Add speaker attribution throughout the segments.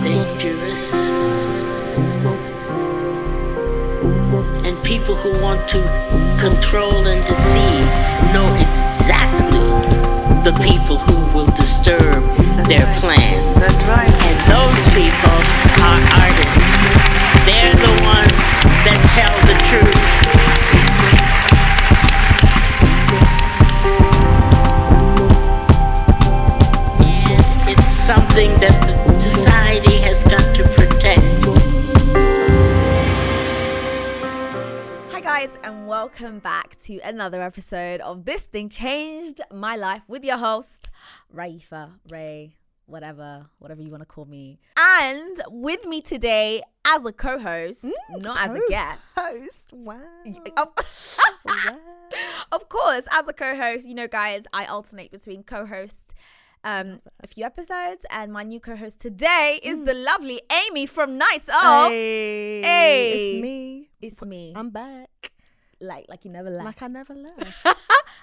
Speaker 1: dangerous. And people who want to control and deceive know exactly the people who will disturb their
Speaker 2: right.
Speaker 1: plans.
Speaker 2: That's right.
Speaker 1: And those people are artists. They're the ones that tell the truth. And it's something that the society has got to protect.
Speaker 3: Hi, guys, and welcome back to another episode of This Thing Changed My Life with your host, Raifa Ray, whatever, whatever you want to call me. And with me today as a co host,
Speaker 2: Mm,
Speaker 3: not as a guest.
Speaker 2: Host. Wow.
Speaker 3: Of,
Speaker 2: wow.
Speaker 3: of course, as a co host, you know, guys, I alternate between co hosts. Um, a few episodes, and my new co-host today is the lovely Amy from Nights Off.
Speaker 2: Mm.
Speaker 3: ah, oh,
Speaker 2: Hey.
Speaker 3: Hey.
Speaker 2: It's me.
Speaker 3: It's me,
Speaker 2: I'm back.
Speaker 3: like like you never left.
Speaker 2: Like I never left.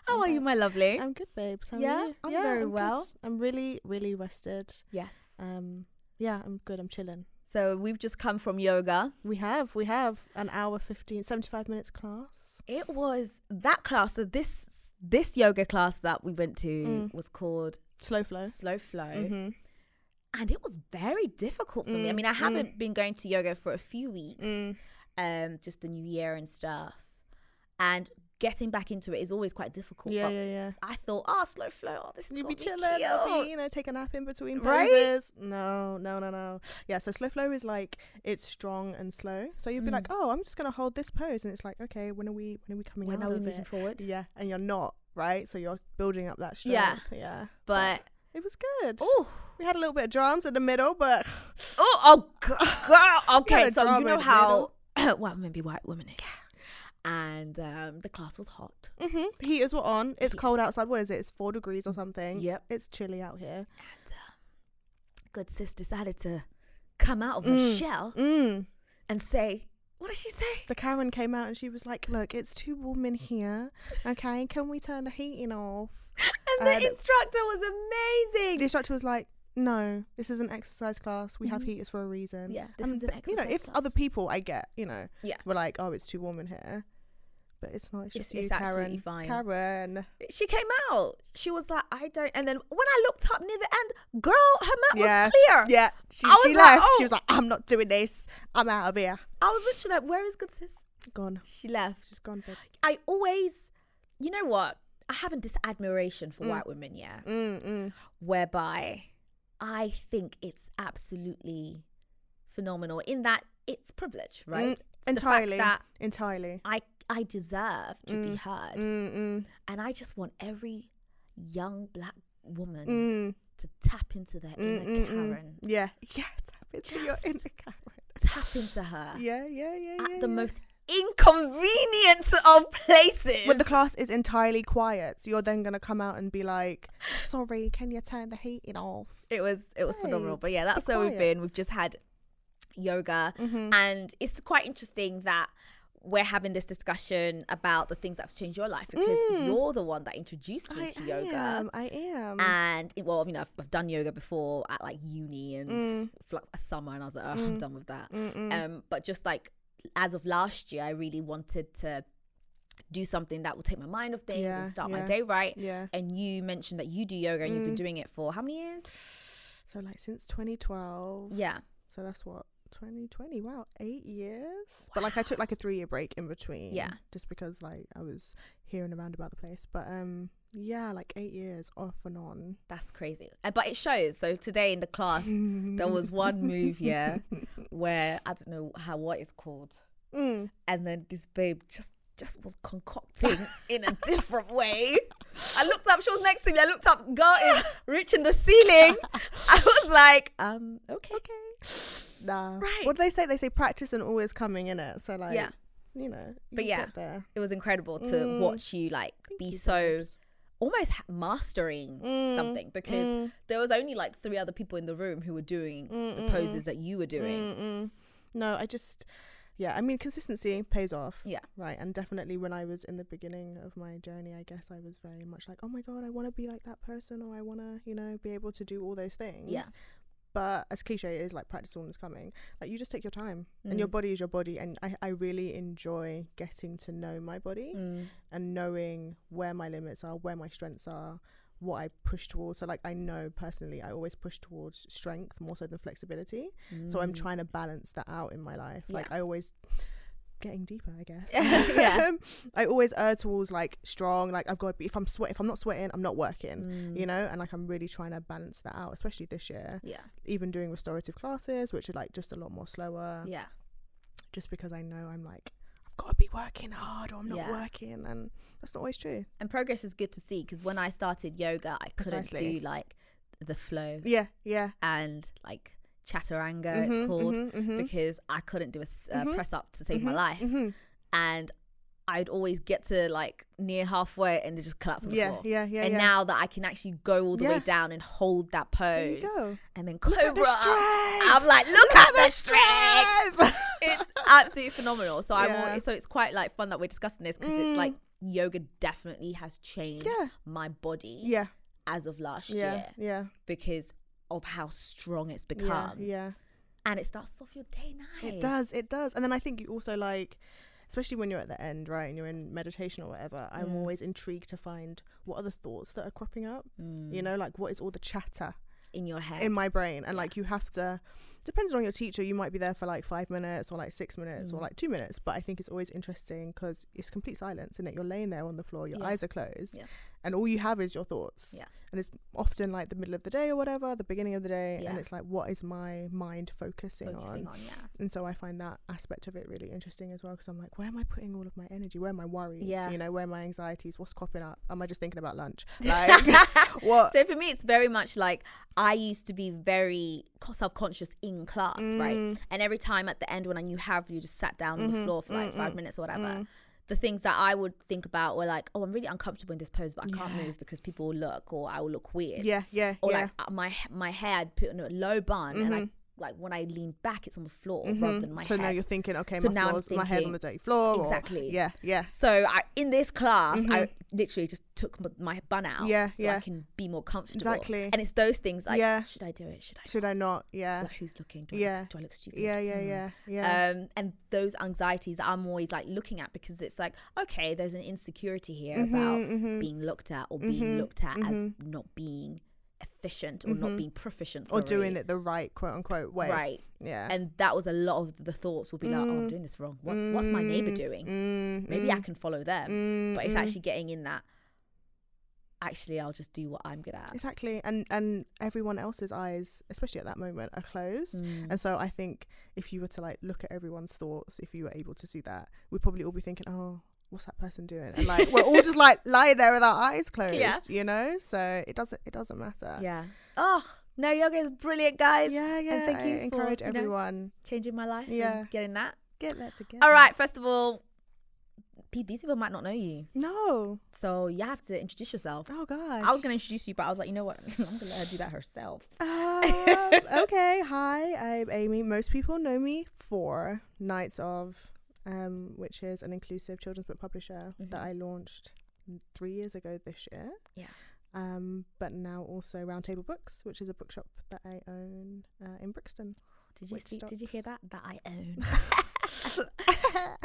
Speaker 3: How are you, my lovely?
Speaker 2: I'm good, babes. How are
Speaker 3: Yeah,
Speaker 2: you?
Speaker 3: I'm very
Speaker 2: good.
Speaker 3: well.
Speaker 2: I'm really, really rested.
Speaker 3: yes.
Speaker 2: Um, yeah, I'm good. I'm chilling.
Speaker 3: So we've just come from yoga.
Speaker 2: We have, we have an hour 15, 75 minutes class.
Speaker 3: It was that class. So this this yoga class that we went to was called
Speaker 2: Slow Mm. flow.
Speaker 3: Slow Flow,
Speaker 2: Mhm.
Speaker 3: and it was very difficult for me. I mean, I haven't been going to yoga for a few weeks,
Speaker 2: Mm.
Speaker 3: um, just the new year and stuff, and getting back into it is always quite difficult.
Speaker 2: Yeah,
Speaker 3: but
Speaker 2: yeah, yeah.
Speaker 3: I thought, oh, slow flow, oh, this is
Speaker 2: You be
Speaker 3: gonna
Speaker 2: chilling, I'll be,
Speaker 3: cute."
Speaker 2: you know, take a nap in between
Speaker 3: Right?
Speaker 2: poses. No, no, no, no. Yeah, so slow flow is like it's strong and slow. So you'd be
Speaker 3: Mm.
Speaker 2: like, oh, I'm just gonna hold this pose, and it's like, okay, when are we, when are we coming
Speaker 3: When
Speaker 2: out
Speaker 3: are we
Speaker 2: of
Speaker 3: moving
Speaker 2: it?
Speaker 3: forward?
Speaker 2: Yeah, and you're not right, so you're building up that strength.
Speaker 3: Yeah.
Speaker 2: Yeah, yeah.
Speaker 3: But
Speaker 2: It was good.
Speaker 3: oh,
Speaker 2: We had a little bit of drums in the middle, but
Speaker 3: Oh, oh, g- girl. Okay,
Speaker 2: a
Speaker 3: so you
Speaker 2: drama in
Speaker 3: know
Speaker 2: the
Speaker 3: how white women be white women, and um, the class was hot.
Speaker 2: hmm heaters were on. It's cold outside. What is it? It's four degrees
Speaker 3: Mm.
Speaker 2: or something.
Speaker 3: Yep.
Speaker 2: it's chilly out here.
Speaker 3: Good sis decided to come out of her shell
Speaker 2: Mm.
Speaker 3: and say, "What did she say?"
Speaker 2: The Karen came out and she was like, "Look, it's too warm in here. Okay, can we turn the heating off?"
Speaker 3: And the
Speaker 2: And-
Speaker 3: instructor was
Speaker 2: The
Speaker 3: amazing.
Speaker 2: instructor was like, "No, this is an exercise class. We have heaters for a reason."
Speaker 3: Mm-hmm. Yeah, this is an
Speaker 2: but, You know,
Speaker 3: exercise
Speaker 2: if other
Speaker 3: class.
Speaker 2: people, I get, you know,
Speaker 3: Yeah.
Speaker 2: were like, "Oh, it's too warm in here," but it's not. It's
Speaker 3: It's-
Speaker 2: just you,
Speaker 3: it's absolutely
Speaker 2: Karen.
Speaker 3: fine.
Speaker 2: Karen.
Speaker 3: She came out. She was like, "I don't." And then when I looked up near the end, girl, her mouth
Speaker 2: Yeah,
Speaker 3: was clear.
Speaker 2: Yeah, she,
Speaker 3: I
Speaker 2: she
Speaker 3: was like,
Speaker 2: left.
Speaker 3: "Oh."
Speaker 2: She was like, "I'm not doing this. I'm out of here."
Speaker 3: I was literally like, "Where is good sis?"
Speaker 2: Gone.
Speaker 3: She left.
Speaker 2: She's gone. Babe.
Speaker 3: I always, you know what? I haven't this admiration for white women, yeah.
Speaker 2: Mm, mm.
Speaker 3: whereby I think it's absolutely phenomenal in that it's privilege, right?
Speaker 2: Mm,
Speaker 3: It's the fact
Speaker 2: entirely.
Speaker 3: that
Speaker 2: entirely.
Speaker 3: I I deserve to be heard,
Speaker 2: Mm, mm,
Speaker 3: and I just want every young black woman
Speaker 2: mm,
Speaker 3: to tap into their
Speaker 2: mm,
Speaker 3: inner
Speaker 2: mm,
Speaker 3: Karen,
Speaker 2: mm. Yeah, yeah. Tap into your
Speaker 3: Just-
Speaker 2: inner Karen.
Speaker 3: tap into her
Speaker 2: Yeah, yeah, yeah.
Speaker 3: at
Speaker 2: yeah,
Speaker 3: the
Speaker 2: yeah.
Speaker 3: most inconvenient of places.
Speaker 2: When the class is entirely quiet, so you're then gonna come out and be like, "Sorry, can you turn the heating off?"
Speaker 3: it was it was phenomenal,
Speaker 2: Right,
Speaker 3: but yeah,
Speaker 2: be
Speaker 3: that's where we've been. We've
Speaker 2: quiet.
Speaker 3: just had yoga, and it's quite interesting that we're having this discussion about the things that's changed your life because you're the one that introduced me
Speaker 2: Mm. I
Speaker 3: to yoga.
Speaker 2: am. Um, I am.
Speaker 3: And it- well, you know, I've, I've done yoga before at like uni and
Speaker 2: Mm.
Speaker 3: for like a summer, and I was like, oh, I'm done with that. Um, but just like as of last year, I really wanted to do something that will take my mind off things
Speaker 2: Yeah,
Speaker 3: and start my
Speaker 2: yeah, Mm.
Speaker 3: day right.
Speaker 2: yeah.
Speaker 3: And you mentioned that you do yoga and you've been doing it for how many years?
Speaker 2: so like since 2012.
Speaker 3: Yeah.
Speaker 2: So that's what 2020. Wow, eight years. But like I took like a three year break in between.
Speaker 3: Yeah.
Speaker 2: Just because like I was here and around about the place. But um, yeah, like eight years off and on.
Speaker 3: That's crazy. Uh, But it shows. So today in the class, there was one move, yeah, where I don't know how what it's called.
Speaker 2: Mm.
Speaker 3: And then this babe just just was concocting in a different way. I looked up, she was next to me. I looked up, girl is reaching the ceiling. I was like, um, okay.
Speaker 2: Okay. Nah.
Speaker 3: Right.
Speaker 2: What do they say? They say practice and always coming in it. So like,
Speaker 3: Yeah.
Speaker 2: you know,
Speaker 3: But
Speaker 2: you
Speaker 3: yeah.
Speaker 2: get there.
Speaker 3: It was incredible to watch you like be so almost ha- mastering something because there was only like three other people in the room who were doing the poses that you were doing.
Speaker 2: Mm-mm. No, I just, yeah, I mean, consistency pays off.
Speaker 3: Yeah.
Speaker 2: Right. And definitely when I was in the beginning of my journey, I guess I was very much like, oh my God, I want to be like that person or I want to, you know, be able to do all those things. But as cliche it is, like practice when it's coming, like you just take your time,
Speaker 3: Mm.
Speaker 2: and your body is your body. And I, I really enjoy getting to know my body
Speaker 3: Mm.
Speaker 2: and knowing where my limits are, where my strengths are, what I push towards. So, like, I know personally, I always push towards strength more so than flexibility. So,
Speaker 3: Mm.
Speaker 2: I'm trying to balance that out in my life. Like, I always getting deeper, I guess.
Speaker 3: Yeah.
Speaker 2: I always err towards like strong, like I've got to be, if I'm sweating, if I'm not sweating, I'm not
Speaker 3: Mm.
Speaker 2: working, you know? And like, I'm really trying to balance that out, especially this year.
Speaker 3: Yeah.
Speaker 2: Even doing restorative classes, which are like just a lot more slower,
Speaker 3: Yeah.
Speaker 2: just because I know I'm like, I've got to be working hard or I'm not
Speaker 3: Yeah.
Speaker 2: working. And that's not always true.
Speaker 3: And progress is good to see because when I started yoga, I couldn't do
Speaker 2: Precisely.
Speaker 3: like the flow
Speaker 2: Yeah, yeah.
Speaker 3: and like chaturanga, it's
Speaker 2: Mhm,
Speaker 3: called,
Speaker 2: mhm, mhm.
Speaker 3: because I couldn't do a s- uh,
Speaker 2: Mhm.
Speaker 3: press up to save my
Speaker 2: Mhm,
Speaker 3: life.
Speaker 2: mhm.
Speaker 3: And I'd always get to like near halfway and then just collapse on the
Speaker 2: Yeah,
Speaker 3: floor.
Speaker 2: yeah, yeah.
Speaker 3: and
Speaker 2: yeah.
Speaker 3: now that I can actually go all the way
Speaker 2: Yeah.
Speaker 3: down and hold that
Speaker 2: there
Speaker 3: pose
Speaker 2: you go.
Speaker 3: and then
Speaker 2: at the
Speaker 3: cobra,
Speaker 2: strength.
Speaker 3: I'm like, look, at the strength.
Speaker 2: strength.
Speaker 3: it's absolutely phenomenal. So
Speaker 2: Yeah.
Speaker 3: I'm all, so it's quite like fun that we're discussing this because
Speaker 2: Mm.
Speaker 3: it's like yoga definitely has changed
Speaker 2: Yeah.
Speaker 3: my body
Speaker 2: yeah,
Speaker 3: as of last
Speaker 2: yeah,
Speaker 3: year
Speaker 2: yeah,
Speaker 3: because of how strong it's
Speaker 2: yeah,
Speaker 3: become.
Speaker 2: yeah.
Speaker 3: And it starts off your day nice.
Speaker 2: It does, it does. And then I think you also like, especially when you're at the end, right, and you're in meditation or whatever, I'm always intrigued to find what are the thoughts that are cropping up.
Speaker 3: Mm.
Speaker 2: You know, like what is all the chatter
Speaker 3: in your head.
Speaker 2: in my brain? And like you have to, depends on your teacher, you might be there for like five minutes or like six minutes
Speaker 3: Mm.
Speaker 2: or like two minutes. But I think it's always interesting because it's complete silence and that you're laying there on the floor, your
Speaker 3: Yeah.
Speaker 2: eyes are closed,
Speaker 3: Yeah.
Speaker 2: and all you have is your thoughts.
Speaker 3: Yeah.
Speaker 2: And it's often like the middle of the day or whatever, the beginning of the day.
Speaker 3: Yeah.
Speaker 2: And it's like, what is my mind focusing,
Speaker 3: focusing on, yeah.
Speaker 2: and so I find that aspect of it really interesting as well because I'm like, where am I putting all of my energy? Where are my worries?
Speaker 3: Yeah.
Speaker 2: You know, where are my anxieties? What's cropping up? Am I just thinking about lunch? Like, what?
Speaker 3: So for me, it's very much like I used to be very co- self-conscious in class, right?
Speaker 2: Mm.
Speaker 3: And every time at the end when I you have you just sat down
Speaker 2: Mm-hmm.
Speaker 3: on the floor for like five minutes or whatever.
Speaker 2: Mm.
Speaker 3: The things that I would think about were like, oh, I'm really uncomfortable in this pose, but I can't move because people will look or I will look weird.
Speaker 2: yeah, yeah,
Speaker 3: Or
Speaker 2: yeah. Mm-hmm.
Speaker 3: like uh, my h- my hair, I'd put in a low bun, and I like when I lean back, it's on the floor rather than my
Speaker 2: so
Speaker 3: head.
Speaker 2: now you're thinking, okay,
Speaker 3: So
Speaker 2: my,
Speaker 3: now I'm
Speaker 2: floor's, my hair's
Speaker 3: thinking-
Speaker 2: on the dirty floor. or-
Speaker 3: Exactly.
Speaker 2: yeah, yeah.
Speaker 3: So I, in this class, I literally just took m- my bun out,
Speaker 2: Mm-hmm. Yeah,
Speaker 3: so
Speaker 2: yeah.
Speaker 3: I can be more comfortable.
Speaker 2: Exactly.
Speaker 3: And it's those things like,
Speaker 2: Yeah.
Speaker 3: should I do it? Should I?
Speaker 2: Should I not? Yeah.
Speaker 3: Like, who's looking? Do I,
Speaker 2: Yeah.
Speaker 3: look, do I look stupid?
Speaker 2: yeah, yeah, yeah, yeah.
Speaker 3: Um, and those anxieties that I'm always like looking at because it's like, okay, there's an insecurity here
Speaker 2: Mm-hmm,
Speaker 3: about being looked at or being looked at as not being efficient or not being proficient
Speaker 2: Mm-hmm. or doing it the right quote unquote way. Uh, Mm.
Speaker 3: right.
Speaker 2: Yeah.
Speaker 3: And that was a lot of the thoughts would be like, oh, I'm doing this wrong. What's what's my
Speaker 2: Mm.
Speaker 3: neighbor doing?
Speaker 2: Mm-hmm.
Speaker 3: Maybe I can follow them, but it's actually getting in that. Actually, I'll just do what I'm good at.
Speaker 2: Exactly, and and everyone else's eyes, especially at that moment, are closed.
Speaker 3: Hmm. Mm.
Speaker 2: And so I think if you were to like look at everyone's thoughts, if you were able to see that, we'd probably all be thinking, "Oh, what's that person doing?" And like we're all just like lying there with our eyes closed,
Speaker 3: Yeah.
Speaker 2: you know. So it doesn't it doesn't matter.
Speaker 3: Yeah. Oh no, yoga is brilliant, guys.
Speaker 2: uh, yeah, yeah.
Speaker 3: And thank
Speaker 2: I
Speaker 3: you
Speaker 2: encourage
Speaker 3: for, you know,
Speaker 2: everyone
Speaker 3: changing my life.
Speaker 2: Yeah.
Speaker 3: And getting that.
Speaker 2: get there together.
Speaker 3: All right. First of all, pe- these people might not know you,
Speaker 2: No.
Speaker 3: so you have to introduce yourself.
Speaker 2: Oh gosh.
Speaker 3: I was gonna introduce you, but I was like, you know what? I'm gonna let her do that herself.
Speaker 2: Um, okay. Hi, I'm Amy. Most people know me for Nights of, um, which is an inclusive children's book publisher that I launched three years ago this year.
Speaker 3: Mm-hmm. Yeah.
Speaker 2: Um, but now also Roundtable Books, which is a bookshop that I own uh, in Brixton.
Speaker 3: Did you
Speaker 2: Which
Speaker 3: see, Did you hear that? That I own.
Speaker 2: um,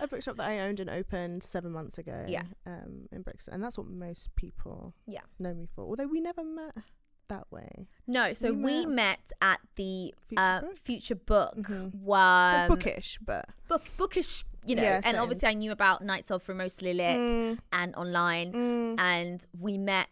Speaker 2: a bookshop that I owned and opened seven months ago.
Speaker 3: Yeah.
Speaker 2: Um, in Brixton, and that's what most people
Speaker 3: Yeah.
Speaker 2: know me for. Although we never met that way.
Speaker 3: No, so we,
Speaker 2: We
Speaker 3: met at the
Speaker 2: Future
Speaker 3: uh,
Speaker 2: Book?
Speaker 3: future book
Speaker 2: Mhm.
Speaker 3: one
Speaker 2: bookish, but
Speaker 3: book bookish, you know.
Speaker 2: Yeah,
Speaker 3: and
Speaker 2: same.
Speaker 3: obviously, I knew about Nights of from mostly lit
Speaker 2: Mm,
Speaker 3: and online,
Speaker 2: mm.
Speaker 3: and we met.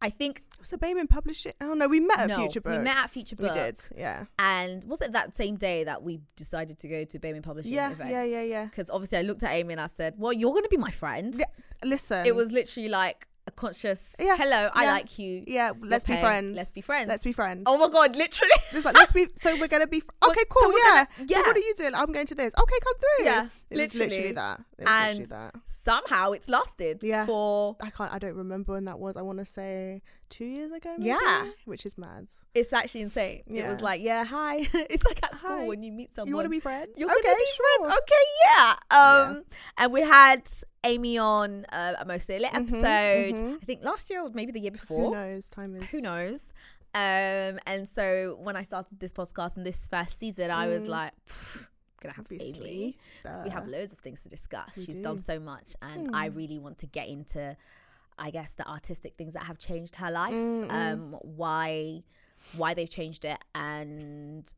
Speaker 3: I think
Speaker 2: So Bayman published it. Oh no, we met at
Speaker 3: no,
Speaker 2: Future Book.
Speaker 3: we met at Future
Speaker 2: We
Speaker 3: Book.
Speaker 2: did. Yeah.
Speaker 3: And was it that same day that we decided to go to Bayman Publishing
Speaker 2: Yeah.
Speaker 3: event?
Speaker 2: Yeah. Yeah. Yeah.
Speaker 3: Because obviously, I looked at Amy and I said, "Well, you're going to be my friend."
Speaker 2: Yeah, Listen.
Speaker 3: It was literally like a conscious,
Speaker 2: Yeah,
Speaker 3: "Hello, I
Speaker 2: yeah,
Speaker 3: like you.
Speaker 2: Yeah.
Speaker 3: You're
Speaker 2: Let's be
Speaker 3: paying.
Speaker 2: friends.
Speaker 3: Let's be friends."
Speaker 2: Let's be friends.
Speaker 3: Oh my god, literally.
Speaker 2: It's like let's be. So we're gonna be. Fr-
Speaker 3: We're-
Speaker 2: okay.
Speaker 3: so
Speaker 2: Cool.
Speaker 3: we're
Speaker 2: yeah.
Speaker 3: gonna-
Speaker 2: So what are
Speaker 3: yeah.
Speaker 2: you doing? I'm going to this. Okay. Come through.
Speaker 3: Yeah,
Speaker 2: It was literally
Speaker 3: literally.
Speaker 2: that. It was literally
Speaker 3: And-
Speaker 2: that.
Speaker 3: somehow it's lasted
Speaker 2: Yeah.
Speaker 3: for
Speaker 2: I can't. I don't remember when that was. I want to say two years ago. Maybe,
Speaker 3: Yeah.
Speaker 2: Which is mad.
Speaker 3: it's actually insane. It was
Speaker 2: Yeah.
Speaker 3: like, yeah, hi. it's like at school
Speaker 2: Hi.
Speaker 3: when you meet someone.
Speaker 2: You want to be friends?
Speaker 3: You're
Speaker 2: okay.
Speaker 3: gonna be
Speaker 2: sure.
Speaker 3: friends. Okay, yeah. Um and we had Amy on uh, a mostly lit episode. I think last year or maybe the year
Speaker 2: Mm-hmm, Who
Speaker 3: before.
Speaker 2: knows? Time is.
Speaker 3: Who knows? Um, and so when I started this podcast in this first season, I was like, "Pff, gonna have Obviously.
Speaker 2: Mm. Obviously.
Speaker 3: We have
Speaker 2: duh.
Speaker 3: loads of things to discuss.
Speaker 2: we
Speaker 3: She's done
Speaker 2: do. Hmm.
Speaker 3: so much, and I really want to get into, I guess, the artistic things that have changed her life. Um, why, why they've changed it, and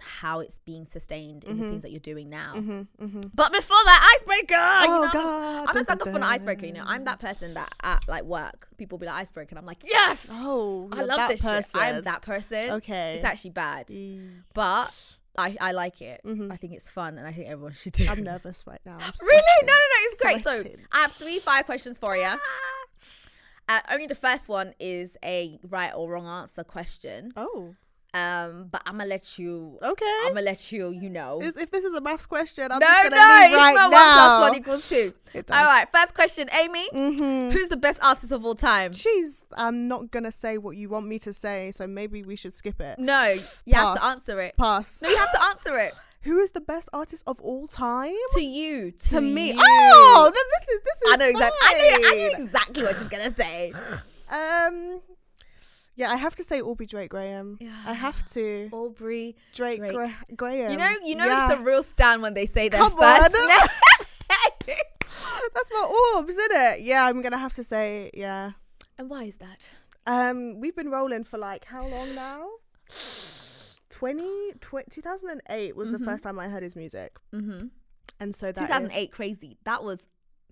Speaker 3: how it's being sustained in the
Speaker 2: Mm-hmm.
Speaker 3: things that you're doing now. But before that, icebreaker.
Speaker 2: Oh,
Speaker 3: you know,
Speaker 2: God,
Speaker 3: I'm a
Speaker 2: dun,
Speaker 3: stand
Speaker 2: dun,
Speaker 3: up for an icebreaker. You know, I'm that person that at like work, people be like icebreaker, and I'm like, yes.
Speaker 2: Oh,
Speaker 3: I
Speaker 2: you're
Speaker 3: love
Speaker 2: that
Speaker 3: this shit. I'm
Speaker 2: person.
Speaker 3: that person.
Speaker 2: Okay.
Speaker 3: It's actually bad.
Speaker 2: Mm.
Speaker 3: But I, I like it. I think it's fun and I think everyone should do
Speaker 2: Mm-hmm. I'm
Speaker 3: it.
Speaker 2: nervous right now. I'm
Speaker 3: Really?
Speaker 2: sweating.
Speaker 3: No, no, no. It's great. So
Speaker 2: Sweating. Ah.
Speaker 3: I have three five questions for you. Uh, only the first one is a right or wrong answer question.
Speaker 2: Oh,
Speaker 3: Um, but I'm gonna let you.
Speaker 2: okay.
Speaker 3: I'm gonna let you. You know.
Speaker 2: Is- if this is a maths question, I'm
Speaker 3: no,
Speaker 2: just gonna
Speaker 3: no.
Speaker 2: leave
Speaker 3: It's
Speaker 2: right
Speaker 3: not one
Speaker 2: now.
Speaker 3: plus one equals two.
Speaker 2: It does. Mm-hmm.
Speaker 3: All right. First question, Amy. Who's the best artist of all time?
Speaker 2: Jeez, I'm not gonna say what you want me to say, so maybe we should skip it.
Speaker 3: No, you have to
Speaker 2: Pass.
Speaker 3: answer it.
Speaker 2: Pass.
Speaker 3: No, you have to answer it.
Speaker 2: Who is the best artist of all time?
Speaker 3: to you. To,
Speaker 2: To me.
Speaker 3: you.
Speaker 2: Oh, then this is this is.
Speaker 3: I know exactly. I knew, I
Speaker 2: fine.
Speaker 3: knew exactly what she's gonna say.
Speaker 2: Um, yeah, I have to say Aubrey Drake Graham. I have to
Speaker 3: Aubrey.
Speaker 2: Drake,
Speaker 3: Drake.
Speaker 2: Gra- Graham.
Speaker 3: You know, you know,
Speaker 2: yeah.
Speaker 3: it's a real stand when they say their
Speaker 2: Come
Speaker 3: first
Speaker 2: on.
Speaker 3: name.
Speaker 2: that's my orbs, isn't it? Yeah, I'm gonna have to say yeah.
Speaker 3: and why is that?
Speaker 2: Um, we've been rolling for like how long now? 20, 20 2008 was the first time I heard his music,
Speaker 3: Mm-hmm.
Speaker 2: and so that is-
Speaker 3: 2008, crazy. That was.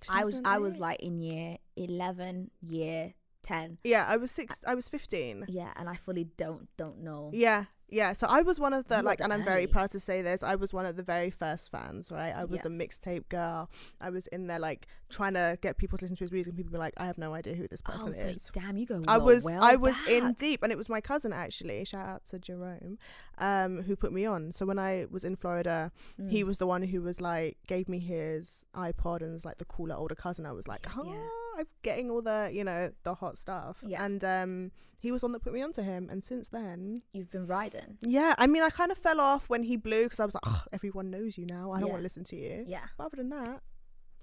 Speaker 3: I was. I was
Speaker 2: 2008?
Speaker 3: like in year 11, year 10.
Speaker 2: yeah, I was six, I was fifteen.
Speaker 3: Yeah, and I fully don't don't know.
Speaker 2: Yeah, yeah. So I was one of the
Speaker 3: You were
Speaker 2: like,
Speaker 3: the
Speaker 2: and I'm very
Speaker 3: early.
Speaker 2: proud to say this. I was one of the very first fans, right? I was
Speaker 3: Yeah.
Speaker 2: the mixtape girl. I was in there like trying to get people to listen to his music, and people be like, I have no idea who this person
Speaker 3: Oh, so
Speaker 2: is.
Speaker 3: damn, you go.
Speaker 2: I
Speaker 3: well-
Speaker 2: was
Speaker 3: well
Speaker 2: I was in
Speaker 3: back.
Speaker 2: deep, and it was my cousin actually. Shout out to Jerome, um, who put me on. So when I was in Florida,
Speaker 3: Mm.
Speaker 2: he was the one who was like gave me his iPod and was like the cooler older cousin. I was like, oh, I'm getting all the you know the hot stuff,
Speaker 3: Yeah.
Speaker 2: and um, he was the one that put me onto him. And since then,
Speaker 3: You've been riding.
Speaker 2: yeah, I mean, I kind of fell off when he blew because I was like, "Ugh, everyone knows you now. I don't
Speaker 3: Yeah.
Speaker 2: want to listen to you.
Speaker 3: Yeah.
Speaker 2: But other than that,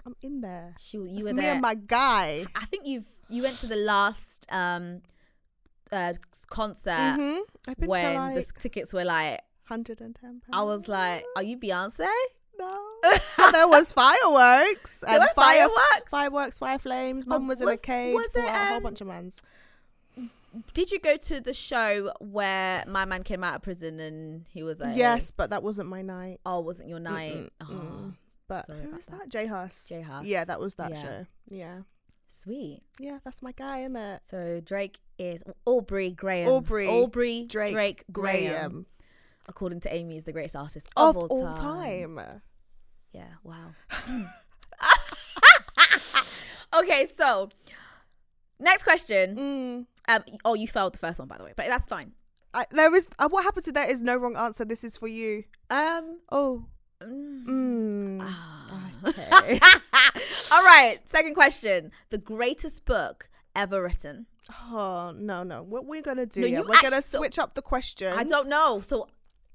Speaker 2: I'm in there.
Speaker 3: She. You
Speaker 2: It's
Speaker 3: were
Speaker 2: me
Speaker 3: there.
Speaker 2: and my guy.
Speaker 3: I think you've you went to the last um uh concert
Speaker 2: hmm I've been
Speaker 3: when
Speaker 2: to like Oh.
Speaker 3: the tickets were like
Speaker 2: hundred and ten.
Speaker 3: I was like, Are you Beyonce?
Speaker 2: no. But there was fireworks
Speaker 3: There
Speaker 2: and
Speaker 3: were
Speaker 2: fire
Speaker 3: fireworks? Oh,
Speaker 2: fireworks, fire flames. Mum was, in a
Speaker 3: was-
Speaker 2: cage.
Speaker 3: was
Speaker 2: brought
Speaker 3: it,
Speaker 2: out a whole
Speaker 3: um,
Speaker 2: bunch of mans.
Speaker 3: Did you go to the show where my man came out of prison and he was like
Speaker 2: Yes, but that wasn't my night.
Speaker 3: Oh, wasn't your night?
Speaker 2: Mm-mm,
Speaker 3: Oh,
Speaker 2: mm. But
Speaker 3: sorry
Speaker 2: who
Speaker 3: about
Speaker 2: is
Speaker 3: that.
Speaker 2: that? Jay Huss.
Speaker 3: Jay Huss.
Speaker 2: Yeah, that was that
Speaker 3: Yeah.
Speaker 2: show. Yeah,
Speaker 3: sweet.
Speaker 2: yeah, that's my guy, isn't it?
Speaker 3: So Drake is Aubrey Graham.
Speaker 2: Aubrey,
Speaker 3: Aubrey Drake,
Speaker 2: Drake,
Speaker 3: Graham, According to Amy, is the greatest artist
Speaker 2: of
Speaker 3: of,
Speaker 2: all,
Speaker 3: time.
Speaker 2: time.
Speaker 3: Yeah, wow. okay, so next question.
Speaker 2: Mm.
Speaker 3: Um, oh, you failed the first one, by the way, but that's fine.
Speaker 2: I, there is uh, what happened to that is no wrong answer. This is for you.
Speaker 3: Um,
Speaker 2: Oh,
Speaker 3: mm.
Speaker 2: mm.
Speaker 3: Ah.
Speaker 2: okay.
Speaker 3: all right. Second question: the greatest book ever written.
Speaker 2: oh no, no. What we're gonna do?
Speaker 3: No,
Speaker 2: yeah,
Speaker 3: you
Speaker 2: we're gonna
Speaker 3: actually-
Speaker 2: switch up the question.
Speaker 3: I don't know. So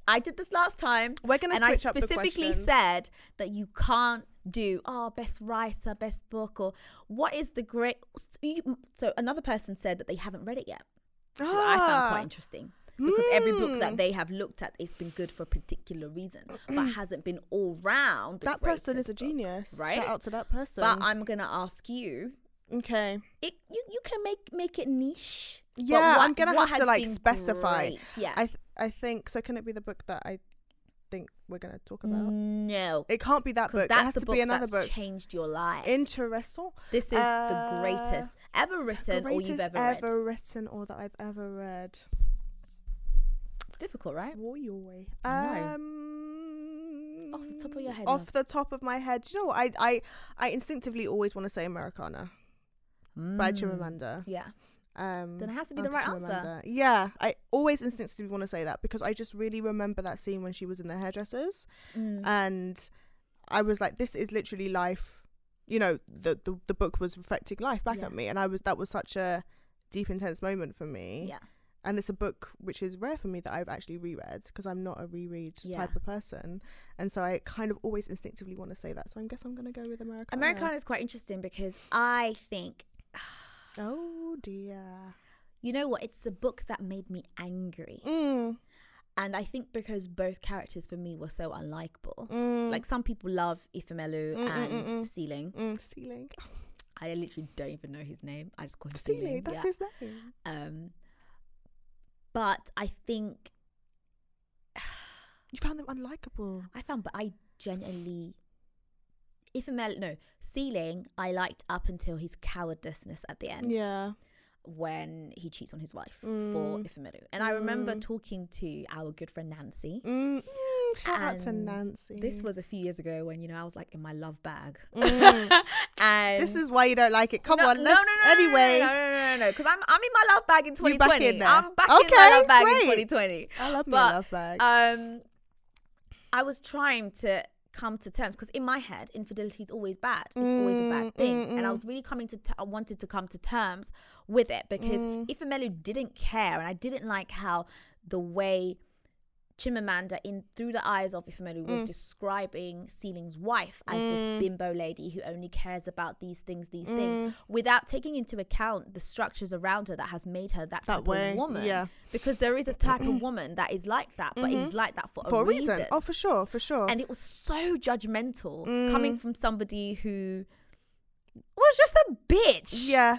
Speaker 3: I did this last time.
Speaker 2: We're gonna
Speaker 3: and
Speaker 2: switch
Speaker 3: I
Speaker 2: up the
Speaker 3: specifically
Speaker 2: questions.
Speaker 3: said that you can't do oh best writer, best book, or what is the great. So another person said that they haven't read it yet. which I found
Speaker 2: Ah.
Speaker 3: quite interesting because every book that
Speaker 2: Mm.
Speaker 3: they have looked at, it's been good for a particular reason, but hasn't been all round. the
Speaker 2: That person
Speaker 3: greatest
Speaker 2: is a
Speaker 3: book,
Speaker 2: genius.
Speaker 3: right?
Speaker 2: Shout out to that person.
Speaker 3: But I'm gonna ask you.
Speaker 2: okay.
Speaker 3: It you, you can make make it niche. but
Speaker 2: Yeah,
Speaker 3: what-
Speaker 2: I'm gonna
Speaker 3: what
Speaker 2: have to
Speaker 3: has
Speaker 2: like
Speaker 3: been
Speaker 2: specify.
Speaker 3: great? Yeah.
Speaker 2: I th- I think so. Can it be the book that I think we're gonna talk about?
Speaker 3: no.
Speaker 2: It can't be that
Speaker 3: Mm. 'cause
Speaker 2: book.
Speaker 3: that's
Speaker 2: it has
Speaker 3: the
Speaker 2: to
Speaker 3: book
Speaker 2: be another
Speaker 3: that's
Speaker 2: book.
Speaker 3: changed your life.
Speaker 2: Interesting.
Speaker 3: this is the
Speaker 2: Uh,
Speaker 3: greatest ever written or you've
Speaker 2: Greatest
Speaker 3: ever, read.
Speaker 2: ever written or that I've ever read.
Speaker 3: It's difficult, right?
Speaker 2: War your way.
Speaker 3: I know.
Speaker 2: Um,
Speaker 3: Off the top of your head,
Speaker 2: Off the top of my head, do you know what? I I I instinctively always want to say Americana by
Speaker 3: Mm,
Speaker 2: Chimamanda.
Speaker 3: Yeah.
Speaker 2: Um,
Speaker 3: Mm. Then it has to be the
Speaker 2: Aunt
Speaker 3: right answer.
Speaker 2: Chimamanda. Yeah, I always instinctively want to say that because I just really remember that scene when she was in the hairdressers,
Speaker 3: Mm.
Speaker 2: Uh, and I was like, this is literally life. You know, the the, the book was reflecting life back
Speaker 3: Yeah.
Speaker 2: at me, and I was that was such a deep, intense moment for me
Speaker 3: yeah.
Speaker 2: and it's a book which is rare for me that I've actually reread because I'm not a reread
Speaker 3: Yeah.
Speaker 2: type of person, and so I kind of always instinctively want to say that. So I guess I'm gonna go with Americana.
Speaker 3: Americana is quite interesting because I think
Speaker 2: Oh dear.
Speaker 3: You know what? It's a book that made me angry.
Speaker 2: Mm,
Speaker 3: And I think because both characters for me were so unlikable.
Speaker 2: mm,
Speaker 3: Like some people love Ifemelu
Speaker 2: Mm, mm,
Speaker 3: and
Speaker 2: mm, mm.
Speaker 3: Ceiling.
Speaker 2: mm, ceiling.
Speaker 3: I literally don't even know his name. I just call him
Speaker 2: Ceiling,
Speaker 3: Ceiling.
Speaker 2: that's
Speaker 3: yeah.
Speaker 2: his name.
Speaker 3: Um, but I think
Speaker 2: You found them unlikable.
Speaker 3: I found, but I genuinely, Ifemelu, no, Ceiling, I liked up until his cowardliness at the end.
Speaker 2: Yeah.
Speaker 3: when he cheats on his wife for
Speaker 2: Mm.
Speaker 3: Ifemelu. And I remember
Speaker 2: Mm.
Speaker 3: talking to our good friend Nancy.
Speaker 2: Mm, mm, shout out to
Speaker 3: And
Speaker 2: Nancy.
Speaker 3: This was a few years ago when, you know, I was like in my love bag.
Speaker 2: Mm.
Speaker 3: and
Speaker 2: This is why you don't like it. Come
Speaker 3: no,
Speaker 2: on,
Speaker 3: no,
Speaker 2: let's.
Speaker 3: no, no, no, no,
Speaker 2: anyway,
Speaker 3: No, no, no, no, no, because I'm, I'm in my love bag in
Speaker 2: You back
Speaker 3: 2020.
Speaker 2: in there.
Speaker 3: I'm back in
Speaker 2: Okay,
Speaker 3: my love bag
Speaker 2: great.
Speaker 3: in 2020.
Speaker 2: I love my
Speaker 3: But,
Speaker 2: love bag.
Speaker 3: Um, I was trying to come to terms because in my head, infidelity is always bad. It's always a
Speaker 2: Mm,
Speaker 3: bad thing,
Speaker 2: mm,
Speaker 3: and I
Speaker 2: mm.
Speaker 3: was really coming to. T- I wanted to come to terms with it because
Speaker 2: Mm.
Speaker 3: Ifemelu didn't care, and I didn't like how the way Chimamanda, in through the eyes of Ifemelu,
Speaker 2: Mm.
Speaker 3: was describing Ceiling's wife as this bimbo lady who only cares about these things, these
Speaker 2: Mm.
Speaker 3: things, without taking into account the structures around her that has made her that,
Speaker 2: That
Speaker 3: type
Speaker 2: way,
Speaker 3: of woman.
Speaker 2: yeah.
Speaker 3: Because there is a type of woman that is like that, but is like that for,
Speaker 2: Mm-hmm. for a reason. Oh, for sure, for sure.
Speaker 3: and it was so judgmental
Speaker 2: Mm.
Speaker 3: coming from somebody who was just a bitch.
Speaker 2: yeah.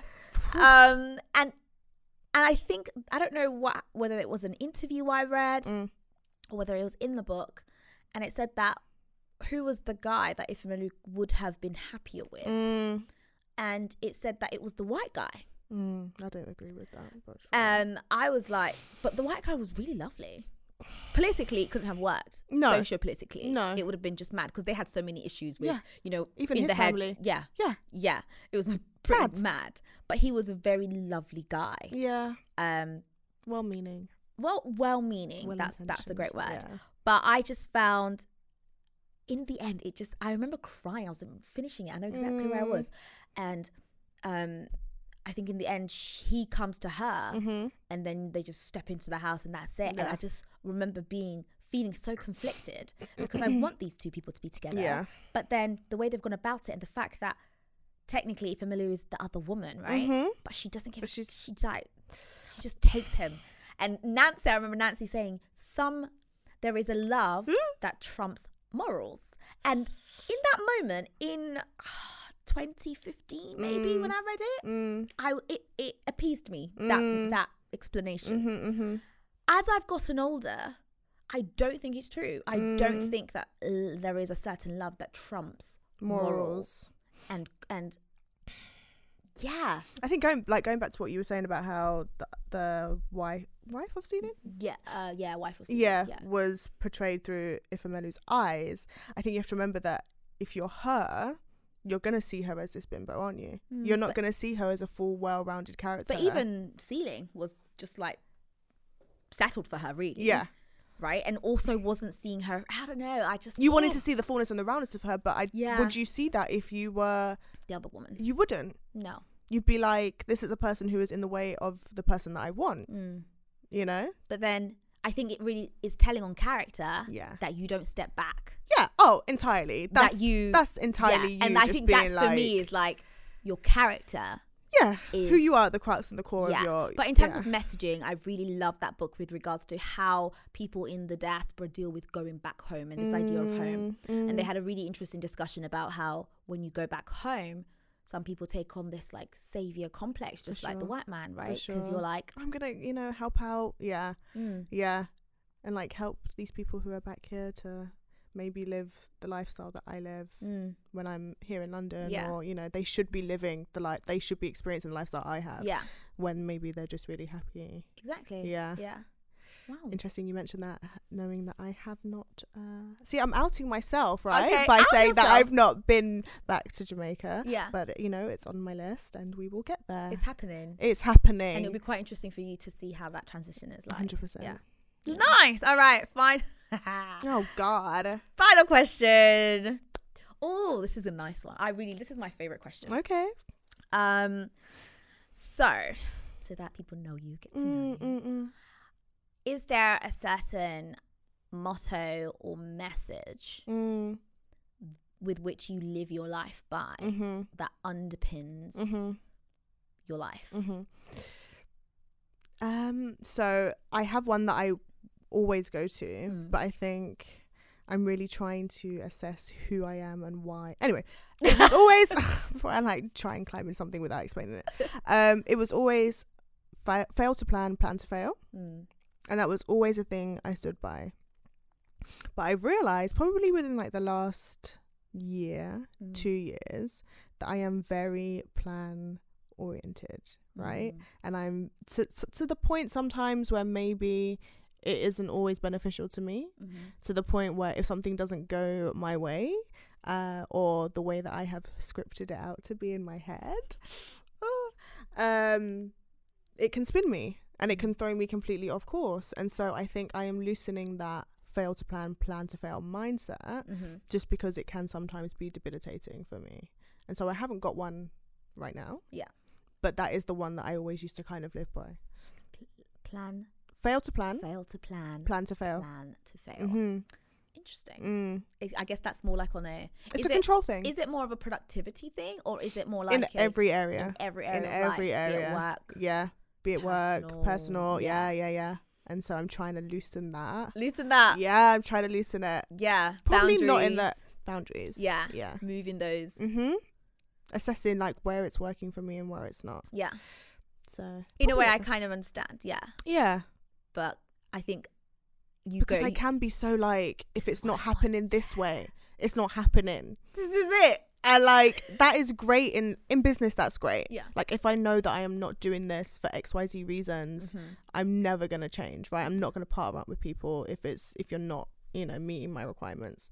Speaker 3: Um. And and I think I don't know what whether it was an interview I read
Speaker 2: Mm.
Speaker 3: or whether it was in the book, and it said that who was the guy that Ifemelu would have been happier with,
Speaker 2: Mm,
Speaker 3: and it said that it was the white guy.
Speaker 2: mm, I don't agree with that. But sure.
Speaker 3: Um, I was like, but the white guy was really lovely. Politically, it couldn't have worked.
Speaker 2: No.
Speaker 3: Sociopolitically,
Speaker 2: No.
Speaker 3: It would have been just mad because they had so many issues with,
Speaker 2: Yeah.
Speaker 3: you know,
Speaker 2: Even
Speaker 3: in
Speaker 2: his
Speaker 3: the head.
Speaker 2: family.
Speaker 3: Yeah.
Speaker 2: Yeah.
Speaker 3: Yeah. It was pretty
Speaker 2: Mad.
Speaker 3: mad. But he was a very lovely guy.
Speaker 2: yeah.
Speaker 3: Um,
Speaker 2: Well meaning.
Speaker 3: well, well meaning.
Speaker 2: Well
Speaker 3: that's that's a great word.
Speaker 2: intentioned,
Speaker 3: But I just found in the end, it just, I remember crying. I was finishing it. I know exactly where I
Speaker 2: Mm.
Speaker 3: was. And um, I think in the end, sh- he comes to her
Speaker 2: Yeah. Mm-hmm.
Speaker 3: and then they just step into the house and that's it. And
Speaker 2: Yeah.
Speaker 3: I just remember being feeling so conflicted because I want these two people to be together.
Speaker 2: Yeah.
Speaker 3: But then the way they've gone about it and the fact that technically Ifemelu is the other woman, right?
Speaker 2: Mhm.
Speaker 3: But she doesn't give a
Speaker 2: But she's-
Speaker 3: she's she's like she just takes him. And Nancy, I remember Nancy saying, some there is a love that trumps morals. And in that moment, in ah, 2015 maybe when I read it,
Speaker 2: Mm,
Speaker 3: I it, it appeased me that that explanation.
Speaker 2: mhm, mhm.
Speaker 3: As I've gotten older, I don't think it's true. I don't think that uh, there is a certain love that trumps
Speaker 2: Morals.
Speaker 3: and and yeah,
Speaker 2: I think going like going back to what you were saying about how the, the wife wife of Cedar
Speaker 3: yeah, uh, yeah. Wife of Caesar,
Speaker 2: yeah,
Speaker 3: yeah,
Speaker 2: was portrayed through Ifamelu's eyes, I think you have to remember that if you're her, you're gonna see her as this bimbo, aren't you? you're not gonna see her as a full, well-rounded character.
Speaker 3: Mm, But even Ceiling was just like settled for her, really.
Speaker 2: yeah,
Speaker 3: right. And also wasn't seeing her. I don't know. I just
Speaker 2: you wanted
Speaker 3: oh,
Speaker 2: to see the fullness and the roundness of her, but I
Speaker 3: Yeah.
Speaker 2: would you see that if you were
Speaker 3: the other woman.
Speaker 2: you wouldn't.
Speaker 3: No,
Speaker 2: You'd be like, this is a person who is in the way of the person that I want.
Speaker 3: Mm.
Speaker 2: You know?
Speaker 3: but then I think it really is telling on character
Speaker 2: Yeah.
Speaker 3: that you don't step back.
Speaker 2: Yeah. Oh, entirely. That's
Speaker 3: that you
Speaker 2: that's
Speaker 3: Yeah,
Speaker 2: entirely you.
Speaker 3: and I
Speaker 2: just
Speaker 3: think
Speaker 2: being
Speaker 3: that's
Speaker 2: like,
Speaker 3: for me is like your character.
Speaker 2: yeah, who
Speaker 3: is-
Speaker 2: you are at the crux and the core
Speaker 3: yeah.
Speaker 2: of your.
Speaker 3: but in terms
Speaker 2: yeah.
Speaker 3: of messaging, I really love that book with regards to how people in the diaspora deal with going back home and this idea of home.
Speaker 2: Mm,
Speaker 3: And they had a really interesting discussion about how when you go back home, some people take on this like savior complex, just like the
Speaker 2: sure.
Speaker 3: white man, right? Because
Speaker 2: sure.
Speaker 3: you're like,
Speaker 2: I'm gonna, you know, help out. Yeah,
Speaker 3: mm,
Speaker 2: yeah, and like help these people who are back here to maybe live the lifestyle that I live
Speaker 3: mm,
Speaker 2: when I'm here in London,
Speaker 3: Yeah.
Speaker 2: or you know, they should be living the life they should be experiencing the lifestyle I have.
Speaker 3: yeah,
Speaker 2: When maybe they're just really happy.
Speaker 3: exactly.
Speaker 2: Yeah.
Speaker 3: Yeah. Wow.
Speaker 2: Interesting, you mentioned that, knowing that I have not. Uh, see, I'm outing myself, right,
Speaker 3: Okay,
Speaker 2: by
Speaker 3: out
Speaker 2: saying that
Speaker 3: yourself.
Speaker 2: I've not been back to Jamaica.
Speaker 3: Yeah.
Speaker 2: But uh, you know, it's on my list, and we will get there.
Speaker 3: It's happening.
Speaker 2: It's
Speaker 3: And it'll be
Speaker 2: happening.
Speaker 3: quite interesting for you to see how that transition is like.
Speaker 2: Hundred percent.
Speaker 3: Yeah. Nice. All right. Fine.
Speaker 2: Oh God.
Speaker 3: Final question. Oh, this is a nice one. I really this is my favorite question.
Speaker 2: Okay.
Speaker 3: Um, so so that people know you get to know
Speaker 2: Mm,
Speaker 3: you.
Speaker 2: mm, mm.
Speaker 3: Is there a certain motto or message
Speaker 2: Mm,
Speaker 3: with which you live your life by
Speaker 2: mhm, Mm-hmm.
Speaker 3: that underpins
Speaker 2: mhm,
Speaker 3: your life?
Speaker 2: mhm. Um, so I have one that I always go to,
Speaker 3: Mm.
Speaker 2: but I think I'm really trying to assess who I am and why. Anyway, it was Mm-hmm. always before I like try and climb in something without explaining it. Um, it was always fa- fail to plan, plan to fail,
Speaker 3: Mm.
Speaker 2: and that was always a thing I stood by. But I've realized probably within like the last year,
Speaker 3: Mm.
Speaker 2: two years, that I am very plan oriented, right?
Speaker 3: Mm.
Speaker 2: and I'm to, to to the point sometimes where maybe it isn't always beneficial to me.
Speaker 3: Mhm.
Speaker 2: To the point where if something doesn't go my way, uh, or the way that I have scripted it out to be in my head, oh, um, it can spin me and it can throw me completely off course. And so I think I am loosening that fail to plan, plan to fail mindset
Speaker 3: Mhm.
Speaker 2: just because it can sometimes be debilitating for me. And so I haven't got one right now.
Speaker 3: Yeah.
Speaker 2: But that is the one that I always used to kind of live by.
Speaker 3: Plan,
Speaker 2: Fail to plan,
Speaker 3: fail to plan,
Speaker 2: plan to fail.
Speaker 3: plan to fail.
Speaker 2: hmm
Speaker 3: Interesting.
Speaker 2: Mm.
Speaker 3: I- I guess that's more like on a.
Speaker 2: It's
Speaker 3: is
Speaker 2: a
Speaker 3: it-
Speaker 2: control thing
Speaker 3: Is it more of a productivity thing, or is it more like
Speaker 2: in
Speaker 3: a-
Speaker 2: every
Speaker 3: in
Speaker 2: area.
Speaker 3: every area,
Speaker 2: In
Speaker 3: of
Speaker 2: every
Speaker 3: life, be it
Speaker 2: area.
Speaker 3: work,
Speaker 2: yeah. Be it
Speaker 3: Personal,
Speaker 2: work, personal.
Speaker 3: yeah.
Speaker 2: Yeah. yeah, yeah, And so I'm trying to loosen that.
Speaker 3: loosen that, yeah,
Speaker 2: Yeah, I'm trying to loosen it. Probably not in that-
Speaker 3: boundaries,
Speaker 2: Boundaries.
Speaker 3: Yeah.
Speaker 2: Yeah.
Speaker 3: moving those,
Speaker 2: Mm-hmm. Assessing like where it's working for me and where it's not.
Speaker 3: yeah.
Speaker 2: So
Speaker 3: In a way, I
Speaker 2: probably-
Speaker 3: kind of understand, yeah,
Speaker 2: Yeah.
Speaker 3: but I think you
Speaker 2: because
Speaker 3: go.
Speaker 2: I can be so like, if
Speaker 3: This is
Speaker 2: it's
Speaker 3: what
Speaker 2: not
Speaker 3: I want.
Speaker 2: happening this way, it's not happening.
Speaker 3: This is it.
Speaker 2: And like that is great in in business. That's great.
Speaker 3: Yeah.
Speaker 2: Like if I know that I am not doing this for X Y Z reasons,
Speaker 3: Mhm.
Speaker 2: I'm never gonna change. Right. I'm not gonna part around with people if it's if you're not you know meeting my requirements.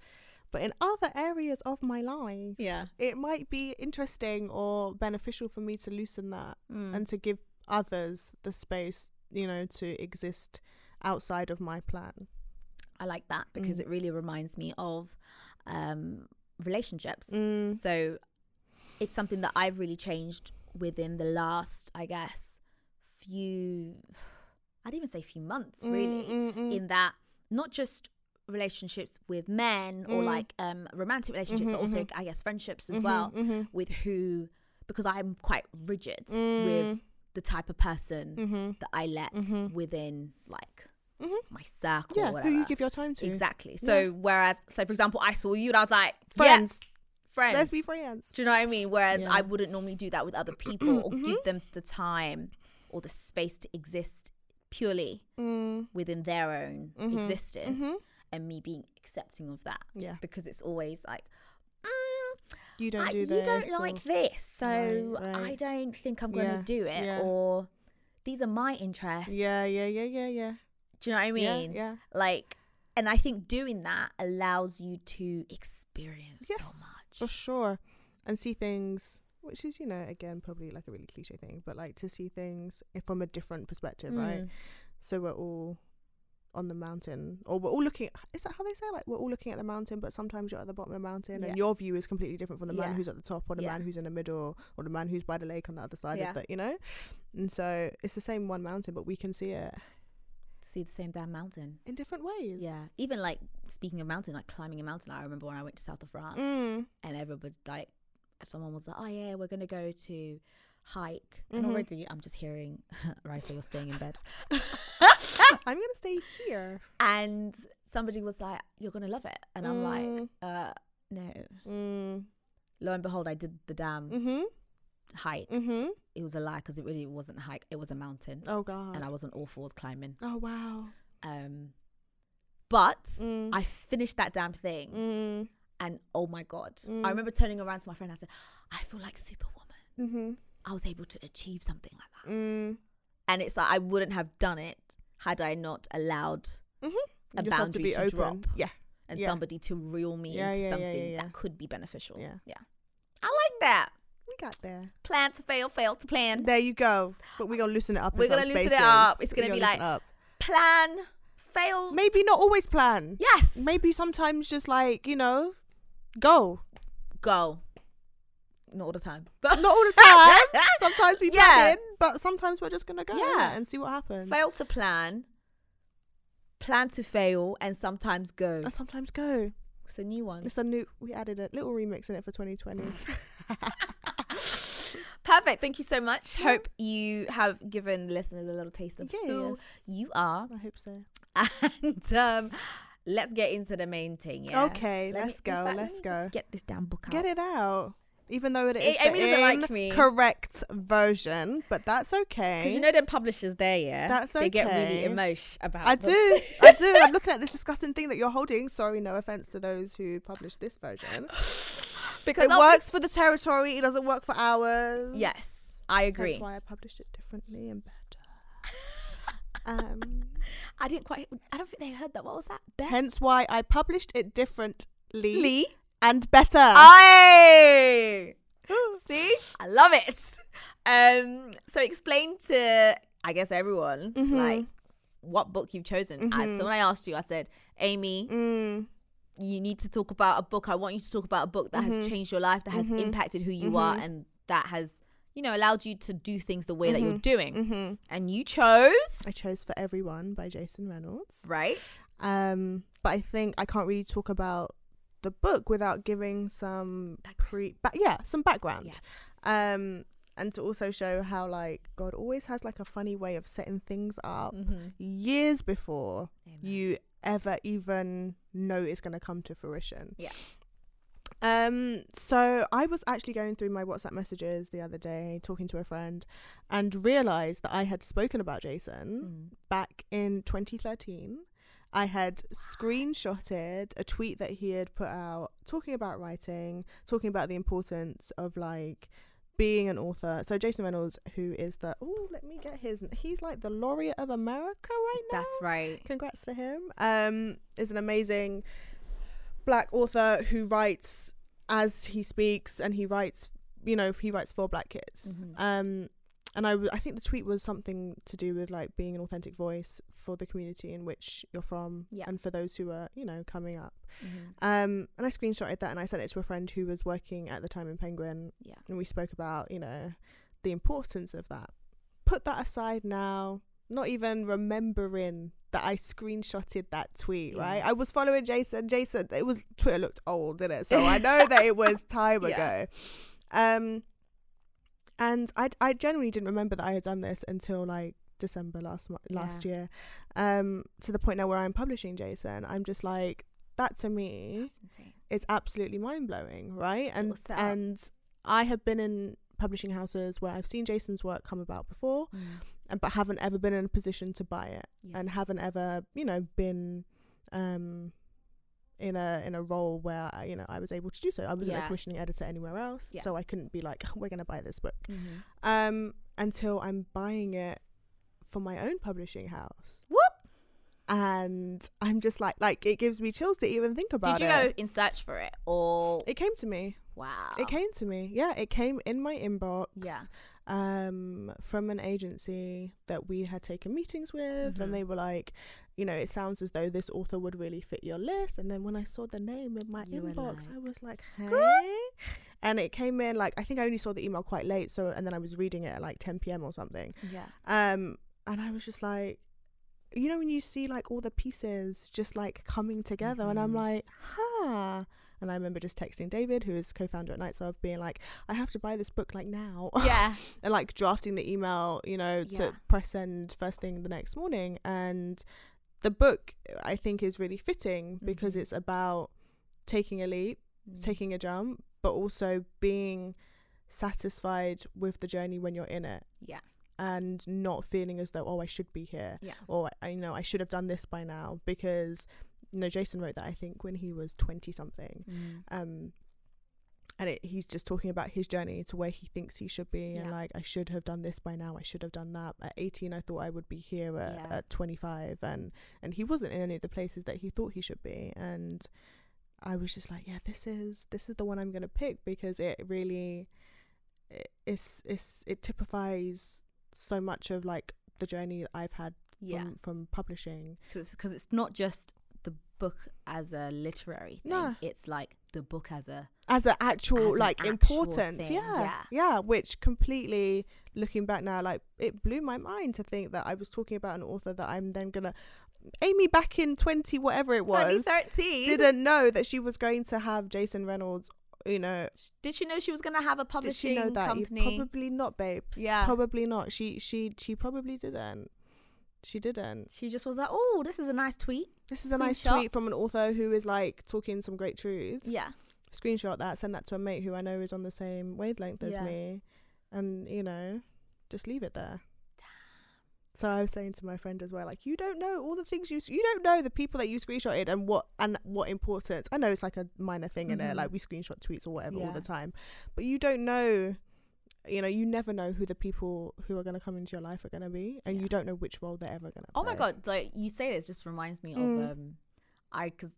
Speaker 2: But in other areas of my life,
Speaker 3: Yeah.
Speaker 2: it might be interesting or beneficial for me to loosen that
Speaker 3: Mm.
Speaker 2: and to give others the space you know to exist outside of my plan.
Speaker 3: I like that because
Speaker 2: Mm.
Speaker 3: it really reminds me of um, relationships.
Speaker 2: Mm.
Speaker 3: So it's something that I've really changed within the last, I guess, few, I'd even say few months really,
Speaker 2: Mm, mm, mm.
Speaker 3: in that not just relationships with men or
Speaker 2: Mm.
Speaker 3: like um, romantic relationships, but
Speaker 2: Mhm,
Speaker 3: also,
Speaker 2: mhm.
Speaker 3: I guess, friendships as
Speaker 2: Mhm,
Speaker 3: well
Speaker 2: mhm.
Speaker 3: with who, because I'm quite rigid with
Speaker 2: Mm.
Speaker 3: the type of person
Speaker 2: Mhm.
Speaker 3: that I let
Speaker 2: Mhm.
Speaker 3: within like
Speaker 2: Mhm.
Speaker 3: my circle or
Speaker 2: Yeah,
Speaker 3: whatever.
Speaker 2: who you give your time to.
Speaker 3: Exactly.
Speaker 2: Yeah.
Speaker 3: So whereas, so for example, I saw you and I was like, friends,
Speaker 2: Friends.
Speaker 3: friends.
Speaker 2: Let's be friends.
Speaker 3: Do you know what I mean? Whereas I
Speaker 2: Yeah. Mm-hmm.
Speaker 3: wouldn't normally do that with other people or give them the time or the space to exist purely
Speaker 2: Mm.
Speaker 3: within their own
Speaker 2: Mhm.
Speaker 3: existence
Speaker 2: Mhm.
Speaker 3: and me being accepting of that
Speaker 2: Yeah.
Speaker 3: because it's always like, mm,
Speaker 2: You don't
Speaker 3: I-
Speaker 2: do
Speaker 3: you
Speaker 2: this.
Speaker 3: don't
Speaker 2: or-
Speaker 3: like this, so
Speaker 2: Right,
Speaker 3: I
Speaker 2: right.
Speaker 3: don't think I'm going to
Speaker 2: Yeah,
Speaker 3: do it
Speaker 2: yeah.
Speaker 3: or these are my interests.
Speaker 2: Yeah, yeah, yeah, yeah, yeah.
Speaker 3: Do you know what I
Speaker 2: Yeah,
Speaker 3: mean?
Speaker 2: yeah.
Speaker 3: Like, and I think doing that allows you to experience
Speaker 2: Yes,
Speaker 3: so
Speaker 2: for
Speaker 3: much.
Speaker 2: sure. And see things, which is you know again probably like a really cliche thing, but like to see things i- from a different perspective, right?
Speaker 3: Mm.
Speaker 2: So we're all on the mountain, or we're all looking. Is that how they say? Like we're all looking at the mountain, but sometimes you're at the bottom of the mountain,
Speaker 3: Yeah.
Speaker 2: and your view is completely different from the man
Speaker 3: Yeah.
Speaker 2: who's at the top, or the
Speaker 3: Yeah.
Speaker 2: man who's in the middle, or the man who's by the lake on the other side
Speaker 3: Yeah.
Speaker 2: of the, you know. And so it's the same one mountain, but we can see it
Speaker 3: See the same damn mountain.
Speaker 2: in different ways.
Speaker 3: Yeah. Even like speaking of mountain, like climbing a mountain. I remember when I went to south of France
Speaker 2: Mm.
Speaker 3: and everybody's like, someone was like, oh yeah, we're going to go to hike. And
Speaker 2: Mhm.
Speaker 3: already I'm just hearing, right, you're staying in bed.
Speaker 2: I'm gonna stay here.
Speaker 3: and somebody was like, you're going to love it. And I'm like,
Speaker 2: Mm.
Speaker 3: uh, no.
Speaker 2: Mm.
Speaker 3: Lo and behold, I did the damn
Speaker 2: Mhm.
Speaker 3: hike.
Speaker 2: Mhm.
Speaker 3: It was a lie because it really wasn't a hike, it was a mountain.
Speaker 2: Oh God.
Speaker 3: and I was on all fours climbing.
Speaker 2: Oh wow.
Speaker 3: Um, but
Speaker 2: Mm.
Speaker 3: I finished that damn thing,
Speaker 2: Mm.
Speaker 3: and oh my god, I
Speaker 2: Mm.
Speaker 3: remember turning around to my friend. I said, "I feel like Superwoman.
Speaker 2: Mhm.
Speaker 3: I was able to achieve something like that."
Speaker 2: Mm.
Speaker 3: And it's like I wouldn't have done it had I not allowed
Speaker 2: Mhm.
Speaker 3: a
Speaker 2: Yourself
Speaker 3: boundary to, drop
Speaker 2: Yeah.
Speaker 3: and
Speaker 2: Yeah.
Speaker 3: somebody to reel me
Speaker 2: Yeah,
Speaker 3: into
Speaker 2: yeah, yeah,
Speaker 3: something
Speaker 2: yeah, yeah.
Speaker 3: that could be beneficial.
Speaker 2: Yeah.
Speaker 3: I like that.
Speaker 2: We got there.
Speaker 3: Plan to fail, fail to plan.
Speaker 2: There you go. But we're gonna loosen it up. in
Speaker 3: We're
Speaker 2: some
Speaker 3: gonna loosen it
Speaker 2: spaces.
Speaker 3: up. It's gonna
Speaker 2: We're
Speaker 3: be
Speaker 2: loosen
Speaker 3: like-
Speaker 2: it
Speaker 3: Plan, fail.
Speaker 2: up. maybe not always plan.
Speaker 3: yes.
Speaker 2: Maybe sometimes just like you know, go.
Speaker 3: go. Not all the time.
Speaker 2: Not all the time. sometimes we
Speaker 3: Yeah.
Speaker 2: plan in, but sometimes we're just gonna go
Speaker 3: Yeah.
Speaker 2: yeah. and see what happens.
Speaker 3: fail to plan, plan to fail, and sometimes go.
Speaker 2: And sometimes go.
Speaker 3: It's a new one.
Speaker 2: It's a new. We added a little remix in it for 2020.
Speaker 3: perfect. Thank you so much. Hope you have given the listeners a little taste of who
Speaker 2: Yes.
Speaker 3: you are.
Speaker 2: I hope so.
Speaker 3: And um, let's get into the main thing. Yeah?
Speaker 2: Okay,
Speaker 3: Let me-
Speaker 2: let's
Speaker 3: in
Speaker 2: go,
Speaker 3: fact, let
Speaker 2: let's
Speaker 3: me just
Speaker 2: go.
Speaker 3: Get this damn book out.
Speaker 2: Get it out. Even though it is
Speaker 3: Amy
Speaker 2: the
Speaker 3: doesn't like me.
Speaker 2: correct version, but that's okay.
Speaker 3: Because you know them publishers there, yeah.
Speaker 2: That's
Speaker 3: They get really
Speaker 2: okay.
Speaker 3: emotional about.
Speaker 2: I
Speaker 3: the-
Speaker 2: do, I do. I'm looking at this disgusting thing that you're holding. Sorry, no offense to those who published this version.
Speaker 3: because
Speaker 2: It
Speaker 3: obvi-
Speaker 2: works for the territory. It doesn't work for ours.
Speaker 3: Yes, I agree.
Speaker 2: That's why I published it differently and better. Um,
Speaker 3: I didn't quite. I don't think they heard that. What was that? Beth
Speaker 2: hence why I published it differently
Speaker 3: Lee.
Speaker 2: and better.
Speaker 3: I see. I love it. Um. So explain to I guess everyone
Speaker 2: Mm-hmm.
Speaker 3: like what book you've chosen. As- so when I asked you, I said, Amy,
Speaker 2: Mm,
Speaker 3: you need to talk about a book. I want you to talk about a book that
Speaker 2: Mm-hmm.
Speaker 3: has changed your life, that has impacted who you are, and that has you know allowed you to do things the way that you're
Speaker 2: Mm-hmm.
Speaker 3: doing. And you chose
Speaker 2: I chose For Everyone by Jason Reynolds.
Speaker 3: right.
Speaker 2: Um, but I think I can't really talk about the book without giving some pre, ba- yeah, some background.
Speaker 3: Yes.
Speaker 2: Um, and to also show how like God always has like a funny way of setting things
Speaker 3: Mm.
Speaker 2: up
Speaker 3: Mm-hmm.
Speaker 2: years before Oh. you ever even know it's going to come to fruition.
Speaker 3: Yeah.
Speaker 2: Um, so I was actually going through my WhatsApp messages the other day, talking to a friend, and realized that I had spoken about
Speaker 3: Mm-hmm.
Speaker 2: Jason back in 2013. I had screenshotted a tweet that he had put out talking about writing, talking about the importance of like being an author. So Jason Reynolds, who is the oh, let me get his he's like the laureate of America right now
Speaker 3: That's right.
Speaker 2: congrats to him um is an amazing black author who writes as he speaks and he writes you know he writes for black kids
Speaker 3: Mm-hmm.
Speaker 2: um and I, w- I think the tweet was something to do with like being an authentic voice for the community in which you're from
Speaker 3: Yeah.
Speaker 2: and for those who are you know coming up
Speaker 3: Mm-hmm.
Speaker 2: um, and I screenshotted that and I sent it to a friend who was working at the time in Penguin.
Speaker 3: Yeah.
Speaker 2: And we spoke about, you know, the importance of that. Put that aside now, not even remembering that I screenshotted that tweet,
Speaker 3: Yeah.
Speaker 2: right? I was following Jason. Jason, it was Twitter looked old, didn't it? So I know that it was time
Speaker 3: Yeah.
Speaker 2: ago. Um, and I, I genuinely didn't remember that I had done this until like December last mo- last year. Um, to the point now where I'm publishing Jason, I'm just like that to me
Speaker 3: That's insane.
Speaker 2: is absolutely mind blowing, right? And
Speaker 3: Little setup.
Speaker 2: and I have been in publishing houses where I've seen Jason's work come about before,
Speaker 3: Mm-hmm.
Speaker 2: and but haven't ever been in a position to buy it,
Speaker 3: Yeah.
Speaker 2: and haven't ever, you know, been um in a in a role where uh, you know I was able to do so. I wasn't
Speaker 3: Yeah.
Speaker 2: a commissioning editor anywhere else,
Speaker 3: Yeah.
Speaker 2: so I couldn't be like, we're gonna buy this book
Speaker 3: Mm-hmm.
Speaker 2: um, until I'm buying it for my own publishing house.
Speaker 3: Whoop.
Speaker 2: And I'm just like, like it gives me chills to even think about
Speaker 3: Did you
Speaker 2: it.
Speaker 3: go in search for it or
Speaker 2: It came to me.
Speaker 3: wow?
Speaker 2: It came to me. Yeah, it came in my inbox.
Speaker 3: Yeah.
Speaker 2: Um, from an agency that we had taken meetings with,
Speaker 3: Mhm.
Speaker 2: and they were like, you know, it sounds as though this author would really fit your list. And then when I saw the name in my
Speaker 3: You were
Speaker 2: inbox,
Speaker 3: like,
Speaker 2: I was like,
Speaker 3: "Huh?"
Speaker 2: "Screw!" and it came in like I think I only saw the email quite late. So and then I was reading it at like 10 p.m. or something.
Speaker 3: Yeah.
Speaker 2: Um, and I was just like, you know, when you see like all the pieces just like coming together, and I'm
Speaker 3: Mhm.
Speaker 2: like, huh. And I remember just texting David, who is co-founder at Nights of, being like, I have to buy this book like now,
Speaker 3: Yeah.
Speaker 2: and like drafting the email, you know,
Speaker 3: Yeah.
Speaker 2: to press send first thing the next morning. And the book, I think, is really fitting because
Speaker 3: Mhm.
Speaker 2: it's about taking a leap
Speaker 3: Mm.
Speaker 2: taking a jump, but also being satisfied with the journey when you're in it.
Speaker 3: Yeah.
Speaker 2: And not feeling as though, oh, I should be here.
Speaker 3: Yeah.
Speaker 2: Or, I you know, I should have done this by now because, you know, Jason wrote that, I think, when he was 20 something.
Speaker 3: Mm.
Speaker 2: Um, and it, he's just talking about his journey to where he thinks he should be and
Speaker 3: Yeah.
Speaker 2: like i should have done this by now i should have done that at 18 i thought i would be here at,
Speaker 3: Yeah.
Speaker 2: at 25 and and he wasn't in any of the places that he thought he should be and i was just like yeah this is this is the one i'm gonna pick because it really it, it's it's it typifies so much of like the journey that i've had
Speaker 3: Yeah.
Speaker 2: from from publishing
Speaker 3: Because it's not just the book as a literary thing.
Speaker 2: No.
Speaker 3: It's like the book as a
Speaker 2: as an actual
Speaker 3: As an
Speaker 2: like
Speaker 3: actual
Speaker 2: importance
Speaker 3: thing,
Speaker 2: yeah,
Speaker 3: yeah.
Speaker 2: yeah which completely looking back now like it blew my mind to think that i was talking about an author that i'm then gonna amy back in 20 whatever it was
Speaker 3: 2013.
Speaker 2: didn't know that she was going to have jason reynolds you know
Speaker 3: Did she know she was gonna have a
Speaker 2: did
Speaker 3: publishing
Speaker 2: she know that You
Speaker 3: company?
Speaker 2: probably not babes
Speaker 3: Yeah.
Speaker 2: probably not she she she probably didn't she didn't
Speaker 3: she just was like, oh, this is a nice tweet.
Speaker 2: this is a nice
Speaker 3: Screenshot.
Speaker 2: tweet from an author who is like talking some great truths
Speaker 3: Yeah,
Speaker 2: screenshot that send that to a mate who i know is on the same wavelength as
Speaker 3: Yeah.
Speaker 2: me and you know just leave it there so I was saying to my friend as well, like you don't know all the things you s- you don't know the people that you screenshotted and what and what importance. I know it's like a minor thing in
Speaker 3: Mhm.
Speaker 2: it, like we screenshot tweets or whatever all
Speaker 3: Yeah.
Speaker 2: the time, but you don't know, you know, you never know who the people who are gonna come into your life are gonna be, and
Speaker 3: Yeah.
Speaker 2: you don't know which role they're ever gonna.
Speaker 3: Oh my
Speaker 2: play.
Speaker 3: god, like you say this just reminds me
Speaker 2: Mm.
Speaker 3: of um I cuz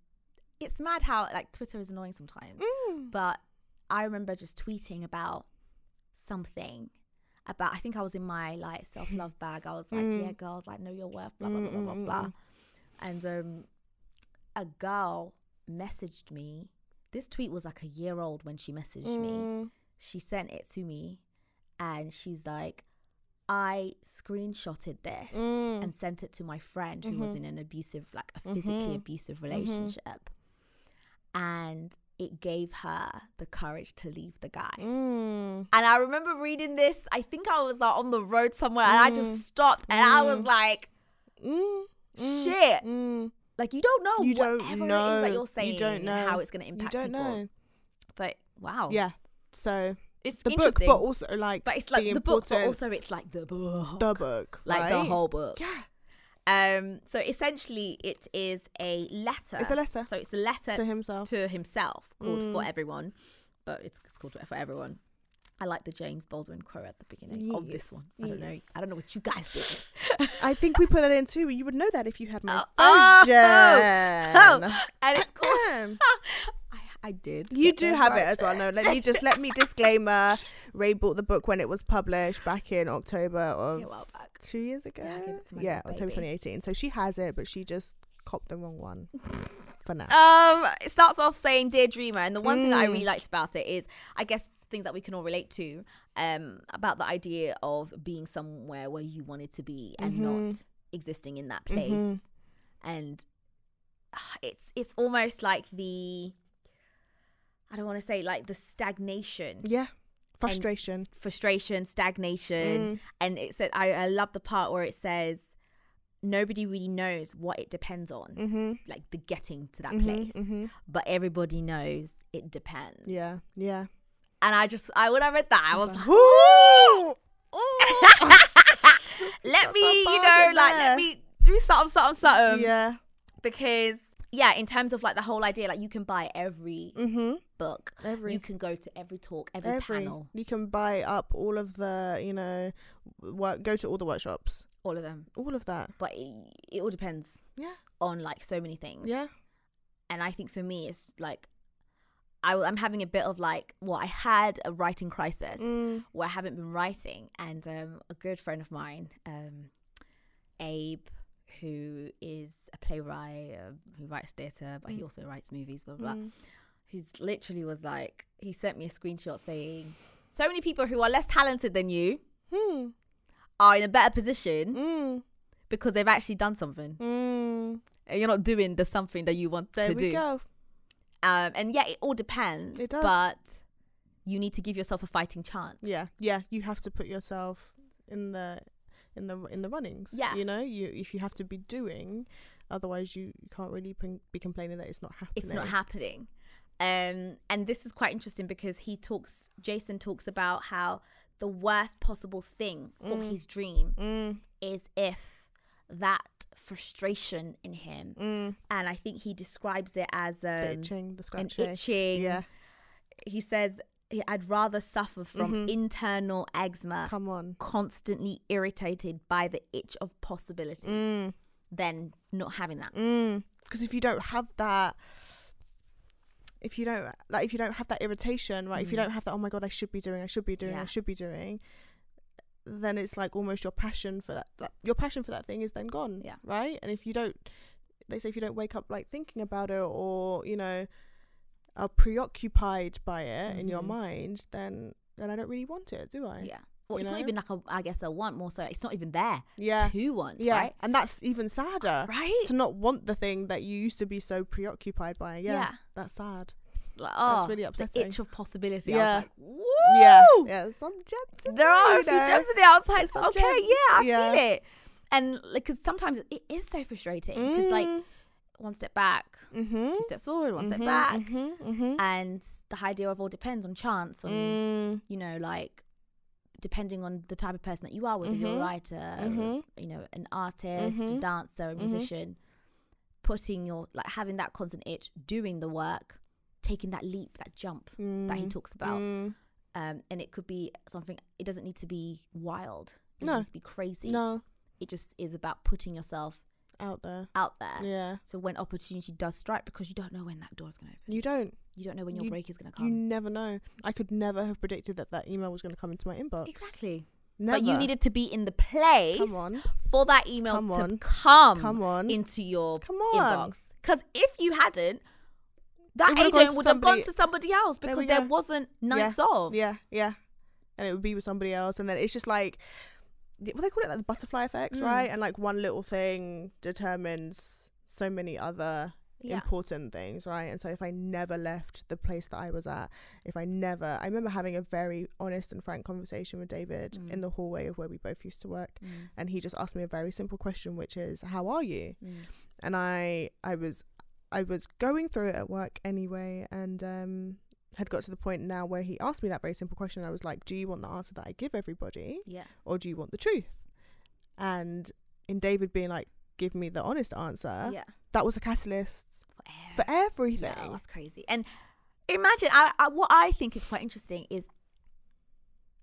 Speaker 3: it's mad how like Twitter is annoying sometimes.
Speaker 2: Mm.
Speaker 3: But I remember just tweeting about something about I think I was in my like self-love bag. I was like,
Speaker 2: Mm.
Speaker 3: yeah, girls, like know your worth, blah blah blah blah blah. blah.
Speaker 2: Mm-mm-mm-mm.
Speaker 3: And um a girl messaged me. This tweet was like a year old when she messaged me
Speaker 2: Mm.
Speaker 3: she sent it to me and she's like i screenshotted this
Speaker 2: Mm.
Speaker 3: and sent it to my friend who was
Speaker 2: Mhm.
Speaker 3: in an abusive like a physically
Speaker 2: Mhm.
Speaker 3: abusive relationship and it gave her the courage to leave the guy
Speaker 2: Mm.
Speaker 3: and i remember reading this i think i was like on the road somewhere and i
Speaker 2: Mm.
Speaker 3: just stopped and i was
Speaker 2: Mm.
Speaker 3: like
Speaker 2: Mm. Mm.
Speaker 3: shit
Speaker 2: Mm.
Speaker 3: like you don't know
Speaker 2: You don't
Speaker 3: Oh, whatever it is
Speaker 2: know.
Speaker 3: that you're
Speaker 2: You
Speaker 3: saying
Speaker 2: don't
Speaker 3: and
Speaker 2: know.
Speaker 3: how it's going to
Speaker 2: You
Speaker 3: impact
Speaker 2: don't
Speaker 3: people
Speaker 2: know.
Speaker 3: but wow
Speaker 2: Yeah. So
Speaker 3: it's
Speaker 2: the book,
Speaker 3: interesting
Speaker 2: but also like,
Speaker 3: but it's like the, book but
Speaker 2: importance-
Speaker 3: also it's like the book
Speaker 2: the book,
Speaker 3: like the
Speaker 2: right?
Speaker 3: whole book.
Speaker 2: Yeah.
Speaker 3: Um, so essentially, it is a letter.
Speaker 2: It's a letter.
Speaker 3: So it's a letter
Speaker 2: to
Speaker 3: to,
Speaker 2: himself.
Speaker 3: himself called For
Speaker 2: Mm.
Speaker 3: Everyone, but it's, it's called For Everyone. I like the James Baldwin quote at the beginning of this
Speaker 2: Yes,
Speaker 3: one. I don't know.
Speaker 2: yes.
Speaker 3: I don't know what you guys did.
Speaker 2: I think we put that in too. but You would know that if you had my
Speaker 3: Oh, oh,
Speaker 2: version.
Speaker 3: oh, and it's called.
Speaker 2: Ahem.
Speaker 3: I, I did.
Speaker 2: You
Speaker 3: get
Speaker 2: do
Speaker 3: the
Speaker 2: have it
Speaker 3: right
Speaker 2: as well.
Speaker 3: there.
Speaker 2: No, let me just let me disclaimer. Ray bought the book when it was published back in October of
Speaker 3: A while back.
Speaker 2: two years ago.
Speaker 3: Yeah, I gave it to my
Speaker 2: Yeah,
Speaker 3: little
Speaker 2: October
Speaker 3: baby.
Speaker 2: 2018. So she has it, but she just copped the wrong one for now.
Speaker 3: Um, it starts off saying "Dear Dreamer," and the one thing that I
Speaker 2: Mm.
Speaker 3: really liked about it is, I guess, things that we can all relate to. Um, about the idea of being somewhere where you wanted to be and not
Speaker 2: Mhm.
Speaker 3: existing in that place,
Speaker 2: Mhm.
Speaker 3: and ah, it's it's almost like the, I don't want to say like the stagnation,
Speaker 2: Yeah, frustration. Mm.
Speaker 3: frustration, stagnation, and it said I, I love the part where it says nobody really knows what it depends on,
Speaker 2: Mm-hmm.
Speaker 3: like the getting to that
Speaker 2: Mhm,
Speaker 3: place
Speaker 2: mhm.
Speaker 3: but everybody knows it depends.
Speaker 2: Yeah, yeah.
Speaker 3: And I just, I when I read that, I was like,
Speaker 2: Woo!
Speaker 3: Oh! let me,
Speaker 2: some
Speaker 3: you
Speaker 2: bars
Speaker 3: know,
Speaker 2: in
Speaker 3: like let
Speaker 2: there.
Speaker 3: me do something, something, something.
Speaker 2: yeah.
Speaker 3: Because yeah, in terms of like the whole idea, like you can buy every
Speaker 2: Mm-hmm.
Speaker 3: book,
Speaker 2: Every
Speaker 3: you can go to every talk, every, panel,
Speaker 2: You can buy up all of the, you know, work. Go to all the workshops.
Speaker 3: all of them.
Speaker 2: All of that.
Speaker 3: But it, it all depends
Speaker 2: Yeah.
Speaker 3: on like so many things.
Speaker 2: Yeah.
Speaker 3: And I think for me, it's like. I, I'm having a bit of like, well, I had a writing crisis,
Speaker 2: Mm.
Speaker 3: where I haven't been writing, and um, a good friend of mine, um, Abe, who is a playwright um, who writes theatre,
Speaker 2: Mm.
Speaker 3: but he also writes movies, blah blah. blah. He literally was like, he sent me a screenshot saying, "So many people who are less talented than you Hmm.
Speaker 2: Mm.
Speaker 3: are in a better position
Speaker 2: Mm.
Speaker 3: because they've actually done something,
Speaker 2: Mm.
Speaker 3: and you're not doing the something that you want
Speaker 2: There
Speaker 3: to
Speaker 2: we
Speaker 3: do."
Speaker 2: go.
Speaker 3: Um, and yeah, it all depends.
Speaker 2: It does.
Speaker 3: but you need to give yourself a fighting chance.
Speaker 2: Yeah. Yeah. You have to put yourself in the in the in the runnings.
Speaker 3: Yeah.
Speaker 2: You know, you if you have to be doing, otherwise you you can't really pin- be complaining that it's not happening.
Speaker 3: it's not happening um and this is quite interesting because he talks jason talks about how the worst possible thing for
Speaker 2: Mm.
Speaker 3: his dream
Speaker 2: Mm.
Speaker 3: is if that frustration in him
Speaker 2: Mm.
Speaker 3: and i think he describes it as
Speaker 2: The
Speaker 3: um,
Speaker 2: itching, the
Speaker 3: an
Speaker 2: scratching.
Speaker 3: itching
Speaker 2: Yeah.
Speaker 3: he says "He- i'd rather suffer from
Speaker 2: Mhm.
Speaker 3: internal eczema
Speaker 2: Come on.
Speaker 3: constantly irritated by the itch of possibility
Speaker 2: Mm.
Speaker 3: than not having that
Speaker 2: because Mm. if you don't have that if you don't like if you don't have that irritation right if you
Speaker 3: Mm.
Speaker 2: don't have that oh my god i should be doing i should be doing
Speaker 3: Yeah.
Speaker 2: i should be doing then it's like almost your passion for that, that your passion for that thing is then gone
Speaker 3: Yeah.
Speaker 2: right and if you don't they say if you don't wake up like thinking about it or you know are preoccupied by it in your
Speaker 3: Mhm.
Speaker 2: mind then then i don't really want it do i
Speaker 3: yeah well
Speaker 2: You
Speaker 3: it's not
Speaker 2: know?
Speaker 3: even like a, i guess a want more so it's not even there
Speaker 2: yeah
Speaker 3: to want
Speaker 2: yeah
Speaker 3: right
Speaker 2: and that's even sadder
Speaker 3: right
Speaker 2: to not want the thing that you used to be so preoccupied by yeah.
Speaker 3: Yeah.
Speaker 2: that's sad
Speaker 3: It's like, oh,
Speaker 2: really
Speaker 3: the
Speaker 2: upsetting.
Speaker 3: itch of possibility.
Speaker 2: Yeah.
Speaker 3: I was like, woo!
Speaker 2: Yeah, yeah. Some gems. in
Speaker 3: There are a few
Speaker 2: you know.
Speaker 3: gems in there. I was like,
Speaker 2: some
Speaker 3: okay,
Speaker 2: gems.
Speaker 3: yeah, I
Speaker 2: Yeah.
Speaker 3: feel it. And because sometimes it is so frustrating because like one step back,
Speaker 2: Mm-hmm.
Speaker 3: two steps forward, one step back,
Speaker 2: Mm-hmm. Mm-hmm.
Speaker 3: and the idea of all depends on chance, on
Speaker 2: Mm.
Speaker 3: you know, like depending on the type of person that you are, whether you're a
Speaker 2: Mhm.
Speaker 3: writer,
Speaker 2: Mhm.
Speaker 3: you know, an artist, a
Speaker 2: Mhm.
Speaker 3: dancer, a
Speaker 2: Mhm.
Speaker 3: musician, putting your like having that constant itch, doing the work, taking that leap, that jump that he
Speaker 2: Mm.
Speaker 3: talks about.
Speaker 2: Mm.
Speaker 3: Um, and it could be something it doesn't need to be wild. It
Speaker 2: No.
Speaker 3: doesn't need to be crazy.
Speaker 2: No,
Speaker 3: It just is about putting yourself
Speaker 2: out there.
Speaker 3: out there.
Speaker 2: Yeah,
Speaker 3: So when opportunity does strike, because you don't know when that door's gonna open.
Speaker 2: you don't.
Speaker 3: You don't know when your
Speaker 2: You-
Speaker 3: break is gonna
Speaker 2: You
Speaker 3: come.
Speaker 2: never know. I could never have predicted that that email was going to come into my inbox.
Speaker 3: Exactly.
Speaker 2: Never.
Speaker 3: But you needed to be in the place
Speaker 2: Come on.
Speaker 3: for that email
Speaker 2: Come
Speaker 3: to
Speaker 2: on.
Speaker 3: come,
Speaker 2: Come on.
Speaker 3: into your
Speaker 2: Come on.
Speaker 3: inbox. Because if you hadn't,
Speaker 2: It
Speaker 3: that
Speaker 2: would've gone
Speaker 3: agent
Speaker 2: to
Speaker 3: would have gone
Speaker 2: somebody-
Speaker 3: to somebody else
Speaker 2: There
Speaker 3: because
Speaker 2: we
Speaker 3: there,
Speaker 2: go.
Speaker 3: wasn't nights off.
Speaker 2: Yeah, yeah. And it would be with somebody else, and then it's just like what they call it, like the butterfly effect,
Speaker 3: Mm.
Speaker 2: right? And like one little thing determines so many other
Speaker 3: Yeah.
Speaker 2: important things, right? And so if I never left the place that I was at, if I never, I remember having a very honest and frank conversation with David
Speaker 3: Mm.
Speaker 2: in the hallway of where we both used to work,
Speaker 3: Mm,
Speaker 2: and he just asked me a very simple question, which is, "How are you?"
Speaker 3: mm,
Speaker 2: and I I was I was going through it at work anyway and um had got to the point now where he asked me that very simple question I was like do you want the answer that I give everybody
Speaker 3: yeah.
Speaker 2: or do you want the truth and in David being like give me the honest answer
Speaker 3: yeah.
Speaker 2: that was a catalyst
Speaker 3: Forever.
Speaker 2: for everything
Speaker 3: No, that's crazy. And imagine, I, I, what I think is quite interesting is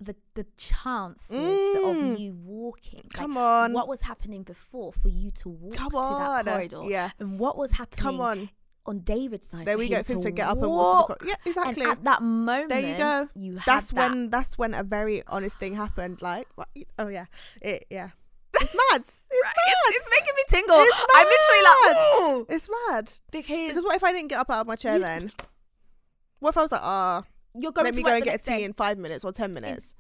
Speaker 3: the the chances
Speaker 2: Mm.
Speaker 3: of you walking. Like,
Speaker 2: come on
Speaker 3: What was happening before for you to walk
Speaker 2: Come
Speaker 3: to that
Speaker 2: on.
Speaker 3: corridor?
Speaker 2: Yeah.
Speaker 3: And what was happening?
Speaker 2: come on
Speaker 3: on David's side.
Speaker 2: there
Speaker 3: for
Speaker 2: we
Speaker 3: him
Speaker 2: go for him to get up and walk to the co- yeah
Speaker 3: And
Speaker 2: exactly
Speaker 3: at that moment,
Speaker 2: there you go
Speaker 3: You had
Speaker 2: that's
Speaker 3: that.
Speaker 2: when that's when a very honest thing happened like what? oh yeah it yeah it's mad it's
Speaker 3: Right,
Speaker 2: mad
Speaker 3: It's, it's making me tingle.
Speaker 2: It's
Speaker 3: I'm literally like, "Ooh."
Speaker 2: It's mad. Because
Speaker 3: because
Speaker 2: what if I didn't get up out of my chair
Speaker 3: You-
Speaker 2: then? What if I was like, ah,
Speaker 3: you're going
Speaker 2: let
Speaker 3: to
Speaker 2: me
Speaker 3: work
Speaker 2: go and
Speaker 3: the
Speaker 2: get a
Speaker 3: next
Speaker 2: tea
Speaker 3: day.
Speaker 2: in five minutes or ten minutes?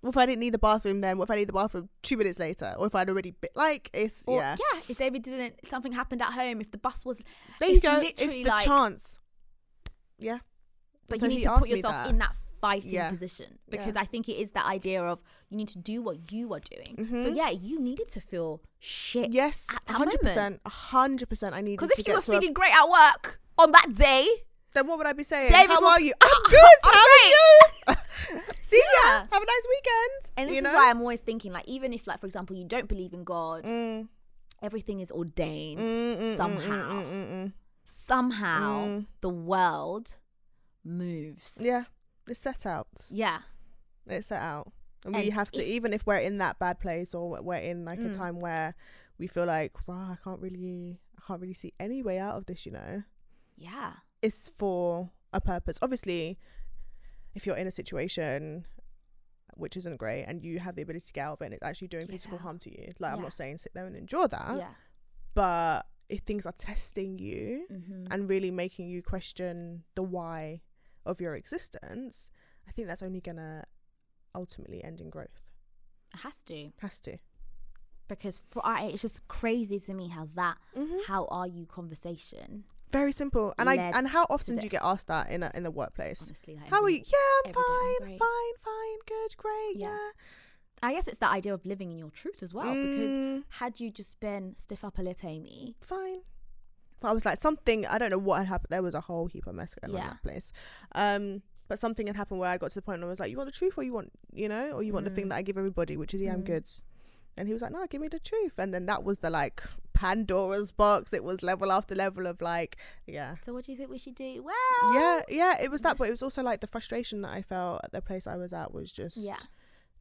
Speaker 2: What if I didn't need the bathroom then? What if I need the bathroom two minutes later? Or if I'd already bit like it's
Speaker 3: Or,
Speaker 2: yeah.
Speaker 3: If David didn't, something happened at home. If the bus was,
Speaker 2: There
Speaker 3: it's
Speaker 2: you go. It's
Speaker 3: literally
Speaker 2: the
Speaker 3: like-
Speaker 2: chance. Yeah.
Speaker 3: but
Speaker 2: So
Speaker 3: you
Speaker 2: he
Speaker 3: need to
Speaker 2: asked
Speaker 3: put
Speaker 2: me
Speaker 3: yourself
Speaker 2: that.
Speaker 3: in that fighting
Speaker 2: Yeah.
Speaker 3: position because I think it is that idea of you need to do what you are doing. So
Speaker 2: Mhm.
Speaker 3: yeah, you needed to feel shit.
Speaker 2: Yes.
Speaker 3: at that moment.
Speaker 2: hundred percent. hundred percent. I need
Speaker 3: Because
Speaker 2: to
Speaker 3: if you
Speaker 2: get
Speaker 3: were
Speaker 2: to a,
Speaker 3: feeling great at work on that day,
Speaker 2: then what would I be saying?
Speaker 3: David
Speaker 2: How
Speaker 3: will-
Speaker 2: are you? I'm good.
Speaker 3: I'm
Speaker 2: How are you? See ya.
Speaker 3: Yeah.
Speaker 2: Have a nice weekend.
Speaker 3: and this is
Speaker 2: you know?
Speaker 3: why I'm always thinking like, even if like for example you don't believe in God,
Speaker 2: Mm,
Speaker 3: everything is ordained
Speaker 2: mm, mm, mm,
Speaker 3: somehow.
Speaker 2: mm, mm, mm, mm.
Speaker 3: Somehow
Speaker 2: Mm.
Speaker 3: the world moves.
Speaker 2: Yeah. It's set out.
Speaker 3: Yeah.
Speaker 2: It's set out. And, we
Speaker 3: And
Speaker 2: have to,
Speaker 3: if-
Speaker 2: even if we're in that bad place or we're- we're in like
Speaker 3: Mm.
Speaker 2: a time where we feel like, wow, I can't really, I can't really see any way out of this, you know,
Speaker 3: Yeah.
Speaker 2: it's for a purpose. Obviously, if you're in a situation which isn't great and you have the ability to get out of it and it's actually doing physical
Speaker 3: Yeah.
Speaker 2: harm to you, like I'm
Speaker 3: Yeah.
Speaker 2: not saying sit there and endure that,
Speaker 3: yeah.
Speaker 2: but if things are testing you
Speaker 3: Mm-hmm.
Speaker 2: and really making you question the why of your existence, I think that's only going to ultimately end in growth.
Speaker 3: It has to.
Speaker 2: Has to.
Speaker 3: Because for I it's just crazy to me how that
Speaker 2: Mm-hmm.
Speaker 3: how are you conversation
Speaker 2: Very simple. And I
Speaker 3: Led
Speaker 2: and how often do you
Speaker 3: this.
Speaker 2: get asked that in a, in the workplace?
Speaker 3: honestly like
Speaker 2: How are
Speaker 3: every-
Speaker 2: you? Yeah, I'm
Speaker 3: every day I'm
Speaker 2: fine,
Speaker 3: great.
Speaker 2: fine, fine, good, great,
Speaker 3: Yeah.
Speaker 2: yeah.
Speaker 3: I guess it's the idea of living in your truth as well because
Speaker 2: Mm,
Speaker 3: had you just been stiff upper lip Amy
Speaker 2: fine. But I was like something. I don't know what had happened. There was a whole heap of mess going on
Speaker 3: Yeah.
Speaker 2: in that place. Um, but something had happened where I got to the point where I was like, "You want the truth, or you want, you know, or you want the thing
Speaker 3: Mm.
Speaker 2: that I give everybody, which is yeah, I'm
Speaker 3: Mm.
Speaker 2: good." And he was like, "No, give me the truth." And then that was the like Pandora's box. It was level after level of like, yeah,
Speaker 3: so what do you think we should do well
Speaker 2: yeah yeah it was that but
Speaker 3: Yes.
Speaker 2: it was also like the frustration that i felt at the place i was at was just
Speaker 3: yeah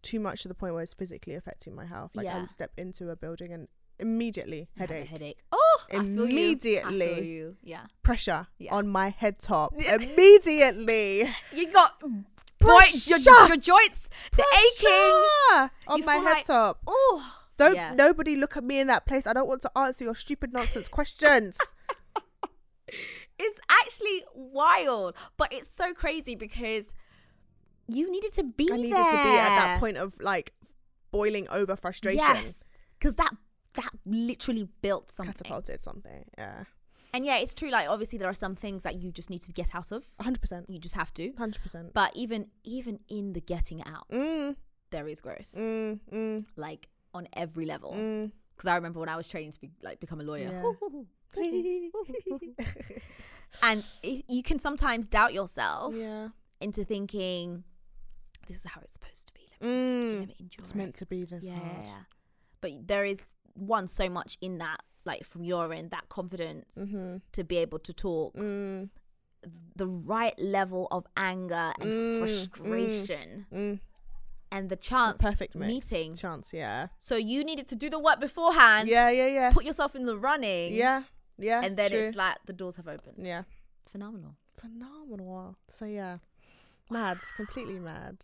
Speaker 2: too much to the point where it's physically affecting my health like
Speaker 3: Yeah.
Speaker 2: i would step into a building and immediately
Speaker 3: I have a
Speaker 2: headache
Speaker 3: headache oh I feel you. I feel
Speaker 2: Immediately.
Speaker 3: you. yeah
Speaker 2: pressure
Speaker 3: Yeah.
Speaker 2: on my head top
Speaker 3: Yeah.
Speaker 2: immediately
Speaker 3: you got joint, your,
Speaker 2: Pressure.
Speaker 3: your joints the aching
Speaker 2: Pressure on
Speaker 3: You
Speaker 2: my
Speaker 3: feel
Speaker 2: head
Speaker 3: like-
Speaker 2: top
Speaker 3: oh
Speaker 2: don't
Speaker 3: Yeah.
Speaker 2: nobody look at me in that place i don't want to answer your stupid nonsense questions
Speaker 3: It's actually wild, but it's so crazy because you needed to be
Speaker 2: i needed
Speaker 3: there.
Speaker 2: to be at that point of like boiling over frustration
Speaker 3: Yes, because that that literally built something.
Speaker 2: catapulted something yeah
Speaker 3: And yeah, it's true. Like obviously, there are some things that you just need to get out of.
Speaker 2: 100%.
Speaker 3: You just have to.
Speaker 2: 100%.
Speaker 3: But even even in the getting out,
Speaker 2: Mm,
Speaker 3: there is growth,
Speaker 2: mm, mm,
Speaker 3: like on every level.
Speaker 2: mm.
Speaker 3: Because I remember when I was training to be like become a lawyer,
Speaker 2: Yeah.
Speaker 3: and it, you can sometimes doubt yourself
Speaker 2: yeah.
Speaker 3: into thinking, "This is how it's supposed to be. Let me, let
Speaker 2: Mm.
Speaker 3: me enjoy."
Speaker 2: It's
Speaker 3: it."
Speaker 2: meant to be this
Speaker 3: yeah,
Speaker 2: hard.
Speaker 3: But there is one so much in that, like from your end, that confidence
Speaker 2: Mhm.
Speaker 3: to be able to talk,
Speaker 2: Mm,
Speaker 3: the right level of anger and
Speaker 2: Mm, mm.
Speaker 3: frustration,
Speaker 2: mm.
Speaker 3: and the chance
Speaker 2: Perfect mix.
Speaker 3: meeting.
Speaker 2: Chance, yeah.
Speaker 3: So you needed to do the work beforehand,
Speaker 2: yeah, yeah, yeah.
Speaker 3: put yourself in the running,
Speaker 2: Yeah, yeah.
Speaker 3: and then
Speaker 2: true.
Speaker 3: it's like the doors have opened.
Speaker 2: Yeah.
Speaker 3: Phenomenal.
Speaker 2: Phenomenal. So, yeah. Mad. Completely mad.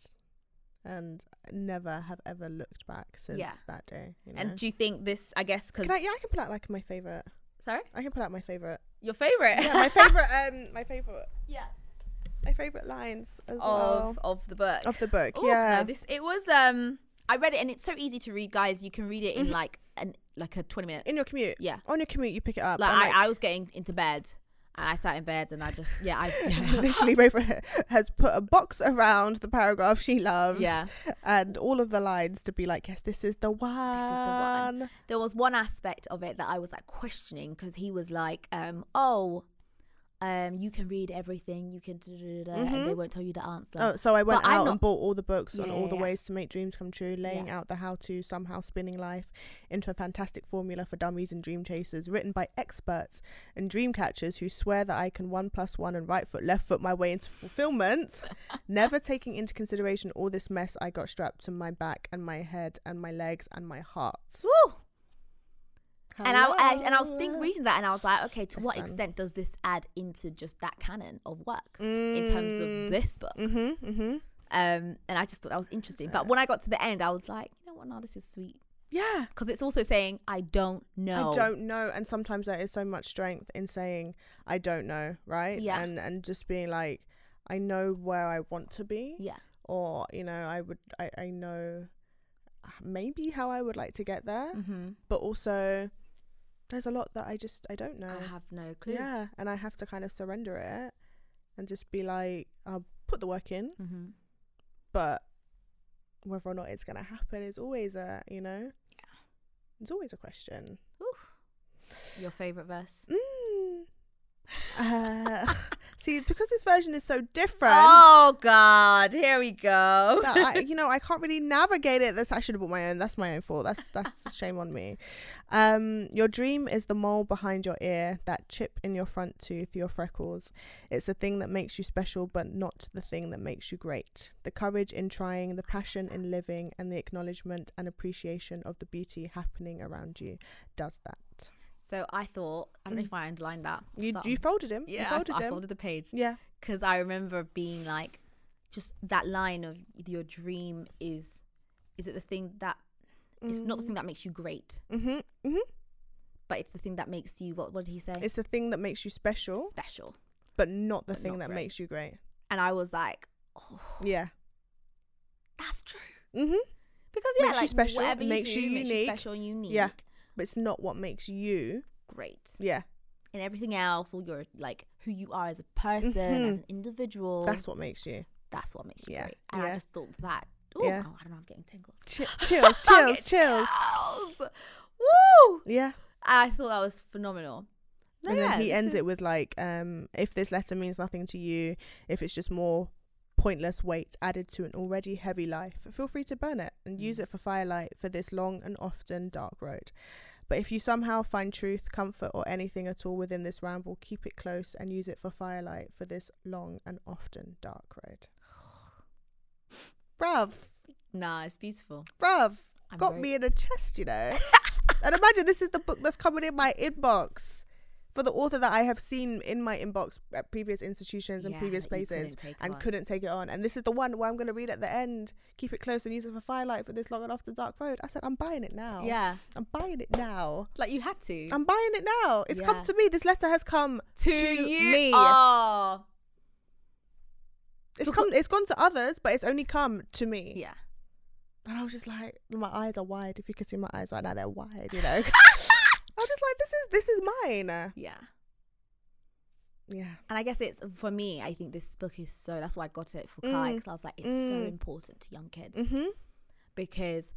Speaker 2: And never have ever looked back since
Speaker 3: Yeah.
Speaker 2: that day. You know?
Speaker 3: And do you think this? I guess because
Speaker 2: Can I, yeah, I can put out like my favorite.
Speaker 3: sorry,
Speaker 2: I can put out my favorite.
Speaker 3: your favorite.
Speaker 2: Yeah, my favorite. Um, my favorite.
Speaker 3: Yeah.
Speaker 2: My favorite lines as well
Speaker 3: Of of the book.
Speaker 2: of the book.
Speaker 3: Ooh, no,
Speaker 2: yeah.
Speaker 3: this it was. Um, I read it and it's so easy to read, guys. You can read it
Speaker 2: Mm-hmm.
Speaker 3: in like an like a twenty minute.
Speaker 2: In your commute.
Speaker 3: Yeah.
Speaker 2: On your commute, you pick it up.
Speaker 3: Like
Speaker 2: and,
Speaker 3: I, I was getting into bed and I sat in bed and I just yeah I
Speaker 2: literally Rover has put a box around the paragraph she loves
Speaker 3: yeah.
Speaker 2: and all of the lines to be like yes this is the one,
Speaker 3: one. There was one aspect of it that I was like questioning because he was like, um, oh. Um, you can read everything. You can, da-da-da-da, and they won't tell you the answer.
Speaker 2: Mm-hmm. Oh, so I went
Speaker 3: But I'm
Speaker 2: out
Speaker 3: not-
Speaker 2: and bought all the books on
Speaker 3: Yeah,
Speaker 2: all the
Speaker 3: yeah, yeah.
Speaker 2: ways to make dreams come true, laying
Speaker 3: Yeah.
Speaker 2: out the how to, somehow spinning life into a fantastic formula for dummies and dream chasers, written by experts and dream catchers who swear that I can one plus one and right foot, left foot my way into fulfillment. Never taking into consideration all this mess I got strapped to my back and my head and my legs and my heart.
Speaker 3: Woo! And I, I and I was think
Speaker 2: Hello.
Speaker 3: reading that and I was like, okay, to what
Speaker 2: Listen.
Speaker 3: extent does this add into just that canon of work in terms of this book?
Speaker 2: Mhm, mhm.
Speaker 3: um, and I just thought that was interesting. But when I got to the end, I was like, you know what? No, this is sweet
Speaker 2: Yeah.
Speaker 3: because it's also saying I don't know.
Speaker 2: I don't know. And sometimes there is so much strength in saying I don't know, right?
Speaker 3: Yeah.
Speaker 2: And and just being like, I know where I want to be,
Speaker 3: Yeah,
Speaker 2: or you know, I would, I, I know maybe how I would like to get there,
Speaker 3: mm-hmm.
Speaker 2: but also there's a lot that I just I don't know.
Speaker 3: I have no clue.
Speaker 2: Uh, yeah, and I have to kind of surrender it and just be like, I'll put the work in,
Speaker 3: Mm-hmm.
Speaker 2: but whether or not it's gonna happen is always a you know,
Speaker 3: Yeah.
Speaker 2: it's always a question.
Speaker 3: Your favorite verse?
Speaker 2: Mm. Uh, see, because this version is so different,
Speaker 3: Oh God, here we go.
Speaker 2: that I, you know, I can't really navigate it. That's I should have bought my own. That's my own fault. That's that's a shame on me. Um, your dream is the mole behind your ear, that chip in your front tooth, your freckles. It's the thing that makes you special, but not the thing that makes you great. The courage in trying, the passion in living, and the acknowledgement and appreciation of the beauty happening around you does that.
Speaker 3: so I thought I don't know if I underlined that.
Speaker 2: You
Speaker 3: So-
Speaker 2: you folded him.
Speaker 3: yeah,
Speaker 2: you
Speaker 3: I-
Speaker 2: folded
Speaker 3: I,
Speaker 2: him.
Speaker 3: folded the page
Speaker 2: yeah.
Speaker 3: because I remember being like, just that line of your dream is, is it the thing that? It's not the
Speaker 2: Mm.
Speaker 3: thing that makes you great,
Speaker 2: Mhm. Mhm.
Speaker 3: but it's the thing that makes you. What? What did he say?
Speaker 2: It's the thing that makes you special,
Speaker 3: Special.
Speaker 2: but not the
Speaker 3: But
Speaker 2: thing
Speaker 3: not
Speaker 2: that
Speaker 3: great.
Speaker 2: makes you great.
Speaker 3: and I was like, oh,
Speaker 2: Yeah.
Speaker 3: that's true.
Speaker 2: Mm-hmm.
Speaker 3: Because yeah,
Speaker 2: Makes you
Speaker 3: like
Speaker 2: special,
Speaker 3: whatever you
Speaker 2: makes
Speaker 3: do,
Speaker 2: you
Speaker 3: makes you
Speaker 2: unique.
Speaker 3: special, and unique,
Speaker 2: Yeah. But it's not what makes you.
Speaker 3: great,
Speaker 2: Yeah.
Speaker 3: and everything else, all your like who you are as a person, as
Speaker 2: Mhm.
Speaker 3: an individual.
Speaker 2: That's what makes you.
Speaker 3: that's what makes you
Speaker 2: Yeah,
Speaker 3: great. And I
Speaker 2: yeah.
Speaker 3: just thought that. Ooh,
Speaker 2: Yeah.
Speaker 3: oh, I don't know. I'm getting tingles.
Speaker 2: Chi- chills,
Speaker 3: I'm
Speaker 2: chills,
Speaker 3: getting
Speaker 2: chills.
Speaker 3: chills. Woo!
Speaker 2: Yeah.
Speaker 3: I thought that was phenomenal. No,
Speaker 2: and
Speaker 3: yeah,
Speaker 2: then he
Speaker 3: this
Speaker 2: ends
Speaker 3: is-
Speaker 2: it with like, um, if this letter means nothing to you, if it's just more pointless weight added to an already heavy life, feel free to burn it and
Speaker 3: Mm.
Speaker 2: use it for firelight for this long and often dark road. But if you somehow find truth, comfort, or anything at all within this ramble, keep it close and use it for firelight for this long and often dark road. Bruv,
Speaker 3: Nah, it's beautiful.
Speaker 2: bruv,
Speaker 3: I'm
Speaker 2: got
Speaker 3: very-
Speaker 2: me in a chest, you know. and imagine this is the book that's coming in my inbox for the author that I have seen in my inbox at previous institutions and
Speaker 3: Yeah,
Speaker 2: previous
Speaker 3: that you couldn't
Speaker 2: places
Speaker 3: take
Speaker 2: and
Speaker 3: on.
Speaker 2: couldn't take it on. And this is the one where I'm going to read at the end. Keep it close and use it for firelight for this long and after dark road. I said, I'm buying it now.
Speaker 3: Yeah,
Speaker 2: I'm buying it now.
Speaker 3: like you had to.
Speaker 2: I'm buying it now. It's come
Speaker 3: Yeah.
Speaker 2: to me. This letter has come
Speaker 3: to
Speaker 2: to,
Speaker 3: you.
Speaker 2: me.
Speaker 3: Oh,
Speaker 2: it's come. It's gone to others, but it's only come to me.
Speaker 3: yeah.
Speaker 2: And I was just like, my eyes are wide. If you could see my eyes right now, they're wide. You know. I was just like, this is this is mine.
Speaker 3: Yeah.
Speaker 2: yeah.
Speaker 3: And I guess it's for me. I think this book is so. That's why I got it for Kai.
Speaker 2: Mm.
Speaker 3: 'cause I was like, it's so
Speaker 2: Mm.
Speaker 3: important to young kids
Speaker 2: Mm-hmm.
Speaker 3: because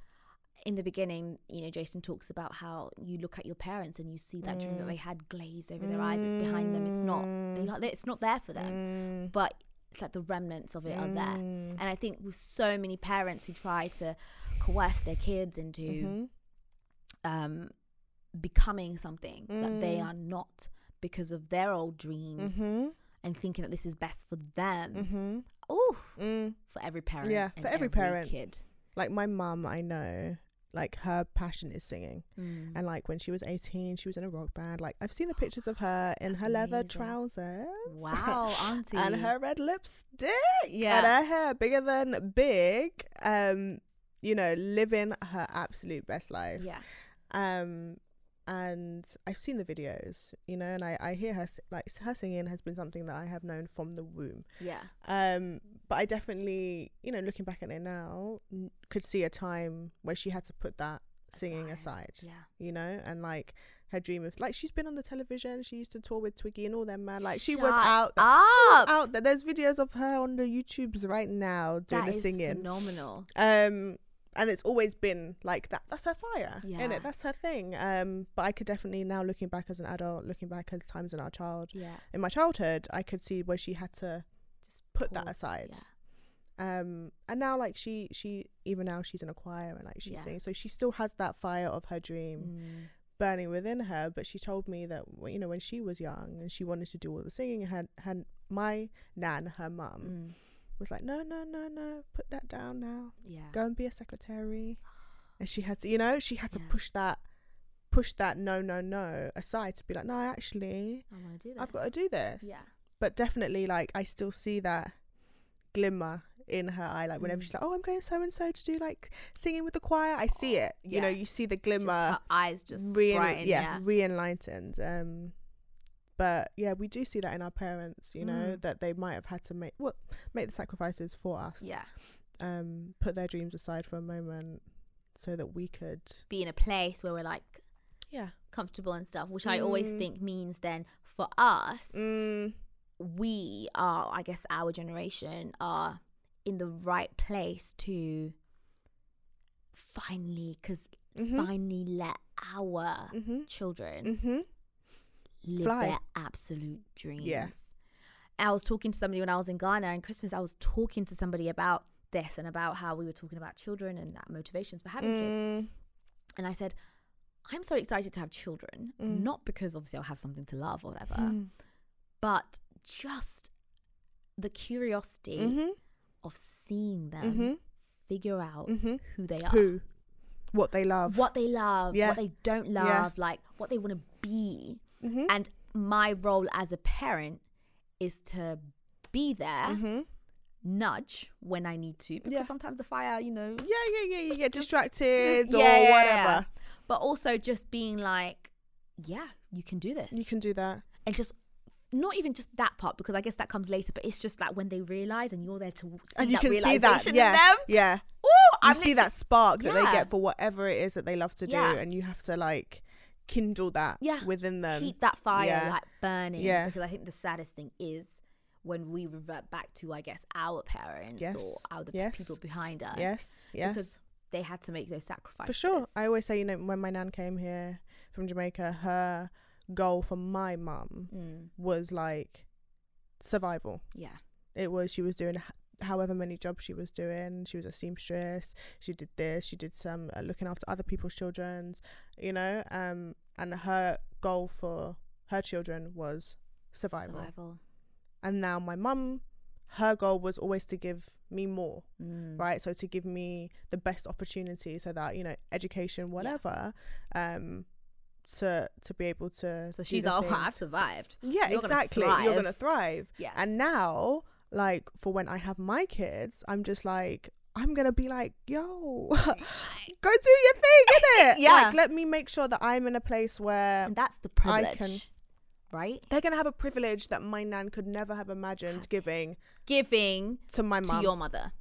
Speaker 3: in the beginning, you know, Jason talks about how you look at your parents and you see that dream that
Speaker 2: Mm.
Speaker 3: they had glaze over their eyes. It's behind them. It's not. They, not- it's not there for them.
Speaker 2: Mm.
Speaker 3: But it's like the remnants of it are there.
Speaker 2: Mm.
Speaker 3: And I think with so many parents who try to coerce their kids into
Speaker 2: Mhm.
Speaker 3: um, becoming something that they
Speaker 2: Mm.
Speaker 3: are not because of their old dreams
Speaker 2: Mhm.
Speaker 3: and thinking that this is best for them.
Speaker 2: Mhm.
Speaker 3: Oh,
Speaker 2: Mm.
Speaker 3: for every parent.
Speaker 2: Yeah,
Speaker 3: and
Speaker 2: for every parent.
Speaker 3: Kid.
Speaker 2: Like my mum, I know, like her passion is singing.
Speaker 3: Mm.
Speaker 2: And like when she was 18, she was in a rock band. Like I've seen the pictures of her in
Speaker 3: That's
Speaker 2: her leather
Speaker 3: amazing.
Speaker 2: trousers.
Speaker 3: Wow, auntie.
Speaker 2: and her red lipstick. And
Speaker 3: Yeah.
Speaker 2: her hair bigger than big. Um, you know, living her absolute best life.
Speaker 3: Yeah.
Speaker 2: Um and I've seen the videos, you know, and I, I hear her s- like her singing has been something that I have known from the womb.
Speaker 3: Yeah.
Speaker 2: Um, but I definitely, you know, looking back at it now, n- could see a time where she had to put that singing aside
Speaker 3: Yeah.
Speaker 2: you know, and like her dream of like she's been on the television. She used to tour with Twiggy and all them man. Like she was
Speaker 3: Shut
Speaker 2: out, she was
Speaker 3: Up.
Speaker 2: out there. There's videos of her on the YouTubes right now doing
Speaker 3: That
Speaker 2: the
Speaker 3: is
Speaker 2: singing.
Speaker 3: phenomenal.
Speaker 2: Um, and it's always been like that. That's her fire, yeah.
Speaker 3: Yeah.
Speaker 2: it? That's her thing. Um, but I could definitely now looking back as an adult, looking back as times in our child,
Speaker 3: Yeah.
Speaker 2: in my childhood, I could see where she had to
Speaker 3: Just
Speaker 2: put that
Speaker 3: pause.
Speaker 2: aside.
Speaker 3: Yeah.
Speaker 2: Um, and now like she she even now she's in a choir and like she
Speaker 3: Yeah.
Speaker 2: sings, so she still has that fire of her dream
Speaker 3: Mm.
Speaker 2: burning within her but she told me that w- you know when she was young and she wanted to do all the singing her, her my nan her mum
Speaker 3: Mm.
Speaker 2: was like no no no no put that down now
Speaker 3: Yeah.
Speaker 2: go and be a secretary and she had to you know she had to
Speaker 3: Yeah.
Speaker 2: push that push that no no no aside to be like no actually
Speaker 3: I want to do this.
Speaker 2: i've got to do this
Speaker 3: Yeah.
Speaker 2: but definitely like i still see that glimmer in her eye like whenever
Speaker 3: Mm.
Speaker 2: she's like oh i'm going so and so to do like singing with the choir i see it you know
Speaker 3: Oh, yeah.
Speaker 2: you see the
Speaker 3: Just
Speaker 2: glimmer
Speaker 3: her eyes just
Speaker 2: re-
Speaker 3: brighten.
Speaker 2: yeah,
Speaker 3: Yeah.
Speaker 2: re-enlightened. Um, but yeah, we do see that in our parents, you know,
Speaker 3: Mm.
Speaker 2: that they might have had to make what make the sacrifices for us.
Speaker 3: Yeah.
Speaker 2: Um, put their dreams aside for a moment so that we could.
Speaker 3: Be in a place where we're like
Speaker 2: Yeah.
Speaker 3: comfortable and stuff, which I always
Speaker 2: Mm.
Speaker 3: think means then for us,
Speaker 2: Mm,
Speaker 3: we are, I guess, our generation are in the right place to finally, because
Speaker 2: mhm,
Speaker 3: finally let our
Speaker 2: mhm,
Speaker 3: children
Speaker 2: mhm,
Speaker 3: live
Speaker 2: Fly.
Speaker 3: their absolute dreams.
Speaker 2: Yeah.
Speaker 3: I was talking to somebody when I was in Ghana and Christmas, I was talking to somebody about this and about how we were talking about children and that motivations for having kids.
Speaker 2: mm,
Speaker 3: And I said, I'm so excited to have children,
Speaker 2: Mm.
Speaker 3: not because obviously I'll have something to love or whatever,
Speaker 2: mm,
Speaker 3: but just the curiosity
Speaker 2: mhm,
Speaker 3: of seeing them
Speaker 2: mhm,
Speaker 3: figure out
Speaker 2: mhm.
Speaker 3: who they are,
Speaker 2: Who, what they love.
Speaker 3: what they love,
Speaker 2: Yeah.
Speaker 3: what they don't
Speaker 2: Yeah.
Speaker 3: love, like what they want to be.
Speaker 2: Mhm,
Speaker 3: And my role as a parent is to be there,
Speaker 2: mhm.
Speaker 3: nudge when I need to, because
Speaker 2: Yeah.
Speaker 3: sometimes the fire, you know,
Speaker 2: Yeah, yeah, yeah, yeah, yeah. Distracted
Speaker 3: yeah,
Speaker 2: or
Speaker 3: yeah, yeah.
Speaker 2: whatever.
Speaker 3: but also just being like, yeah, you can do this.
Speaker 2: You can do that.
Speaker 3: and just not even just that part, because I guess that comes later, but it's just like when they realize and you're there to see
Speaker 2: and you
Speaker 3: that
Speaker 2: can see
Speaker 3: realization
Speaker 2: that. Yeah,
Speaker 3: in them.
Speaker 2: yeah.
Speaker 3: Ooh,
Speaker 2: you
Speaker 3: I'm
Speaker 2: see
Speaker 3: literally-
Speaker 2: that spark that they
Speaker 3: Yeah.
Speaker 2: get for whatever it is that they love to do,
Speaker 3: Yeah.
Speaker 2: and you have to like kindle that
Speaker 3: Yeah.
Speaker 2: within them.
Speaker 3: keep that fire
Speaker 2: yeah.
Speaker 3: like burning
Speaker 2: Yeah.
Speaker 3: because I think the saddest thing is when we revert back to I guess our parents or
Speaker 2: Yes.
Speaker 3: our the
Speaker 2: Yes.
Speaker 3: people behind us
Speaker 2: yes, yes,
Speaker 3: because they had to make those
Speaker 2: for
Speaker 3: sacrifices
Speaker 2: sure. I always say, you know, when my nan came here from Jamaica, her goal for my mum
Speaker 3: mm,
Speaker 2: was like survival.
Speaker 3: yeah
Speaker 2: It was she was doing h- however many jobs she was doing. She was a seamstress. She did this. She did some uh, looking after other people's childrens. You know, um, and her goal for her children was survival.
Speaker 3: survival
Speaker 2: and now my mum her goal was always to give me more
Speaker 3: Mm.
Speaker 2: right so to give me the best opportunity so that you know education whatever um to to be able to
Speaker 3: so
Speaker 2: do
Speaker 3: she's
Speaker 2: the
Speaker 3: all I've
Speaker 2: things."
Speaker 3: survived
Speaker 2: yeah
Speaker 3: You're gonna
Speaker 2: exactly you're gonna
Speaker 3: thrive."
Speaker 2: thrive
Speaker 3: yes
Speaker 2: and now like for when i have my kids i'm just like i'm gonna be like yo go do your thing innit?
Speaker 3: Yeah.
Speaker 2: like let me make sure that i'm in a place where
Speaker 3: and that's the
Speaker 2: I
Speaker 3: privilege
Speaker 2: can-
Speaker 3: right
Speaker 2: they're gonna have a privilege that my nan could never have imagined giving
Speaker 3: giving
Speaker 2: to my
Speaker 3: to
Speaker 2: mum
Speaker 3: your mother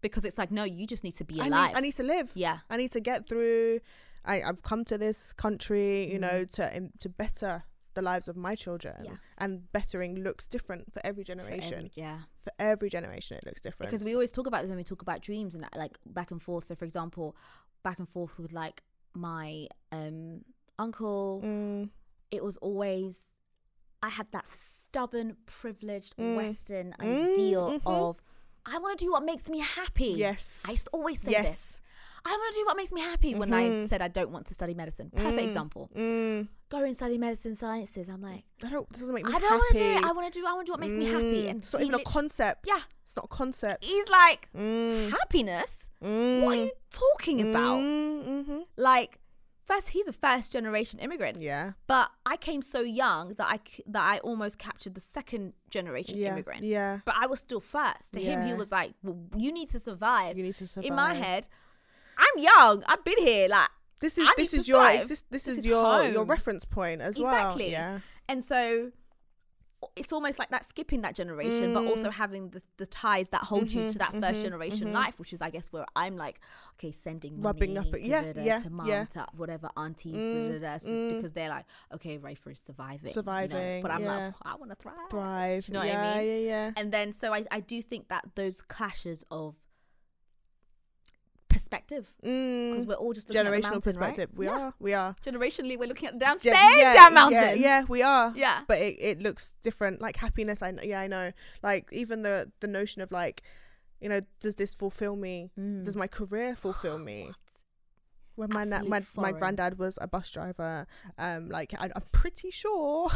Speaker 3: because it's like no you just need to be
Speaker 2: I
Speaker 3: alive
Speaker 2: need, I need to live.
Speaker 3: yeah
Speaker 2: I need to get through. I, I've come to this country, you know, to im- to better the lives of my children
Speaker 3: Mm. Yeah.
Speaker 2: and bettering looks different for every
Speaker 3: For every-
Speaker 2: generation
Speaker 3: yeah.
Speaker 2: for every generation it looks different
Speaker 3: Because we always talk about this when we talk about dreams and like back and forth. So, for example, back and forth with like my um uncle,
Speaker 2: mm,
Speaker 3: it was always I had that stubborn, privileged
Speaker 2: Mm.
Speaker 3: Western
Speaker 2: Mm,
Speaker 3: ideal
Speaker 2: mhm.
Speaker 3: of I want to do what makes me happy.
Speaker 2: yes
Speaker 3: I s- always say this.
Speaker 2: yes
Speaker 3: I want to do what makes me happy. When I
Speaker 2: Mhm.
Speaker 3: said I don't want to study medicine, perfect
Speaker 2: Mm.
Speaker 3: example.
Speaker 2: mm,
Speaker 3: Go and study medicine sciences. I'm like,
Speaker 2: I don't this doesn't make me
Speaker 3: I don't want to do it.
Speaker 2: happy.
Speaker 3: I want to do. I want to do what makes me happy.
Speaker 2: Mm,
Speaker 3: And
Speaker 2: it's not
Speaker 3: he
Speaker 2: even a
Speaker 3: lit-
Speaker 2: concept
Speaker 3: Yeah.
Speaker 2: it's not a concept
Speaker 3: He's like,
Speaker 2: mm,
Speaker 3: happiness. What are
Speaker 2: mm,
Speaker 3: you talking about?
Speaker 2: mm, mhm.
Speaker 3: Like, first, he's a first generation immigrant.
Speaker 2: yeah
Speaker 3: But I came so young that I c- that I almost captured the second generation
Speaker 2: yeah
Speaker 3: immigrant.
Speaker 2: yeah
Speaker 3: But I was still first. To him, he
Speaker 2: Yeah.
Speaker 3: was like, well, "You need to survive."
Speaker 2: you need to survive
Speaker 3: In my head, I'm young. I've been here. Like,
Speaker 2: this is
Speaker 3: I need
Speaker 2: this
Speaker 3: to
Speaker 2: is your
Speaker 3: survive.
Speaker 2: exist this,
Speaker 3: This
Speaker 2: is,
Speaker 3: is
Speaker 2: your your
Speaker 3: home.
Speaker 2: reference point as
Speaker 3: Exactly.
Speaker 2: well yeah
Speaker 3: and so it's almost like that skipping that generation, but
Speaker 2: Mm.
Speaker 3: also having the, the ties that hold
Speaker 2: Mm-hmm,
Speaker 3: you to that 1st generation life, which is, I guess, where I'm like, okay, sending
Speaker 2: Rubbing
Speaker 3: money
Speaker 2: up it. Yeah,
Speaker 3: da-da-da,
Speaker 2: yeah,
Speaker 3: to mom,
Speaker 2: yeah. Mm,
Speaker 3: to whatever aunties, da-da-da, so- because they're like, okay, Rafer is surviving, you know,
Speaker 2: Surviving,
Speaker 3: but I'm
Speaker 2: yeah.
Speaker 3: like, I want to thrive,
Speaker 2: thrive
Speaker 3: Do you know
Speaker 2: yeah,
Speaker 3: what I mean?
Speaker 2: yeah yeah
Speaker 3: And then, so I, I do think that those clashes of perspective, because
Speaker 2: Mm,
Speaker 3: we're all just looking at the
Speaker 2: generational
Speaker 3: mountain, right?
Speaker 2: perspective we
Speaker 3: Yeah.
Speaker 2: are we are
Speaker 3: Generationally, we're looking at the downstairs,
Speaker 2: Gen-
Speaker 3: down
Speaker 2: yeah,
Speaker 3: mountain.
Speaker 2: yeah, yeah, we are
Speaker 3: Yeah.
Speaker 2: but it, it looks different like happiness i know yeah i know like even the the notion of like you know does this fulfill me
Speaker 3: Mm.
Speaker 2: does my career fulfill me when my, na-
Speaker 3: Absolute
Speaker 2: my my
Speaker 3: foreign.
Speaker 2: granddad was a bus driver um like I, i'm pretty sure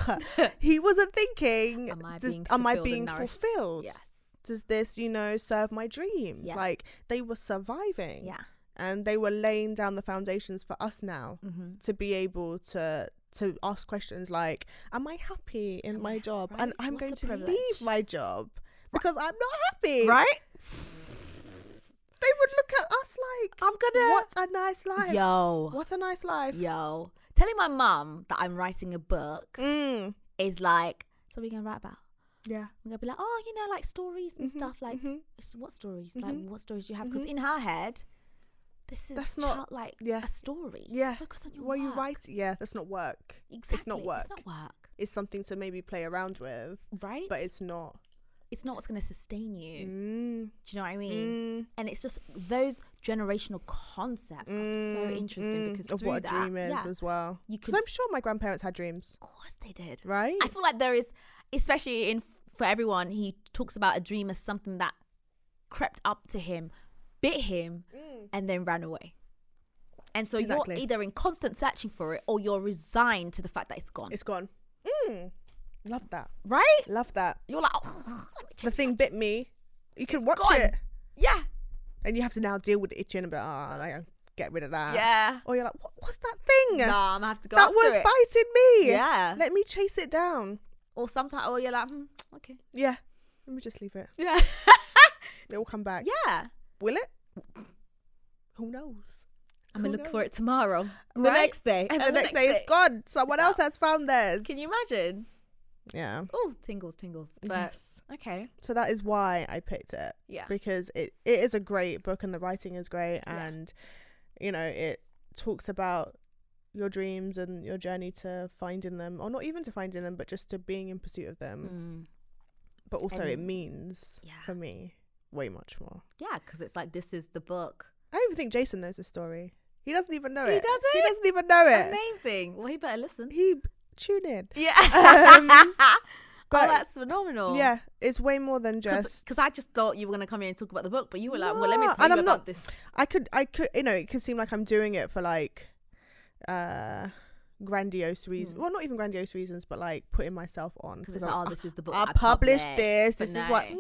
Speaker 2: he wasn't thinking
Speaker 3: Am I
Speaker 2: does-
Speaker 3: being
Speaker 2: am i
Speaker 3: fulfilled and
Speaker 2: being
Speaker 3: nourished?
Speaker 2: fulfilled
Speaker 3: Yes.
Speaker 2: does this you know serve my dreams
Speaker 3: Yeah.
Speaker 2: like they were surviving
Speaker 3: Yeah.
Speaker 2: and they were laying down the foundations for us now
Speaker 3: Mm-hmm.
Speaker 2: to be able to to ask questions like am i happy in
Speaker 3: Am
Speaker 2: my
Speaker 3: I-
Speaker 2: job
Speaker 3: right,
Speaker 2: and i'm
Speaker 3: what
Speaker 2: going
Speaker 3: a
Speaker 2: to
Speaker 3: privilege.
Speaker 2: leave my job because i'm not happy
Speaker 3: Right?
Speaker 2: they would look at us like
Speaker 3: I'm gonna.
Speaker 2: what a nice life
Speaker 3: Yo.
Speaker 2: what a nice life
Speaker 3: Yo. Telling my mum that I'm writing a book
Speaker 2: Mm.
Speaker 3: is like, so we're gonna write about.
Speaker 2: yeah
Speaker 3: I'm gonna be like, oh, you know, like stories and stuff. Like,
Speaker 2: Mhm.
Speaker 3: s- what stories? Like,
Speaker 2: Mhm.
Speaker 3: what stories do you have? Because in her head, this is
Speaker 2: That's not-
Speaker 3: child- like
Speaker 2: yeah.
Speaker 3: a story.
Speaker 2: yeah
Speaker 3: Focus on your
Speaker 2: what
Speaker 3: work.
Speaker 2: you write yeah that's not work
Speaker 3: Exactly.
Speaker 2: it's not work
Speaker 3: It's not work.
Speaker 2: it's something to maybe play around with
Speaker 3: Right.
Speaker 2: but it's not
Speaker 3: it's not what's gonna sustain you.
Speaker 2: mm.
Speaker 3: Do you know what I mean?
Speaker 2: Mm.
Speaker 3: And it's just those generational concepts are so
Speaker 2: Mm.
Speaker 3: interesting
Speaker 2: Mm.
Speaker 3: because
Speaker 2: of
Speaker 3: through
Speaker 2: what
Speaker 3: that,
Speaker 2: a dream is
Speaker 3: yeah,
Speaker 2: as well
Speaker 3: you
Speaker 2: because
Speaker 3: can-
Speaker 2: i'm sure my grandparents had dreams
Speaker 3: of course they did.
Speaker 2: right
Speaker 3: I feel like there is, especially in for everyone, he talks about a dream as something that crept up to him, bit him, and then ran away. And so
Speaker 2: Mm. Exactly.
Speaker 3: you're either in constant searching for it or you're resigned to the fact that it's gone.
Speaker 2: it's gone mm. love that
Speaker 3: right?
Speaker 2: love that
Speaker 3: You're like, oh, let me
Speaker 2: the
Speaker 3: check.
Speaker 2: thing bit me you can watch
Speaker 3: gone.
Speaker 2: it
Speaker 3: Yeah.
Speaker 2: and you have to now deal with the itching and be like, ah, like, get rid of that
Speaker 3: Yeah.
Speaker 2: or you're like what was that thing
Speaker 3: Nah, I'm gonna have to go.
Speaker 2: that
Speaker 3: after
Speaker 2: was
Speaker 3: it.
Speaker 2: biting me
Speaker 3: Yeah.
Speaker 2: let me chase it down
Speaker 3: Or sometimes, or you're like, hmm, okay.
Speaker 2: yeah let me just leave it
Speaker 3: Yeah.
Speaker 2: it will come back
Speaker 3: yeah.
Speaker 2: will it who knows
Speaker 3: I'm gonna
Speaker 2: Who
Speaker 3: look for it tomorrow, the
Speaker 2: Right?
Speaker 3: next day,
Speaker 2: and, the, next, day, it's gone someone
Speaker 3: It's
Speaker 2: else
Speaker 3: out.
Speaker 2: has found theirs
Speaker 3: Can you imagine?
Speaker 2: yeah
Speaker 3: Oh, tingles, tingles. But
Speaker 2: yes
Speaker 3: okay,
Speaker 2: so that is why i picked it
Speaker 3: yeah.
Speaker 2: because it, it is a great book and the writing is great
Speaker 3: Yeah.
Speaker 2: and you know it talks about your dreams and your journey to finding them or not even to finding them but just to being in pursuit of
Speaker 3: Mm.
Speaker 2: them but also it
Speaker 3: And-
Speaker 2: means
Speaker 3: yeah.
Speaker 2: for me way much more
Speaker 3: Yeah, because it's like this is the book.
Speaker 2: i don't even think jason knows the story he doesn't even know
Speaker 3: He
Speaker 2: it he
Speaker 3: doesn't?
Speaker 2: doesn't even know it
Speaker 3: Amazing. Well, he better listen.
Speaker 2: he tune in
Speaker 3: Yeah.
Speaker 2: Um,
Speaker 3: oh,
Speaker 2: but-
Speaker 3: that's phenomenal.
Speaker 2: yeah it's way more than just
Speaker 3: Because I just thought you were gonna come here and talk about the book, but you were like, "Well, let me
Speaker 2: No,
Speaker 3: tell
Speaker 2: and
Speaker 3: you about
Speaker 2: I'm not-
Speaker 3: this."
Speaker 2: I could, I could, you know, it could seem like I'm doing it for like, uh, grandiose reasons.
Speaker 3: Hmm.
Speaker 2: Well, not even grandiose reasons, but like putting myself on
Speaker 3: Because
Speaker 2: because
Speaker 3: it's
Speaker 2: I,
Speaker 3: like, "Oh,
Speaker 2: I,
Speaker 3: this is the book
Speaker 2: I
Speaker 3: I
Speaker 2: published this.
Speaker 3: but
Speaker 2: This is what.
Speaker 3: no.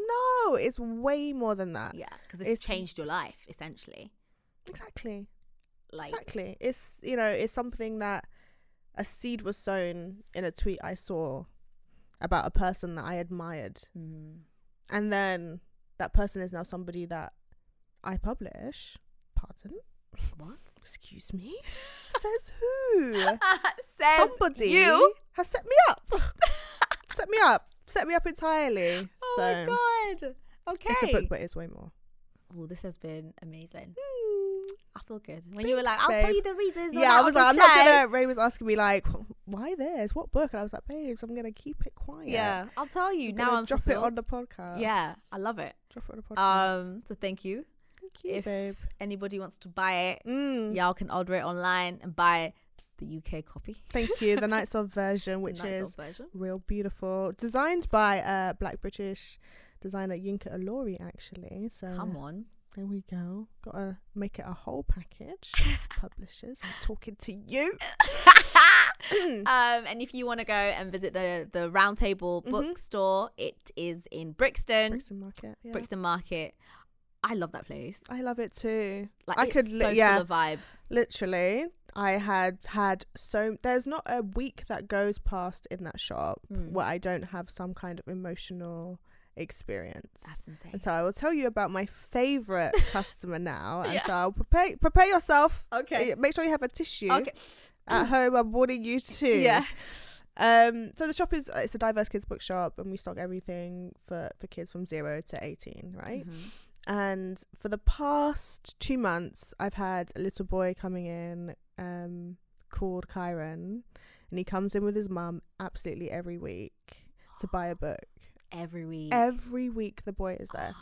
Speaker 2: No, it's way more than that.
Speaker 3: Yeah, because it's,
Speaker 2: It's-
Speaker 3: changed your life essentially.
Speaker 2: Exactly.
Speaker 3: Like,
Speaker 2: Exactly. It's you know, it's something that a seed was sown in a tweet I saw about a person that I admired,
Speaker 3: mm,
Speaker 2: and then that person is now somebody that I publish. Pardon.
Speaker 3: what?
Speaker 2: Excuse me. Says who?
Speaker 3: Says
Speaker 2: somebody
Speaker 3: you.
Speaker 2: has set me up. set me up. Set me up entirely.
Speaker 3: Oh
Speaker 2: so
Speaker 3: my god. Okay.
Speaker 2: it's a book, but it's way more.
Speaker 3: Well, this has been amazing.
Speaker 2: Hmm.
Speaker 3: I feel good. When you were
Speaker 2: Thanks,
Speaker 3: like, I'll tell
Speaker 2: babe.
Speaker 3: you the reasons. on
Speaker 2: Yeah, I
Speaker 3: that
Speaker 2: was
Speaker 3: on
Speaker 2: like, I'm
Speaker 3: the
Speaker 2: not
Speaker 3: show."
Speaker 2: gonna. Ray was asking me like, why this? What book? And I was like, babes, I'm gonna keep it quiet.
Speaker 3: Yeah, I'll tell you
Speaker 2: I'm
Speaker 3: now.
Speaker 2: gonna
Speaker 3: I'm
Speaker 2: drop it on the
Speaker 3: fulfilled.
Speaker 2: podcast.
Speaker 3: Yeah, I love it.
Speaker 2: drop it on the podcast.
Speaker 3: Um, so thank you.
Speaker 2: Thank you,
Speaker 3: if-
Speaker 2: babe.
Speaker 3: Anybody wants to buy it,
Speaker 2: Mm.
Speaker 3: y'all can order it online and buy the UK copy,
Speaker 2: Thank you. The Knights of version,
Speaker 3: the
Speaker 2: which
Speaker 3: nice
Speaker 2: is
Speaker 3: old version.
Speaker 2: real beautiful, designed by uh, Black British designer Yinka Alori, actually. So
Speaker 3: Come on,
Speaker 2: there we go. Gotta make it a whole package. Publishers, I'm talking to you.
Speaker 3: um, and if you want to go and visit the the Roundtable
Speaker 2: Mhm.
Speaker 3: Bookstore, it is in Brixton, Brixton,
Speaker 2: Brixton Market. Yeah.
Speaker 3: Market. I love that place.
Speaker 2: I love it too.
Speaker 3: Like
Speaker 2: I
Speaker 3: it's
Speaker 2: could
Speaker 3: so
Speaker 2: li-
Speaker 3: full
Speaker 2: yeah.
Speaker 3: of vibes.
Speaker 2: Literally, I had had so there's not a week that goes past in that shop
Speaker 3: Mm.
Speaker 2: where I don't have some kind of emotional experience.
Speaker 3: That's insane.
Speaker 2: And so I will tell you about my favorite customer now. And
Speaker 3: Yeah.
Speaker 2: so I'll prepare prepare yourself.
Speaker 3: Okay.
Speaker 2: Uh, Make sure you have a tissue
Speaker 3: Okay.
Speaker 2: at home. I'm warning you too.
Speaker 3: Yeah.
Speaker 2: Um. So the shop is it's a diverse kids bookshop, and we stock everything for for kids from zero to eighteen, right?
Speaker 3: Mhm.
Speaker 2: and for the past two months i've had a little boy coming in um called kyron and he comes in with his mum absolutely every week to buy a book
Speaker 3: Every week.
Speaker 2: every week the boy is there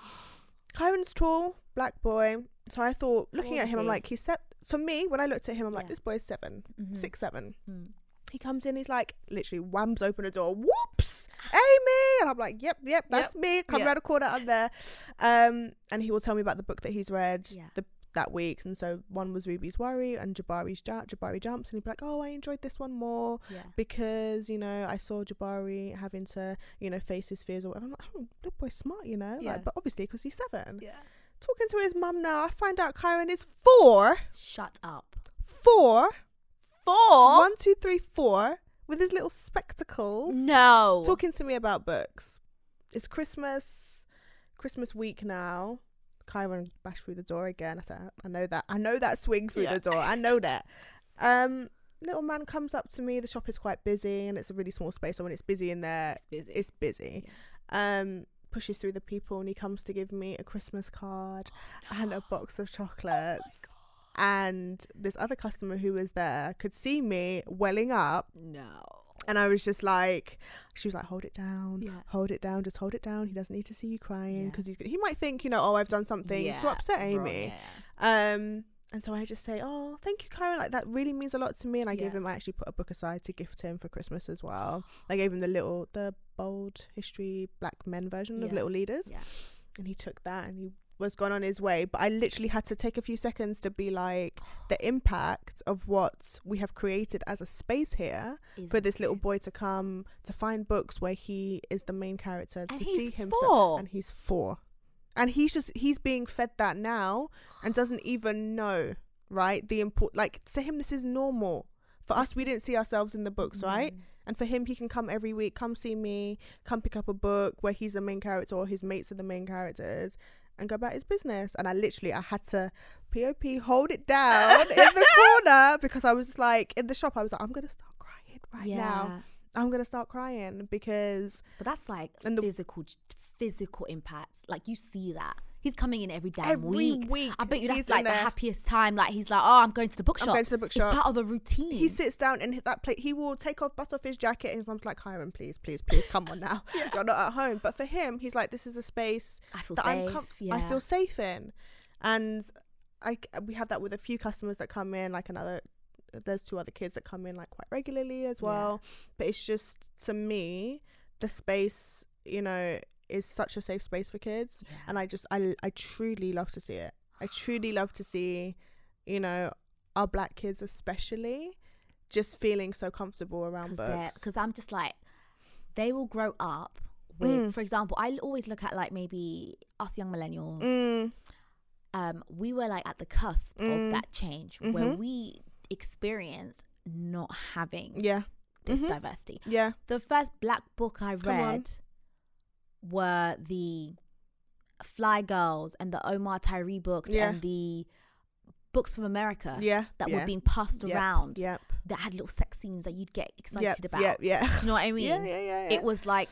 Speaker 2: kyron's tall black boy so i thought looking
Speaker 3: old
Speaker 2: at
Speaker 3: is
Speaker 2: him i'm
Speaker 3: he?
Speaker 2: like he's set for me when i looked at him i'm like
Speaker 3: Yeah.
Speaker 2: this boy's 7
Speaker 3: Mhm.
Speaker 2: six seven
Speaker 3: Mm.
Speaker 2: he comes in he's like literally whams open the door whoops amy and i'm like yep yep that's me come
Speaker 3: Yep.
Speaker 2: round the corner i'm there um and he will tell me about the book that he's read
Speaker 3: Yeah.
Speaker 2: the that week and so one was ruby's worry and jabari's ja- jabari jumps and he'd be like oh i enjoyed this one more
Speaker 3: Yeah.
Speaker 2: because you know i saw jabari having to you know face his fears or whatever i'm like oh good boy smart you know
Speaker 3: Yeah.
Speaker 2: like, but obviously because he's seven
Speaker 3: Yeah.
Speaker 2: talking to his mum now i find out kyron is four
Speaker 3: Shut up.
Speaker 2: four
Speaker 3: Four.
Speaker 2: one, two, three, four, with his little spectacles,
Speaker 3: No.
Speaker 2: talking to me about books. It's Christmas, Christmas week now. Kyron bashed through the door again. I said, I know that. I know that swing through
Speaker 3: Yeah.
Speaker 2: the door. I know that. Um, little man comes up to me. The shop is quite busy, and it's a really small space. So when it's busy in there,
Speaker 3: It's busy.
Speaker 2: it's busy. Um, pushes through the people, and he comes to give me a Christmas card and a box of chocolates. and this other customer who was there could see me welling up
Speaker 3: no.
Speaker 2: and I was just like, she was like, hold it down,
Speaker 3: Yeah.
Speaker 2: hold it down, just hold it down. He doesn't need to see you crying
Speaker 3: Yeah.
Speaker 2: because he's he might think you know, oh, I've done something to upset
Speaker 3: wrong,
Speaker 2: Amy.
Speaker 3: yeah.
Speaker 2: Um, and so I just say, oh, thank you, Karen. Like that really means a lot to me. And I gave
Speaker 3: Yeah.
Speaker 2: him, I actually put a book aside to gift him for Christmas as well. I gave him the little, the bold history black men version of
Speaker 3: Yeah.
Speaker 2: Little Leaders,
Speaker 3: Yeah.
Speaker 2: and he took that and he was gone on his way. But I literally had to take a few seconds to be like, the impact of what we have created as a space here
Speaker 3: Is
Speaker 2: for this little
Speaker 3: insane.
Speaker 2: boy to come to find books where he is the main character
Speaker 3: And
Speaker 2: to
Speaker 3: he's
Speaker 2: see himself
Speaker 3: four.
Speaker 2: and he's four and he's just he's being fed that now and doesn't even know right the import like to him this is normal for us we didn't see ourselves in the books right and for him he can come every week come see me come pick up a book where he's the main character or his mates are the main characters and go about his business and i literally i had to pop hold it down in the corner because i was just like in the shop i was like i'm gonna start crying right now
Speaker 3: Yeah.
Speaker 2: I'm gonna start crying because
Speaker 3: But that's like
Speaker 2: And the-
Speaker 3: physical, physical impacts. Like you see that he's coming in every damn
Speaker 2: Every
Speaker 3: week.
Speaker 2: week
Speaker 3: I bet you
Speaker 2: he's
Speaker 3: that's
Speaker 2: in
Speaker 3: like the
Speaker 2: there.
Speaker 3: happiest time. Like he's like, oh, I'm going to the bookshop.
Speaker 2: going to the bookshop.
Speaker 3: It's part of a routine.
Speaker 2: he sits down and hit that plate. He will take off, butt off his jacket, and his mum's like, "Hiram, please, please, please, come on now. You're not at home." But for him, he's like, "This is a space
Speaker 3: I feel
Speaker 2: that
Speaker 3: safe.
Speaker 2: I'm comf-
Speaker 3: yeah.
Speaker 2: I feel safe in," and I c- we have that with a few customers that come in, like another. There's two other kids that come in like quite regularly as
Speaker 3: Yeah.
Speaker 2: well, but it's just to me the space, you know, is such a safe space for kids.
Speaker 3: Yeah.
Speaker 2: and I just I I truly love to see it. I truly love to see, you know, our black kids especially just feeling so comfortable around books.
Speaker 3: because I'm just like they will grow up with.
Speaker 2: Mm.
Speaker 3: For example, I always look at like maybe us young millennials.
Speaker 2: Mm,
Speaker 3: Um, we were like at the cusp
Speaker 2: Mm.
Speaker 3: of that change where
Speaker 2: Mhm.
Speaker 3: we experienced not having
Speaker 2: yeah,
Speaker 3: this
Speaker 2: Mhm.
Speaker 3: diversity.
Speaker 2: yeah,
Speaker 3: The first black book I
Speaker 2: Come on.
Speaker 3: read were the Fly Girls and the Omar Tyree books
Speaker 2: Yeah.
Speaker 3: and the books from America
Speaker 2: yeah.
Speaker 3: Uh, that
Speaker 2: yeah.
Speaker 3: were being passed
Speaker 2: Yep,
Speaker 3: around
Speaker 2: Yep.
Speaker 3: that had little sex scenes that you'd get excited
Speaker 2: Yep.
Speaker 3: about.
Speaker 2: Yep. Yeah.
Speaker 3: Do you know what I mean?
Speaker 2: Yeah. Yeah. Yeah. yeah.
Speaker 3: It was like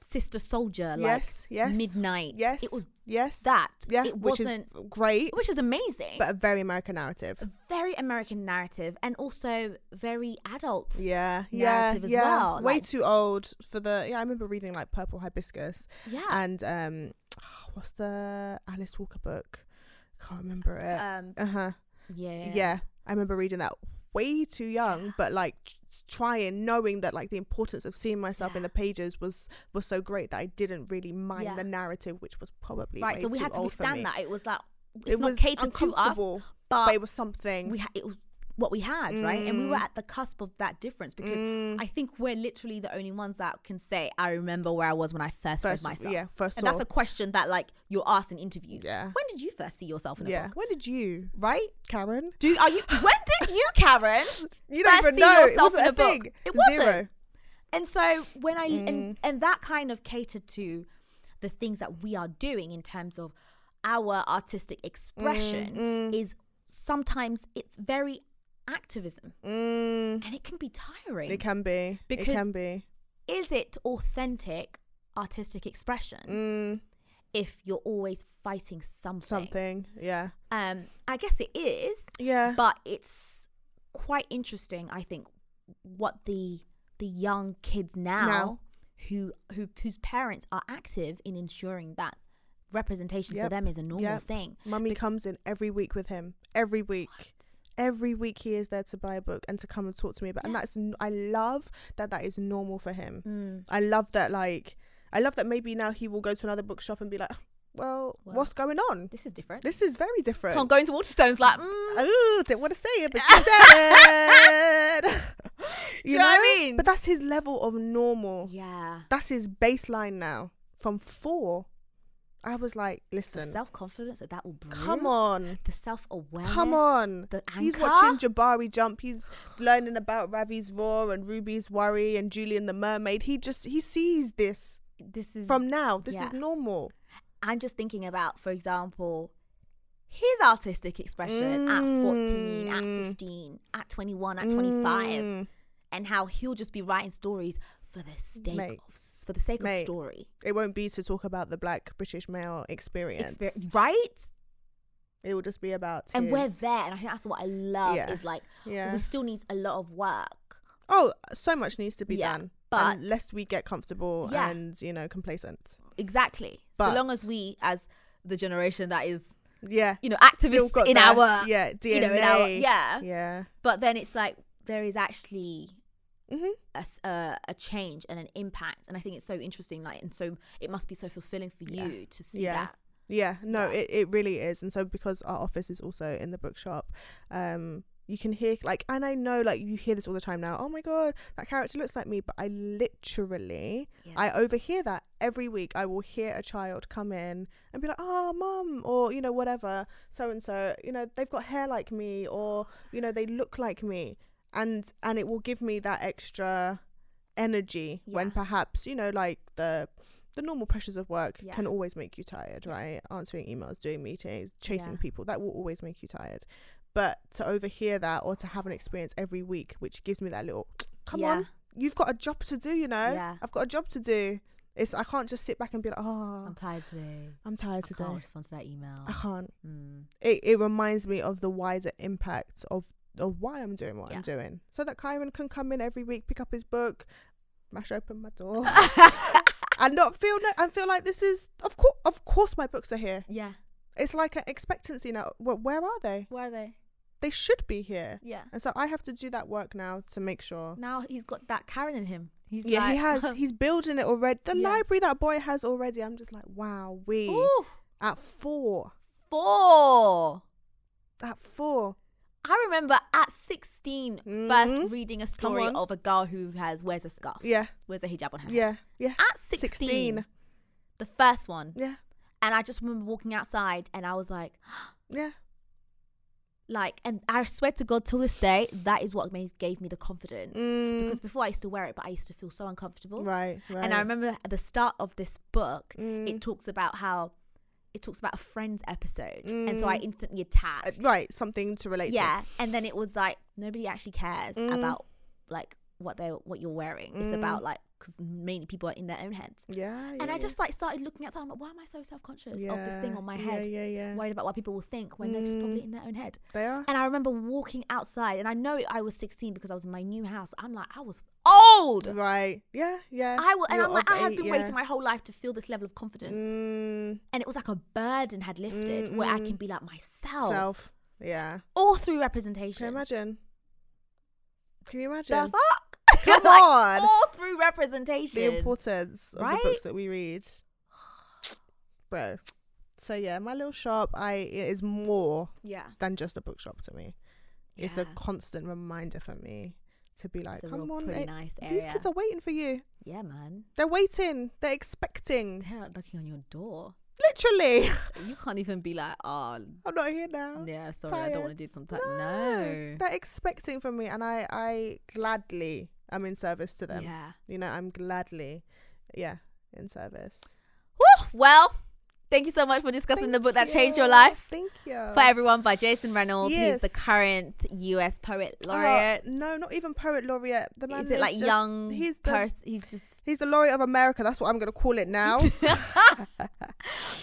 Speaker 3: Sister Soldier, like
Speaker 2: yes, yes.
Speaker 3: Midnight.
Speaker 2: Yes.
Speaker 3: It was
Speaker 2: yes.
Speaker 3: that.
Speaker 2: Yeah,
Speaker 3: It
Speaker 2: which is
Speaker 3: wasn't
Speaker 2: great,
Speaker 3: which is amazing.
Speaker 2: but a very American narrative.
Speaker 3: very American narrative and also very adult.
Speaker 2: Yeah, yeah,
Speaker 3: narrative as
Speaker 2: yeah.
Speaker 3: well,
Speaker 2: Way
Speaker 3: like-
Speaker 2: too old for the. Yeah, I remember reading like Purple Hibiscus
Speaker 3: Yeah.
Speaker 2: and um, what's the Alice Walker book? Can't remember it.
Speaker 3: um
Speaker 2: Uh huh.
Speaker 3: yeah.
Speaker 2: Yeah. I remember reading that way too young, but like t- trying, knowing that like the importance of seeing myself in
Speaker 3: Yeah.
Speaker 2: the pages was was so great that I didn't really mind
Speaker 3: Yeah.
Speaker 2: the narrative, which was probably
Speaker 3: Right,
Speaker 2: way
Speaker 3: so we
Speaker 2: too
Speaker 3: had to
Speaker 2: old for me.
Speaker 3: withstand that. It was like it's
Speaker 2: it
Speaker 3: not
Speaker 2: was
Speaker 3: catered to us,
Speaker 2: uncomfortable,
Speaker 3: but,
Speaker 2: but it was something.
Speaker 3: we ha- it was what we had, right? And we were
Speaker 2: Mm.
Speaker 3: at the cusp of that difference because
Speaker 2: Mm.
Speaker 3: I think we're literally the only ones that can say, "I remember where I was when I first,
Speaker 2: first,
Speaker 3: read myself."
Speaker 2: yeah, first
Speaker 3: and that's
Speaker 2: saw-
Speaker 3: a question that like you're asked in interviews.
Speaker 2: Yeah.
Speaker 3: When did you first see yourself in a
Speaker 2: yeah.
Speaker 3: book?
Speaker 2: When did you,
Speaker 3: Right?
Speaker 2: Karen?
Speaker 3: Do are you? When did you, Karen?
Speaker 2: You don't
Speaker 3: first
Speaker 2: even
Speaker 3: see
Speaker 2: know. It
Speaker 3: yourself
Speaker 2: wasn't
Speaker 3: in
Speaker 2: a,
Speaker 3: a book?
Speaker 2: thing.
Speaker 3: It wasn't.
Speaker 2: Zero.
Speaker 3: And so when I
Speaker 2: Mm.
Speaker 3: and, and that kind of catered to the things that we are doing in terms of our artistic expression
Speaker 2: Mm,
Speaker 3: is sometimes it's very activism
Speaker 2: Mm,
Speaker 3: and it can be tiring.
Speaker 2: it can be.
Speaker 3: Because-
Speaker 2: it can be.
Speaker 3: is it authentic artistic expression
Speaker 2: Mm,
Speaker 3: if you're always fighting something?
Speaker 2: something. Yeah.
Speaker 3: Um I guess it is,
Speaker 2: Yeah.
Speaker 3: but it's quite interesting I think what the the young kids now,
Speaker 2: Now.
Speaker 3: who who whose parents are active in ensuring that representation for
Speaker 2: Yep.
Speaker 3: them is a normal
Speaker 2: Yep.
Speaker 3: thing.
Speaker 2: Mummy
Speaker 3: Bec-
Speaker 2: comes in every week with him. Every week. Every week he is there to buy a book and to come and talk to me about. And
Speaker 3: Yeah.
Speaker 2: that's n- I love that that is normal for him.
Speaker 3: Mm,
Speaker 2: I love that like I love that maybe now he will go to another bookshop and be like, well,
Speaker 3: Well.
Speaker 2: what's going on?
Speaker 3: this is different.
Speaker 2: This is very different.
Speaker 3: Can't go into Waterstones like mm,
Speaker 2: oh, didn't want to say it, but you said.
Speaker 3: you know what I mean?
Speaker 2: But that's his level of normal.
Speaker 3: yeah.
Speaker 2: That's his baseline now. From four, I was like,
Speaker 3: The
Speaker 2: listen,
Speaker 3: self confidence that that will bring.
Speaker 2: come on.
Speaker 3: The self awareness.
Speaker 2: Come on.
Speaker 3: The anchor.
Speaker 2: He's watching Jabari jump. He's learning about Ravi's roar and Ruby's worry and Julian the mermaid. He just he sees this
Speaker 3: this is
Speaker 2: from now. This
Speaker 3: Yeah.
Speaker 2: is normal.
Speaker 3: I'm just thinking about, for example, his artistic expression at 14, at
Speaker 2: Mm.
Speaker 3: 15, at 21, at 25,
Speaker 2: Mm.
Speaker 3: and how he'll just be writing stories for the sake
Speaker 2: Mate.
Speaker 3: of for the sake of
Speaker 2: Mate.
Speaker 3: story,
Speaker 2: It won't be to talk about the black British male experience.
Speaker 3: Exper- right?
Speaker 2: It will just be about
Speaker 3: And we're
Speaker 2: his-
Speaker 3: there, and I think that's what I love
Speaker 2: Yeah.
Speaker 3: is like
Speaker 2: Yeah.
Speaker 3: we still need a lot of work.
Speaker 2: Oh, so much needs to be
Speaker 3: Yeah,
Speaker 2: done.
Speaker 3: but-
Speaker 2: unless we get comfortable
Speaker 3: Yeah.
Speaker 2: and, you know, complacent.
Speaker 3: Exactly. so
Speaker 2: But-
Speaker 3: long as we, as the generation that is,
Speaker 2: Yeah.
Speaker 3: you know,
Speaker 2: Still
Speaker 3: activists
Speaker 2: got
Speaker 3: in
Speaker 2: that,
Speaker 3: our,
Speaker 2: yeah, DNA.
Speaker 3: you know, in our, yeah.
Speaker 2: Yeah.
Speaker 3: But then it's like there is actually
Speaker 2: hmm
Speaker 3: a, s- a- a change and an impact and i think it's so interesting like and so it must be so fulfilling for
Speaker 2: Yeah.
Speaker 3: you to see
Speaker 2: Yeah.
Speaker 3: that
Speaker 2: Yeah, no,
Speaker 3: Yeah.
Speaker 2: It, it really is. And so because our office is also in the bookshop, um, you can hear like and I know like you hear this all the time now, oh my god, that character looks like me, but I literally
Speaker 3: Yeah.
Speaker 2: I overhear that every week. I will hear a child come in and be like, Oh mum or, you know, whatever, so and so, you know, they've got hair like me or, you know, they look like me and and it will give me that extra energy when
Speaker 3: Yeah.
Speaker 2: perhaps, you know, like the the normal pressures of work
Speaker 3: Yeah.
Speaker 2: can always make you tired, right? Answering emails, doing meetings, chasing
Speaker 3: Yeah.
Speaker 2: people, that will always make you tired. But to overhear that or to have an experience every week, which gives me that little, come
Speaker 3: Yeah.
Speaker 2: on, you've got a job to do, you know?
Speaker 3: Yeah.
Speaker 2: I've got a job to do. It's I can't just sit back and be like, oh,
Speaker 3: i'm
Speaker 2: I'm,
Speaker 3: tired today
Speaker 2: tired
Speaker 3: i can't
Speaker 2: today.
Speaker 3: respond to that email
Speaker 2: I can't.
Speaker 3: Mm.
Speaker 2: It, it reminds me of the wider impact of, of why I'm doing what
Speaker 3: Yeah.
Speaker 2: I'm doing. So that Kyron can come in every week, pick up his book, mash open my door. and not feel no, and feel like this is of course of course my books are here.
Speaker 3: yeah
Speaker 2: It's like an expectancy now. Well, where are they?
Speaker 3: where are they
Speaker 2: They should be here.
Speaker 3: yeah
Speaker 2: And so I have to do that work now to make sure.
Speaker 3: now he's got that karen in him he's
Speaker 2: yeah,
Speaker 3: like, um,
Speaker 2: he has. He's building it already. The
Speaker 3: Yeah.
Speaker 2: library that boy has already. I'm just like, wow, we
Speaker 3: Ooh,
Speaker 2: at four,
Speaker 3: four
Speaker 2: at four.
Speaker 3: I remember at 16
Speaker 2: Mhm.
Speaker 3: first reading a story
Speaker 2: on.
Speaker 3: of a girl who has wears a scarf,
Speaker 2: Yeah,
Speaker 3: wears a hijab on her. head.
Speaker 2: yeah, yeah.
Speaker 3: At 16, 16, the first one,
Speaker 2: Yeah,
Speaker 3: and I just remember walking outside and I was like,
Speaker 2: yeah.
Speaker 3: like and i swear to god till this day that is what made, gave me the confidence
Speaker 2: Mm.
Speaker 3: because before i used to wear it but i used to feel so uncomfortable
Speaker 2: Right, right.
Speaker 3: and i remember at the start of this book
Speaker 2: Mm.
Speaker 3: it talks about how it talks about a friends episode and so i instantly attached
Speaker 2: Mm. Uh, right, something to relate
Speaker 3: yeah and then it was like nobody actually cares
Speaker 2: Mm.
Speaker 3: about like what they what you're wearing it's
Speaker 2: Mm.
Speaker 3: about like because mainly people are in their own heads.
Speaker 2: Yeah.
Speaker 3: And
Speaker 2: yeah,
Speaker 3: I just like started looking at something like, why am I so self conscious
Speaker 2: yeah.
Speaker 3: of this thing on my head?
Speaker 2: Yeah, Mm. yeah, yeah.
Speaker 3: Worried about what people will think when they're just probably in their own head.
Speaker 2: They are.
Speaker 3: And I remember walking outside, and I know I was 16 because I was in my new house. I'm like, I was old.
Speaker 2: Right. Yeah, yeah.
Speaker 3: I will, and
Speaker 2: You're
Speaker 3: I'm like,
Speaker 2: of
Speaker 3: I have
Speaker 2: eight,
Speaker 3: been
Speaker 2: yeah.
Speaker 3: waiting my whole life to feel this level of confidence,
Speaker 2: Mm,
Speaker 3: and it was like a burden had lifted where I can be like myself,
Speaker 2: self. Yeah.
Speaker 3: all through
Speaker 2: Can you
Speaker 3: representation.
Speaker 2: imagine? Can you
Speaker 3: The
Speaker 2: imagine
Speaker 3: fuck?
Speaker 2: Come
Speaker 3: Like,
Speaker 2: on.
Speaker 3: all through
Speaker 2: the
Speaker 3: representation.
Speaker 2: importance of
Speaker 3: Right?
Speaker 2: the books that we read, bro? So yeah, my little shop, I it is more
Speaker 3: yeah,
Speaker 2: than just a bookshop to me. It's a
Speaker 3: Yeah.
Speaker 2: constant reminder for me to be like,
Speaker 3: it's a
Speaker 2: come
Speaker 3: real
Speaker 2: on,
Speaker 3: pretty
Speaker 2: eh,
Speaker 3: nice area.
Speaker 2: these kids are waiting for you.
Speaker 3: yeah, man,
Speaker 2: They're waiting. They're expecting.
Speaker 3: they're not knocking on your door.
Speaker 2: Literally,
Speaker 3: You can't even be like, oh,
Speaker 2: I'm not here now.
Speaker 3: yeah, sorry, I don't want to do
Speaker 2: tired.
Speaker 3: some type. No.
Speaker 2: they're expecting from me, and I, I gladly am in service to them.
Speaker 3: Yeah.
Speaker 2: You know, I'm gladly, yeah, in service.
Speaker 3: Whew, well, thank you so much for discussing the
Speaker 2: Thank
Speaker 3: book that changed your
Speaker 2: you.
Speaker 3: life.
Speaker 2: Thank you.
Speaker 3: For Everyone by Jason Reynolds, who's the
Speaker 2: Yes.
Speaker 3: current US poet
Speaker 2: Oh,
Speaker 3: laureate.
Speaker 2: no, not even poet laureate. The man
Speaker 3: is it like
Speaker 2: just-
Speaker 3: young
Speaker 2: He's the
Speaker 3: person? He's just
Speaker 2: he's the laureate of America. That's what I'm gonna call it now.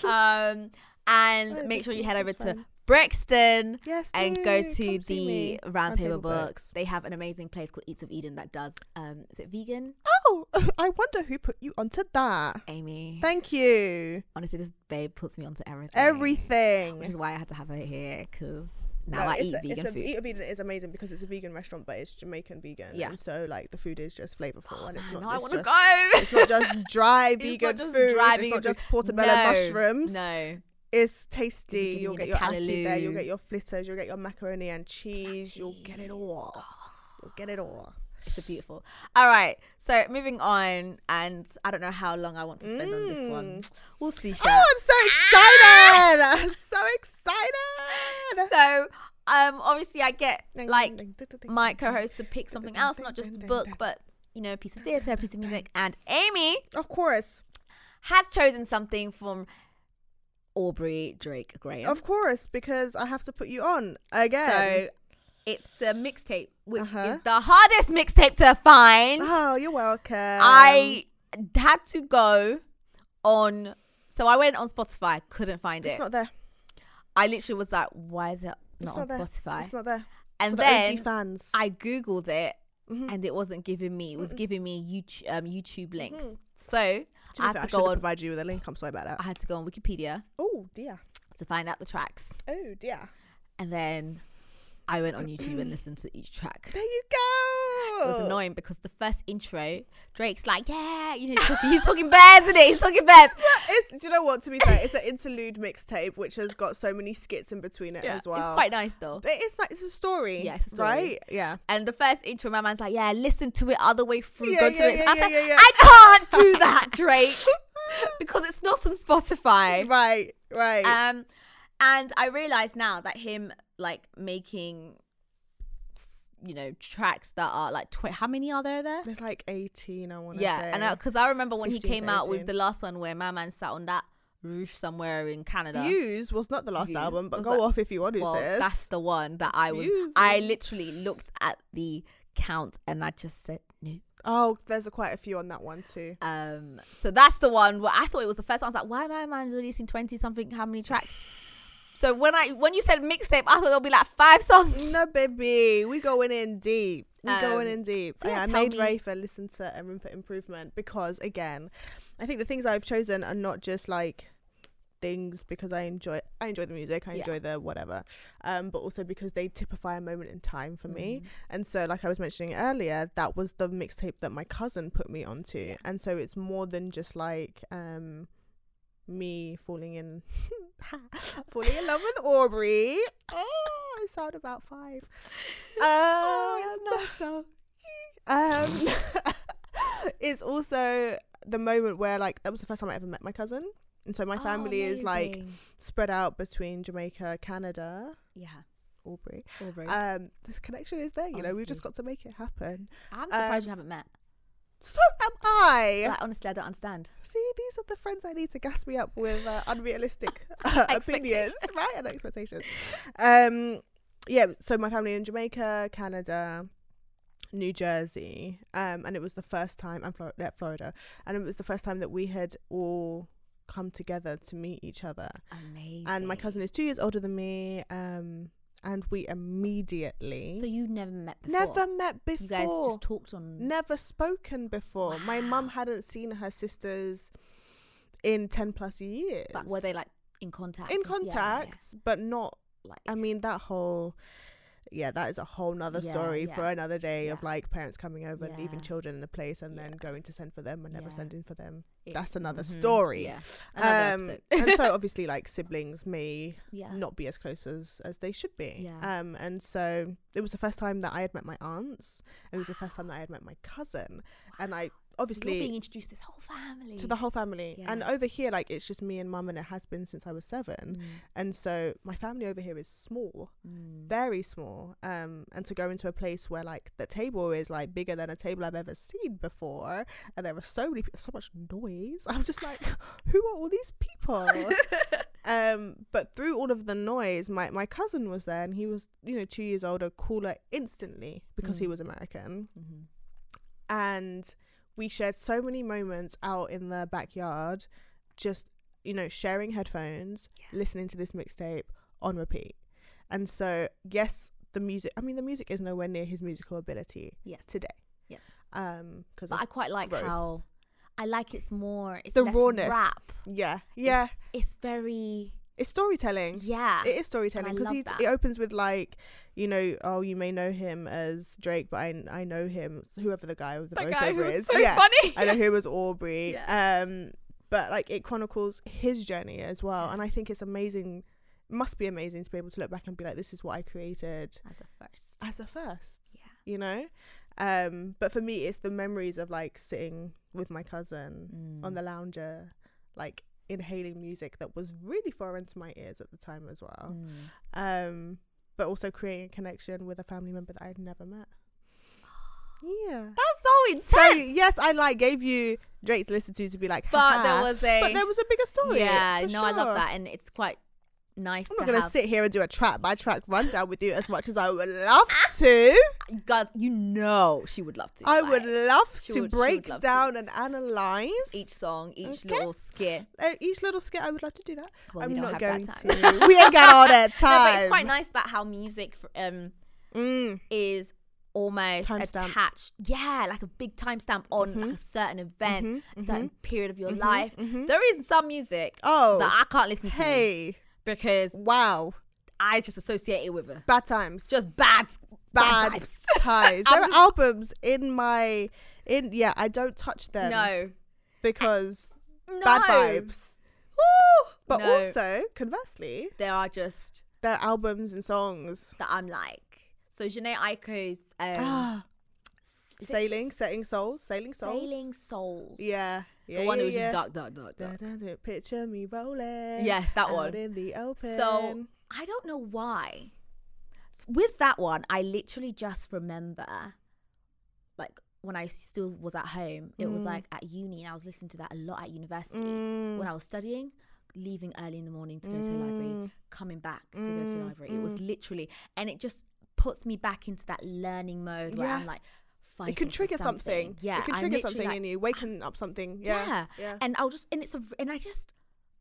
Speaker 3: um and
Speaker 2: Oh,
Speaker 3: make
Speaker 2: this
Speaker 3: sure you
Speaker 2: one
Speaker 3: head over
Speaker 2: sounds
Speaker 3: to
Speaker 2: fun.
Speaker 3: Brixton
Speaker 2: yes,
Speaker 3: and go
Speaker 2: do.
Speaker 3: to
Speaker 2: Come see
Speaker 3: the
Speaker 2: me.
Speaker 3: Roundtable
Speaker 2: Roundtable
Speaker 3: books.
Speaker 2: Books.
Speaker 3: They have an amazing place called Eats of Eden that does um is it vegan?
Speaker 2: Oh, I wonder who put you onto that.
Speaker 3: Amy.
Speaker 2: Thank you.
Speaker 3: Honestly, this babe puts me onto everything.
Speaker 2: Everything.
Speaker 3: Which is why I had to have her here because now
Speaker 2: No,
Speaker 3: I
Speaker 2: it's
Speaker 3: eat
Speaker 2: a-
Speaker 3: vegan
Speaker 2: it's
Speaker 3: food.
Speaker 2: A, Eat a vegan is amazing because it's a vegan restaurant, but it's Jamaican vegan.
Speaker 3: Yeah. Oh,
Speaker 2: And so like the food is just flavorful and it's
Speaker 3: Man,
Speaker 2: not.
Speaker 3: now I
Speaker 2: it's
Speaker 3: want to
Speaker 2: just-
Speaker 3: go.
Speaker 2: It's not just dry
Speaker 3: It's
Speaker 2: vegan
Speaker 3: not just
Speaker 2: food.
Speaker 3: dry
Speaker 2: it's
Speaker 3: vegan
Speaker 2: not just
Speaker 3: food.
Speaker 2: portobello
Speaker 3: No,
Speaker 2: mushrooms.
Speaker 3: No.
Speaker 2: It's
Speaker 3: You'll be
Speaker 2: tasty.
Speaker 3: giving
Speaker 2: You'll
Speaker 3: me
Speaker 2: get
Speaker 3: the
Speaker 2: your ackee there. You'll
Speaker 3: callaloo.
Speaker 2: get your flitters. You'll get your macaroni and cheese. You'll get it all. You'll get it all.
Speaker 3: It's a beautiful. All right. So moving on, and I don't know how long I want to spend on this one. We'll see. Sha.
Speaker 2: Mm. Oh, I'm so excited! I'm so excited!
Speaker 3: so, um, obviously, I get
Speaker 2: Ding,
Speaker 3: like
Speaker 2: ding, ding, ding, ding,
Speaker 3: my
Speaker 2: ding,
Speaker 3: co-host to pick something else, not just a book, but you know, a piece of theatre, a piece of music, and Amy
Speaker 2: Of course,
Speaker 3: has chosen something from Aubrey Drake Graham.
Speaker 2: of course, because I have to put you on again.
Speaker 3: So it's a mixtape, which
Speaker 2: Uh-huh.
Speaker 3: is the hardest mixtape to find.
Speaker 2: oh, you're welcome.
Speaker 3: I had to go on. So I went on Spotify, couldn't find
Speaker 2: It's
Speaker 3: it.
Speaker 2: not there.
Speaker 3: I literally was like, why is it
Speaker 2: It's
Speaker 3: not
Speaker 2: not
Speaker 3: on
Speaker 2: there.
Speaker 3: Spotify?
Speaker 2: It's not there.
Speaker 3: and
Speaker 2: For the
Speaker 3: then
Speaker 2: OG fans. Mm-hmm.
Speaker 3: I Googled it and it wasn't giving me, it was giving me YouTube, um, YouTube links. So
Speaker 2: To be
Speaker 3: I had
Speaker 2: fair,
Speaker 3: to
Speaker 2: should
Speaker 3: go
Speaker 2: have
Speaker 3: on.
Speaker 2: provided you with a link. I'm sorry about that.
Speaker 3: I had to go on Wikipedia
Speaker 2: Oh dear.
Speaker 3: to find out the tracks,
Speaker 2: Oh dear.
Speaker 3: and then I went on YouTube and listened to each track.
Speaker 2: There you go.
Speaker 3: It was annoying because the first intro, Drake's like, "Yeah, you know, he's talking, he's talking bears, isn't he? He's talking bears."
Speaker 2: It's, do you know what? To be fair, it's an interlude mixtape which has got so many skits in between it as well.
Speaker 3: It's quite nice though.
Speaker 2: But it's like it's a story.
Speaker 3: Yeah, it's a story.
Speaker 2: Right? Yeah.
Speaker 3: And the first intro, my man's like, "Yeah, listen to it all the way through."
Speaker 2: Yeah,
Speaker 3: go to
Speaker 2: yeah,
Speaker 3: it.
Speaker 2: yeah,
Speaker 3: I was
Speaker 2: yeah,
Speaker 3: like,
Speaker 2: yeah, yeah.
Speaker 3: I can't do that, Drake, because it's not on Spotify.
Speaker 2: Right. Right.
Speaker 3: Um, and I realize now that him like making, s- you know, tracks that are like tw- how many are there there?
Speaker 2: There's like 18, I want to
Speaker 3: Yeah,
Speaker 2: say.
Speaker 3: and because I, remember when he
Speaker 2: 15 to
Speaker 3: came out with
Speaker 2: 18.
Speaker 3: the last one where my man sat on that roof somewhere in Canada.
Speaker 2: Views was not the last
Speaker 3: Views
Speaker 2: album, but
Speaker 3: was
Speaker 2: go
Speaker 3: that-
Speaker 2: off if you want to.
Speaker 3: well,
Speaker 2: sis.
Speaker 3: that's the one that I was.
Speaker 2: Views
Speaker 3: I
Speaker 2: was-
Speaker 3: literally looked at the count and I just said no.
Speaker 2: Oh, there's a, quite a few on that one too.
Speaker 3: Um, so that's the one where I thought it was the first one. I was like, why my man's releasing twenty something? How many tracks? So when I when you said mixtape, I thought there'll be like five songs.
Speaker 2: No, baby, we going in deep. We going
Speaker 3: Um,
Speaker 2: in deep.
Speaker 3: so yeah,
Speaker 2: yeah, I
Speaker 3: tell
Speaker 2: made
Speaker 3: me-
Speaker 2: Rafa listen to a room for improvement because again, I think the things I've chosen are not just like things because I enjoy I enjoy the music, I
Speaker 3: Yeah.
Speaker 2: enjoy the whatever, um, but also because they typify a moment in time for
Speaker 3: Mm.
Speaker 2: me. And so, like I was mentioning earlier, that was the mixtape that my cousin put me onto, and so it's more than just like um me falling in falling in love with Aubrey. Oh, I sound about five.
Speaker 3: Uh, Oh,
Speaker 2: Um, um, it's also the moment where like that was the first time I ever met my cousin. And so my
Speaker 3: Oh,
Speaker 2: family is like spread out between Jamaica, Canada,
Speaker 3: yeah,
Speaker 2: Aubrey.
Speaker 3: Aubrey.
Speaker 2: Um, this connection is there, you know, we've
Speaker 3: Honestly.
Speaker 2: just got to make it happen.
Speaker 3: I'm surprised
Speaker 2: um,
Speaker 3: you haven't met.
Speaker 2: So am I.
Speaker 3: Like honestly, I don't understand.
Speaker 2: See, these are the friends I need to gas me up with uh, unrealistic uh,
Speaker 3: Expectations.
Speaker 2: opinions, right? And expectations. Um, yeah. So my family in Jamaica, Canada, New Jersey, um, and it was the first time, and Flor- yeah, Florida, and it was the first time that we had all come together to meet each other.
Speaker 3: Amazing.
Speaker 2: And my cousin is two years older than me, um, and we immediately
Speaker 3: So you never met before.
Speaker 2: never met before.
Speaker 3: You guys just talked on.
Speaker 2: never spoken before. My mum
Speaker 3: Wow.
Speaker 2: hadn't seen her sisters in ten plus years.
Speaker 3: But were they like in contact?
Speaker 2: in
Speaker 3: Yeah, yeah, yeah.
Speaker 2: contact, but not
Speaker 3: Like.
Speaker 2: I mean that whole yeah, that is a whole nother
Speaker 3: Yeah,
Speaker 2: story for
Speaker 3: yeah,
Speaker 2: another day of
Speaker 3: yeah.
Speaker 2: like parents coming over and leaving
Speaker 3: Yeah.
Speaker 2: children in a place and then
Speaker 3: Yeah.
Speaker 2: going to send for them and never
Speaker 3: Yeah.
Speaker 2: sending for them.
Speaker 3: it-
Speaker 2: that's another
Speaker 3: mhm,
Speaker 2: story.
Speaker 3: Yeah. Another
Speaker 2: um,
Speaker 3: episode.
Speaker 2: and so obviously like siblings may
Speaker 3: yeah.
Speaker 2: not be as close as, as they should be.
Speaker 3: Yeah.
Speaker 2: Um and so it was the first time that I had met my aunts and it was the first time that I had met my cousin. And I
Speaker 3: so
Speaker 2: obviously
Speaker 3: you're being introduced to this whole family.
Speaker 2: to the whole family. And
Speaker 3: Yeah.
Speaker 2: over here like it's just me and mum and it has been since I was seven.
Speaker 3: Mm,
Speaker 2: And so my family over here is small
Speaker 3: mm.
Speaker 2: very small um and to go into a place where like the table is like bigger than a table i've ever seen before and there was so many pe- so much noise i was just like who are all these people um but through all of the noise my my cousin was there and he was you know two years older cooler instantly because he
Speaker 3: Mm.
Speaker 2: was american
Speaker 3: Mhm.
Speaker 2: and we shared so many moments out in the backyard just you know sharing headphones
Speaker 3: Yeah.
Speaker 2: listening to this mixtape on repeat and so yes the music i mean the music is nowhere near his musical ability
Speaker 3: Yes.
Speaker 2: today
Speaker 3: Yeah.
Speaker 2: um because
Speaker 3: But I quite like
Speaker 2: growth.
Speaker 3: how. I like it's more. It's
Speaker 2: The
Speaker 3: less
Speaker 2: rawness.
Speaker 3: Rap.
Speaker 2: yeah yeah it's,
Speaker 3: It's, it's very.
Speaker 2: storytelling
Speaker 3: Yeah.
Speaker 2: it is storytelling because
Speaker 3: love
Speaker 2: he
Speaker 3: that.
Speaker 2: it opens with like you know oh you may know him as drake but i, I know him whoever the guy with the
Speaker 3: that
Speaker 2: voiceover
Speaker 3: guy who was
Speaker 2: is
Speaker 3: so
Speaker 2: yeah
Speaker 3: funny.
Speaker 2: I know who was Aubrey.
Speaker 3: Yeah.
Speaker 2: Um, but like it chronicles his journey as well, and I think it's amazing. Must be amazing to be able to look back and be like, this is what I created
Speaker 3: As a first.
Speaker 2: as a first,
Speaker 3: Yeah.
Speaker 2: you know. Um, but for me, it's the memories of like sitting with my cousin
Speaker 3: Mm.
Speaker 2: on the lounger, like inhaling music that was really foreign to my ears at the time as well.
Speaker 3: Mm.
Speaker 2: Um, but also creating a connection with a family member that I'd never met. Yeah.
Speaker 3: That's so intense.
Speaker 2: So yes, I like gave you Drake to listen to to be like,
Speaker 3: but there
Speaker 2: "Haha,"
Speaker 3: was a.
Speaker 2: but there was a bigger story.
Speaker 3: yeah.
Speaker 2: for
Speaker 3: No, I love
Speaker 2: sure.
Speaker 3: that, and it's quite nice.
Speaker 2: I'm not
Speaker 3: to
Speaker 2: gonna
Speaker 3: have.
Speaker 2: sit here and do a track by track rundown with you as much as I would love to.
Speaker 3: guys, you know she would love to.
Speaker 2: I
Speaker 3: like,
Speaker 2: would love
Speaker 3: she
Speaker 2: to
Speaker 3: would- she would
Speaker 2: break
Speaker 3: love to.
Speaker 2: down and analyze
Speaker 3: each song, each
Speaker 2: Okay.
Speaker 3: little skit.
Speaker 2: uh, each little skit. I would love to do that.
Speaker 3: Well,
Speaker 2: I'm
Speaker 3: we don't have
Speaker 2: not going
Speaker 3: that time.
Speaker 2: to. we ain't got all that
Speaker 3: No,
Speaker 2: time.
Speaker 3: but it's quite nice that how music f- um
Speaker 2: Mm,
Speaker 3: is almost
Speaker 2: Timestamp.
Speaker 3: attached. Yeah, like a big timestamp on
Speaker 2: Mm-hmm.
Speaker 3: like a certain event, a certain period of your life. There is some music
Speaker 2: Oh,
Speaker 3: that I can't listen to
Speaker 2: hey,
Speaker 3: because
Speaker 2: wow,
Speaker 3: I just associate it with a,
Speaker 2: bad times.
Speaker 3: just bad, bad,
Speaker 2: bad
Speaker 3: vibes.
Speaker 2: times.
Speaker 3: I'm
Speaker 2: There are
Speaker 3: just-
Speaker 2: albums in my in yeah. I don't touch them
Speaker 3: no,
Speaker 2: because
Speaker 3: no
Speaker 2: bad vibes.
Speaker 3: Woo!
Speaker 2: But
Speaker 3: No.
Speaker 2: also, conversely,
Speaker 3: there are just
Speaker 2: there are albums and songs.
Speaker 3: that I'm like. So Janae Aiko's um, is it
Speaker 2: sailing, setting souls, sailing Ah, souls.
Speaker 3: Sailing Souls.
Speaker 2: Yeah, yeah,
Speaker 3: The one
Speaker 2: yeah,
Speaker 3: that was
Speaker 2: yeah.
Speaker 3: just dark, dark, dark,
Speaker 2: Da,
Speaker 3: dark.
Speaker 2: da, da, picture me rolling.
Speaker 3: Yes, that
Speaker 2: out
Speaker 3: one.
Speaker 2: in the open.
Speaker 3: So I don't know why. S- With that one, I literally just remember, like when I still was at home, it was
Speaker 2: Mm.
Speaker 3: like at uni, and I was listening to that a lot at university
Speaker 2: Mm,
Speaker 3: when I was studying, leaving early in the morning to go to the library, coming back to go to the
Speaker 2: Mm,
Speaker 3: library. It was literally, and it just puts me back into that learning mode where
Speaker 2: Yeah.
Speaker 3: I'm like,
Speaker 2: it
Speaker 3: fighting
Speaker 2: can
Speaker 3: for
Speaker 2: trigger something.
Speaker 3: Yeah,
Speaker 2: it can
Speaker 3: I'm
Speaker 2: trigger
Speaker 3: literally
Speaker 2: something
Speaker 3: like,
Speaker 2: in you, waken up something.
Speaker 3: yeah.
Speaker 2: Yeah, yeah.
Speaker 3: And I'll just and it's a and I just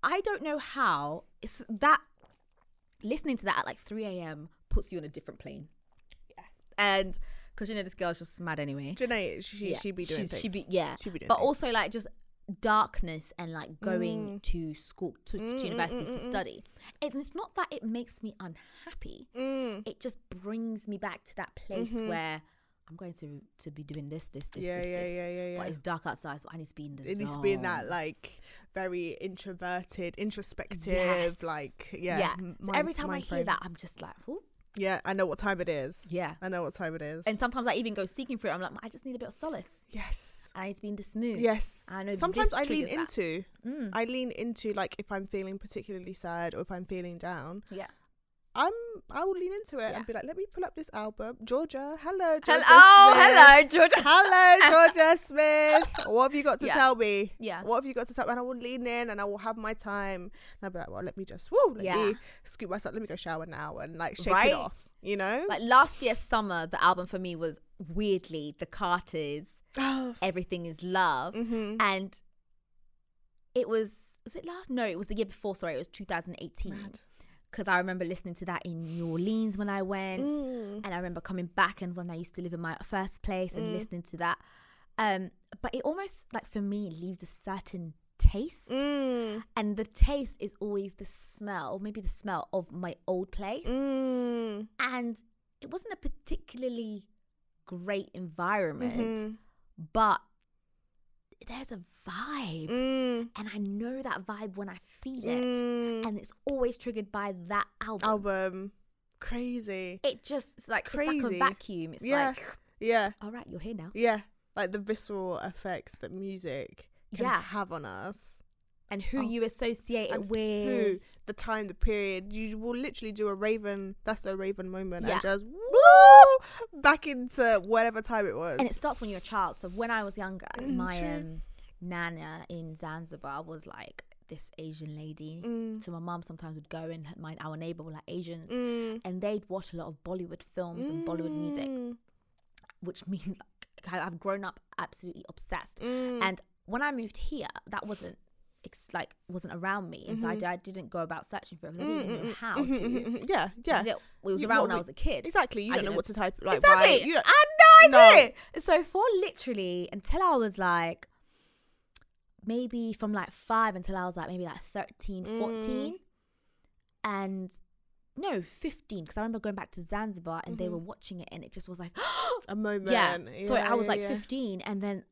Speaker 3: I don't know how it's that listening to that at like 3 a.m. puts you on a different plane. Yeah. And because you know this girl's just mad anyway.
Speaker 2: Janae, she
Speaker 3: Yeah,
Speaker 2: she be doing
Speaker 3: she's-
Speaker 2: things.
Speaker 3: She be yeah.
Speaker 2: She be doing
Speaker 3: but
Speaker 2: things. Mm.
Speaker 3: also like just darkness and like going to school to, to university to study. And it's not that it makes me unhappy.
Speaker 2: Mm.
Speaker 3: It just brings me back to that place where I'm going to to be doing this, this, this,
Speaker 2: Mm-hmm. Yeah,
Speaker 3: this,
Speaker 2: yeah,
Speaker 3: this.
Speaker 2: yeah, yeah,
Speaker 3: But
Speaker 2: yeah.
Speaker 3: it's dark outside, so I need to be in the
Speaker 2: it
Speaker 3: zone.
Speaker 2: needs to be in that like very introverted, introspective,
Speaker 3: Yes.
Speaker 2: like yeah. m-
Speaker 3: So
Speaker 2: mind-
Speaker 3: every time I
Speaker 2: mind
Speaker 3: hear
Speaker 2: frame.
Speaker 3: that, I'm just like, oh,
Speaker 2: yeah, I know what time it is.
Speaker 3: yeah.
Speaker 2: I know what time it is.
Speaker 3: And sometimes I even go seeking for it. I'm like, I just need a bit of solace.
Speaker 2: yes,
Speaker 3: I need to be in this mood.
Speaker 2: yes.
Speaker 3: I know
Speaker 2: Sometimes
Speaker 3: this
Speaker 2: I lean
Speaker 3: triggers
Speaker 2: into.
Speaker 3: Mm.
Speaker 2: I lean into like if I'm feeling particularly sad or if I'm feeling down,
Speaker 3: Yeah.
Speaker 2: I'm I will lean into it
Speaker 3: Yeah.
Speaker 2: and be like, let me pull up this album, Georgia. Hello,
Speaker 3: Hello.
Speaker 2: Georgia
Speaker 3: Oh, hello, Georgia.
Speaker 2: Smith. hello, Georgia Smith. What have you got to
Speaker 3: Yeah.
Speaker 2: tell me?
Speaker 3: Yeah.
Speaker 2: What have you got to tell? me? And I will lean in and I will have my time. And I'll be like, well, let me just woo, let
Speaker 3: Yeah.
Speaker 2: me scoop myself, let me go shower now and like shake
Speaker 3: Right?
Speaker 2: it off. You know?
Speaker 3: Like last year's summer, the album for me was weirdly the Carters,
Speaker 2: Oh,
Speaker 3: Everything is Love,
Speaker 2: mm-hmm.
Speaker 3: and it was was it last? No, it was the year before. Sorry, it was 2018. Because I remember listening to that in New Orleans when I went,
Speaker 2: Mm.
Speaker 3: and I remember coming back and when I used to live in my first place
Speaker 2: Mm.
Speaker 3: and listening to that. Um, but it almost like for me it leaves a certain taste,
Speaker 2: Mm.
Speaker 3: and the taste is always the smell, maybe the smell of my old place
Speaker 2: Mm.
Speaker 3: and it wasn't a particularly great environment,
Speaker 2: Mhm.
Speaker 3: but there's a vibe,
Speaker 2: Mm.
Speaker 3: and I know that vibe when I feel it,
Speaker 2: Mm.
Speaker 3: and it's always triggered by that album.
Speaker 2: Album. Crazy.
Speaker 3: It just it's like it's like a
Speaker 2: crazy.
Speaker 3: vacuum. It's
Speaker 2: yeah.
Speaker 3: like
Speaker 2: yeah.
Speaker 3: all right, you're here now,
Speaker 2: Yeah. Like the visceral effects that music can
Speaker 3: Yeah.
Speaker 2: have on us.
Speaker 3: and who
Speaker 2: Oh.
Speaker 3: you associate it
Speaker 2: And
Speaker 3: with.
Speaker 2: Who, the time, the period. You will literally do a Raven, that's a Raven moment,
Speaker 3: Yeah.
Speaker 2: and just woo, back into whatever time it was.
Speaker 3: And it starts when you're a child. So when I was younger,
Speaker 2: Mm, true.
Speaker 3: my um, nana in Zanzibar was like this Asian lady.
Speaker 2: Mm.
Speaker 3: So my mum sometimes would go and my our neighbour were like Asians,
Speaker 2: Mm.
Speaker 3: and they'd watch a lot of Bollywood films and Bollywood music,
Speaker 2: Mm.
Speaker 3: which means like I- I've grown up absolutely obsessed.
Speaker 2: Mm.
Speaker 3: And when I moved here, that wasn't it's like wasn't around me, and so I,
Speaker 2: Mm-hmm.
Speaker 3: d- I didn't go about searching for it because I didn't even know how to.
Speaker 2: Mhm, mhm, mhm. Yeah, yeah.
Speaker 3: 'Cause It, it was
Speaker 2: You-
Speaker 3: around
Speaker 2: what
Speaker 3: when I
Speaker 2: we-
Speaker 3: was a kid.
Speaker 2: Exactly. You
Speaker 3: I didn't
Speaker 2: don't know
Speaker 3: know-
Speaker 2: what to type. Like,
Speaker 3: exactly.
Speaker 2: Why, you don't,
Speaker 3: I had no
Speaker 2: No.
Speaker 3: idea. So for literally until I was like maybe from like five until I was like maybe like 13,
Speaker 2: Mm.
Speaker 3: 14 and no, 15 because I remember going back to Zanzibar and they were watching it and it just was like
Speaker 2: a moment.
Speaker 3: yeah. So I was
Speaker 2: Mm-hmm. yeah,
Speaker 3: like
Speaker 2: yeah.
Speaker 3: 15 and then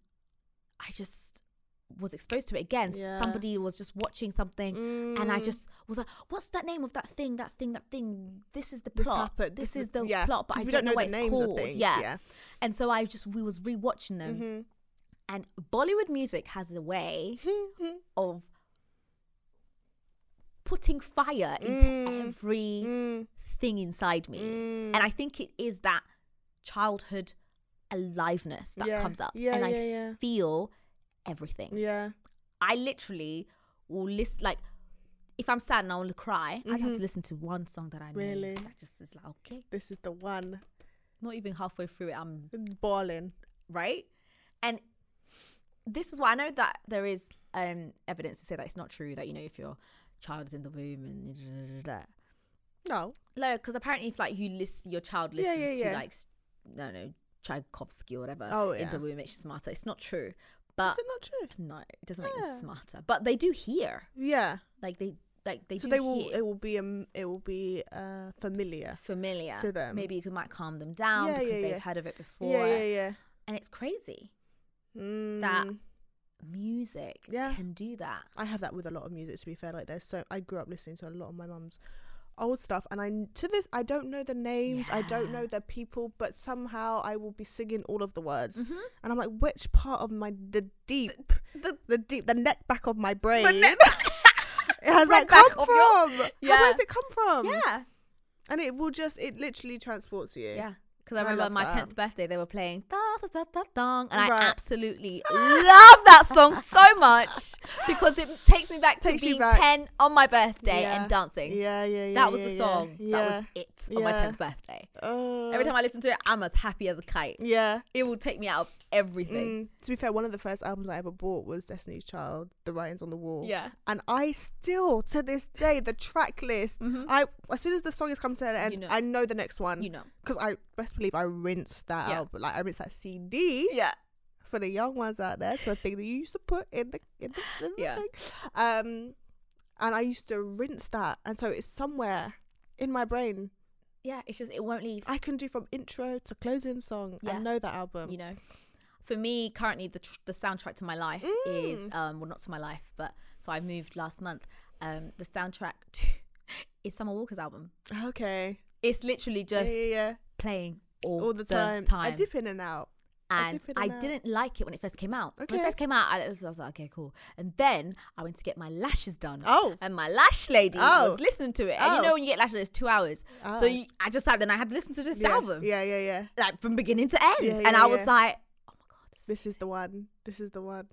Speaker 3: I just was exposed to it again. S-
Speaker 2: Yeah.
Speaker 3: Somebody was just watching something and I
Speaker 2: Mm.
Speaker 3: just was like, what's that name of that thing, that thing, that thing? This is the
Speaker 2: This
Speaker 3: plot. This,
Speaker 2: happened-
Speaker 3: is the
Speaker 2: yeah,
Speaker 3: plot, but
Speaker 2: 'cause
Speaker 3: I
Speaker 2: we
Speaker 3: don't know, what
Speaker 2: the
Speaker 3: it's
Speaker 2: names of
Speaker 3: called.
Speaker 2: things,
Speaker 3: yeah. And so I just we was rewatching them,
Speaker 2: Mm-hmm.
Speaker 3: and Bollywood music has a way
Speaker 2: yeah.
Speaker 3: of putting fire into
Speaker 2: Mm.
Speaker 3: everything
Speaker 2: Mm.
Speaker 3: inside me, and I think it is that childhood aliveness that
Speaker 2: Yeah,
Speaker 3: comes up,
Speaker 2: yeah,
Speaker 3: and I
Speaker 2: yeah, yeah.
Speaker 3: feel everything.
Speaker 2: Yeah.
Speaker 3: I literally will listen like. If I'm sad and I want to cry, I'd have to listen to one song that I know.
Speaker 2: Mm-hmm. Really?
Speaker 3: That just is like, okay.
Speaker 2: This is the one.
Speaker 3: Not even halfway through it, I'm
Speaker 2: Balling.
Speaker 3: right? And this is why I know that there is um, evidence to say that it's not true that you know if your child is in the womb and da, da, da, da.
Speaker 2: No.
Speaker 3: no, because apparently if like you list your child
Speaker 2: Yeah,
Speaker 3: listens
Speaker 2: yeah, yeah.
Speaker 3: to like s- I don't know Tchaikovsky or whatever
Speaker 2: Oh,
Speaker 3: in
Speaker 2: yeah.
Speaker 3: the womb, it's just smarter. It's not true, but
Speaker 2: is it not true?
Speaker 3: no, it doesn't make them
Speaker 2: Yeah.
Speaker 3: smarter. But they do hear,
Speaker 2: Yeah.
Speaker 3: like they like they
Speaker 2: so
Speaker 3: do
Speaker 2: they will.
Speaker 3: hear
Speaker 2: It will be. Um. It will be. Uh. Familiar.
Speaker 3: familiar
Speaker 2: to them.
Speaker 3: Maybe you could might calm them down
Speaker 2: Yeah,
Speaker 3: because
Speaker 2: yeah,
Speaker 3: they've
Speaker 2: yeah.
Speaker 3: heard of it before,
Speaker 2: Yeah. Yeah. Yeah.
Speaker 3: and it's crazy.
Speaker 2: Mm.
Speaker 3: Music
Speaker 2: Yeah.
Speaker 3: can do that.
Speaker 2: I have that with a lot of music. To be fair, like there's so I grew up listening to a lot of my mum's old stuff, and I n- to this I don't know the names, I don't
Speaker 3: Yeah.
Speaker 2: know the people, but somehow I will be singing all of the words,
Speaker 3: Mhm.
Speaker 2: and I'm like, which part of my the deep,
Speaker 3: the-
Speaker 2: the, deep, the neck back of my brain,
Speaker 3: neck-
Speaker 2: has
Speaker 3: Right back
Speaker 2: that come
Speaker 3: of
Speaker 2: from?
Speaker 3: your-
Speaker 2: How,
Speaker 3: Yeah.
Speaker 2: where's it come from?
Speaker 3: yeah.
Speaker 2: And it will just it literally transports you.
Speaker 3: Yeah. Because I
Speaker 2: I
Speaker 3: remember
Speaker 2: love
Speaker 3: my
Speaker 2: that.
Speaker 3: 10th birthday, they were playing da da da da dong. And
Speaker 2: Right.
Speaker 3: I absolutely love that song so much because it takes me back to
Speaker 2: Takes you
Speaker 3: being
Speaker 2: back.
Speaker 3: 10 on my birthday
Speaker 2: Yeah.
Speaker 3: and dancing.
Speaker 2: Yeah, yeah, yeah.
Speaker 3: That was
Speaker 2: yeah,
Speaker 3: the
Speaker 2: yeah.
Speaker 3: song.
Speaker 2: Yeah.
Speaker 3: That was it on my
Speaker 2: Yeah.
Speaker 3: 10th birthday.
Speaker 2: Uh,
Speaker 3: Every time I listen to it, I'm as happy as a kite.
Speaker 2: Yeah.
Speaker 3: It will take me out of everything.
Speaker 2: Mm, to be fair, one of the first albums I ever bought was Destiny's Child, The Writings on the Wall.
Speaker 3: Yeah.
Speaker 2: And I still, to this day, the track list, I as soon as the song has come to an end,
Speaker 3: Mm-hmm. You know.
Speaker 2: I know the next one.
Speaker 3: You know.
Speaker 2: Because I best believe I rinsed that
Speaker 3: Yeah.
Speaker 2: album. Like, I rinsed that CD
Speaker 3: Yeah.
Speaker 2: for the young ones out there. So, a thing that you used to put in the, in the, in the
Speaker 3: Yeah.
Speaker 2: thing. Um, and I used to rinse that. And so it's somewhere in my brain.
Speaker 3: Yeah. It's just, it won't leave.
Speaker 2: I can do from intro to closing song.
Speaker 3: Yeah.
Speaker 2: I know that album.
Speaker 3: you know for me currently the, tr- the soundtrack to my life is
Speaker 2: Mm.
Speaker 3: um well not to my life but so i moved last month um the soundtrack to is summer walker's album
Speaker 2: Okay.
Speaker 3: it's literally
Speaker 2: Yeah,
Speaker 3: just
Speaker 2: yeah, yeah.
Speaker 3: playing all,
Speaker 2: all the time. I dip in and out. I
Speaker 3: and
Speaker 2: dip in
Speaker 3: I,
Speaker 2: and out.
Speaker 3: didn't like it when it first came out. When it
Speaker 2: Okay.
Speaker 3: first came out, I was, I was like, okay, cool. And then I went to get my lashes done.
Speaker 2: Oh.
Speaker 3: And my lash lady
Speaker 2: Oh.
Speaker 3: was listening to it. And you
Speaker 2: Oh.
Speaker 3: know when you get lashes, it's two hours.
Speaker 2: Oh.
Speaker 3: So you, I just sat there and I had to listen to this
Speaker 2: yeah.
Speaker 3: album.
Speaker 2: Yeah, yeah, yeah.
Speaker 3: Like from beginning to end.
Speaker 2: Yeah,
Speaker 3: and
Speaker 2: yeah,
Speaker 3: I was
Speaker 2: yeah.
Speaker 3: like, oh my God, this
Speaker 2: This is the one. This is the one.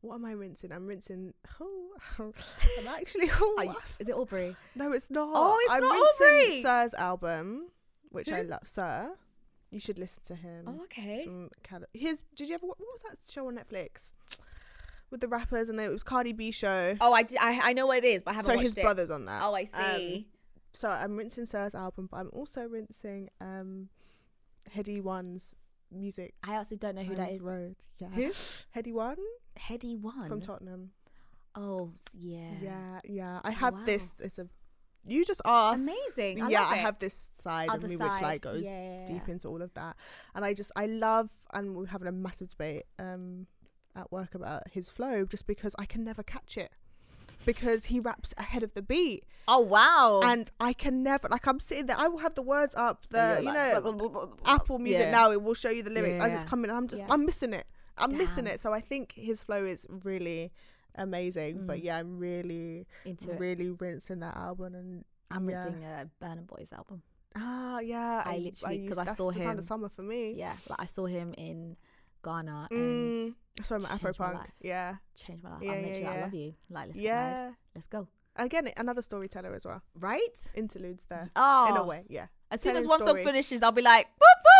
Speaker 2: What am I rinsing? I'm rinsing. Oh, I'm actually.
Speaker 3: Are
Speaker 2: Oh,
Speaker 3: you- is it Aubrey?
Speaker 2: no, it's not.
Speaker 3: Oh, it's
Speaker 2: I'm
Speaker 3: not
Speaker 2: rinsing
Speaker 3: Aubrey.
Speaker 2: Sir's album, which I
Speaker 3: Who?
Speaker 2: love. Sir, You should listen to him.
Speaker 3: Oh, okay.
Speaker 2: Some Cad- his did you ever what was that show on Netflix with the rappers and then it was Cardi B show.
Speaker 3: Oh, I, did, I I know what it is, but I haven't
Speaker 2: so
Speaker 3: watched
Speaker 2: his
Speaker 3: it.
Speaker 2: brother's on that.
Speaker 3: Oh, I
Speaker 2: Um,
Speaker 3: see.
Speaker 2: so I'm rinsing Sarah's album, but I'm also rinsing um Heady One's music.
Speaker 3: I also don't know who that
Speaker 2: Times
Speaker 3: is.
Speaker 2: Road. Yeah.
Speaker 3: Who?
Speaker 2: Heady One
Speaker 3: Heady One.
Speaker 2: from Tottenham.
Speaker 3: oh, s- yeah. Oh,
Speaker 2: Yeah, yeah. I have
Speaker 3: wow.
Speaker 2: this. It's a. You just asked.
Speaker 3: Amazing, I
Speaker 2: yeah,
Speaker 3: love
Speaker 2: I
Speaker 3: it.
Speaker 2: have this side
Speaker 3: Other
Speaker 2: of me
Speaker 3: side,
Speaker 2: which like goes
Speaker 3: yeah.
Speaker 2: deep into all of that, and I just I love and we're having a massive debate um at work about his flow just because I can never catch it because he raps ahead of the beat
Speaker 3: Oh wow.
Speaker 2: and I can never like I'm sitting there I will have the words up the
Speaker 3: And
Speaker 2: you
Speaker 3: you're
Speaker 2: know
Speaker 3: like, blah, blah, blah, blah,
Speaker 2: Apple
Speaker 3: blah.
Speaker 2: Music
Speaker 3: Yeah.
Speaker 2: now it will show you the lyrics as
Speaker 3: Yeah.
Speaker 2: it's coming. I'm just
Speaker 3: Yeah.
Speaker 2: I'm missing it. I'm missing
Speaker 3: Damn.
Speaker 2: it. So I think his flow is really amazing. But yeah, I'm really
Speaker 3: Into Mm. it.
Speaker 2: really rinsing that album and
Speaker 3: I'm
Speaker 2: yeah.
Speaker 3: missing a Burner Boys album.
Speaker 2: Ah yeah,
Speaker 3: I literally- 'cause
Speaker 2: used-
Speaker 3: I
Speaker 2: that's
Speaker 3: saw
Speaker 2: the sound of
Speaker 3: him.
Speaker 2: summer for me.
Speaker 3: Yeah, like I saw him in Ghana and
Speaker 2: Mm, sorry, my
Speaker 3: changed my
Speaker 2: Afro punk.
Speaker 3: life.
Speaker 2: Yeah,
Speaker 3: changed my life.
Speaker 2: Yeah,
Speaker 3: I'm
Speaker 2: yeah,
Speaker 3: literally like, I
Speaker 2: yeah.
Speaker 3: love you. Like let's get married.
Speaker 2: yeah.
Speaker 3: Let's go.
Speaker 2: Again, another storyteller as well.
Speaker 3: Right?
Speaker 2: Interludes there
Speaker 3: Oh.
Speaker 2: in a way. Yeah.
Speaker 3: As soon
Speaker 2: telling
Speaker 3: as one song
Speaker 2: story.
Speaker 3: finishes, I'll be like, boop,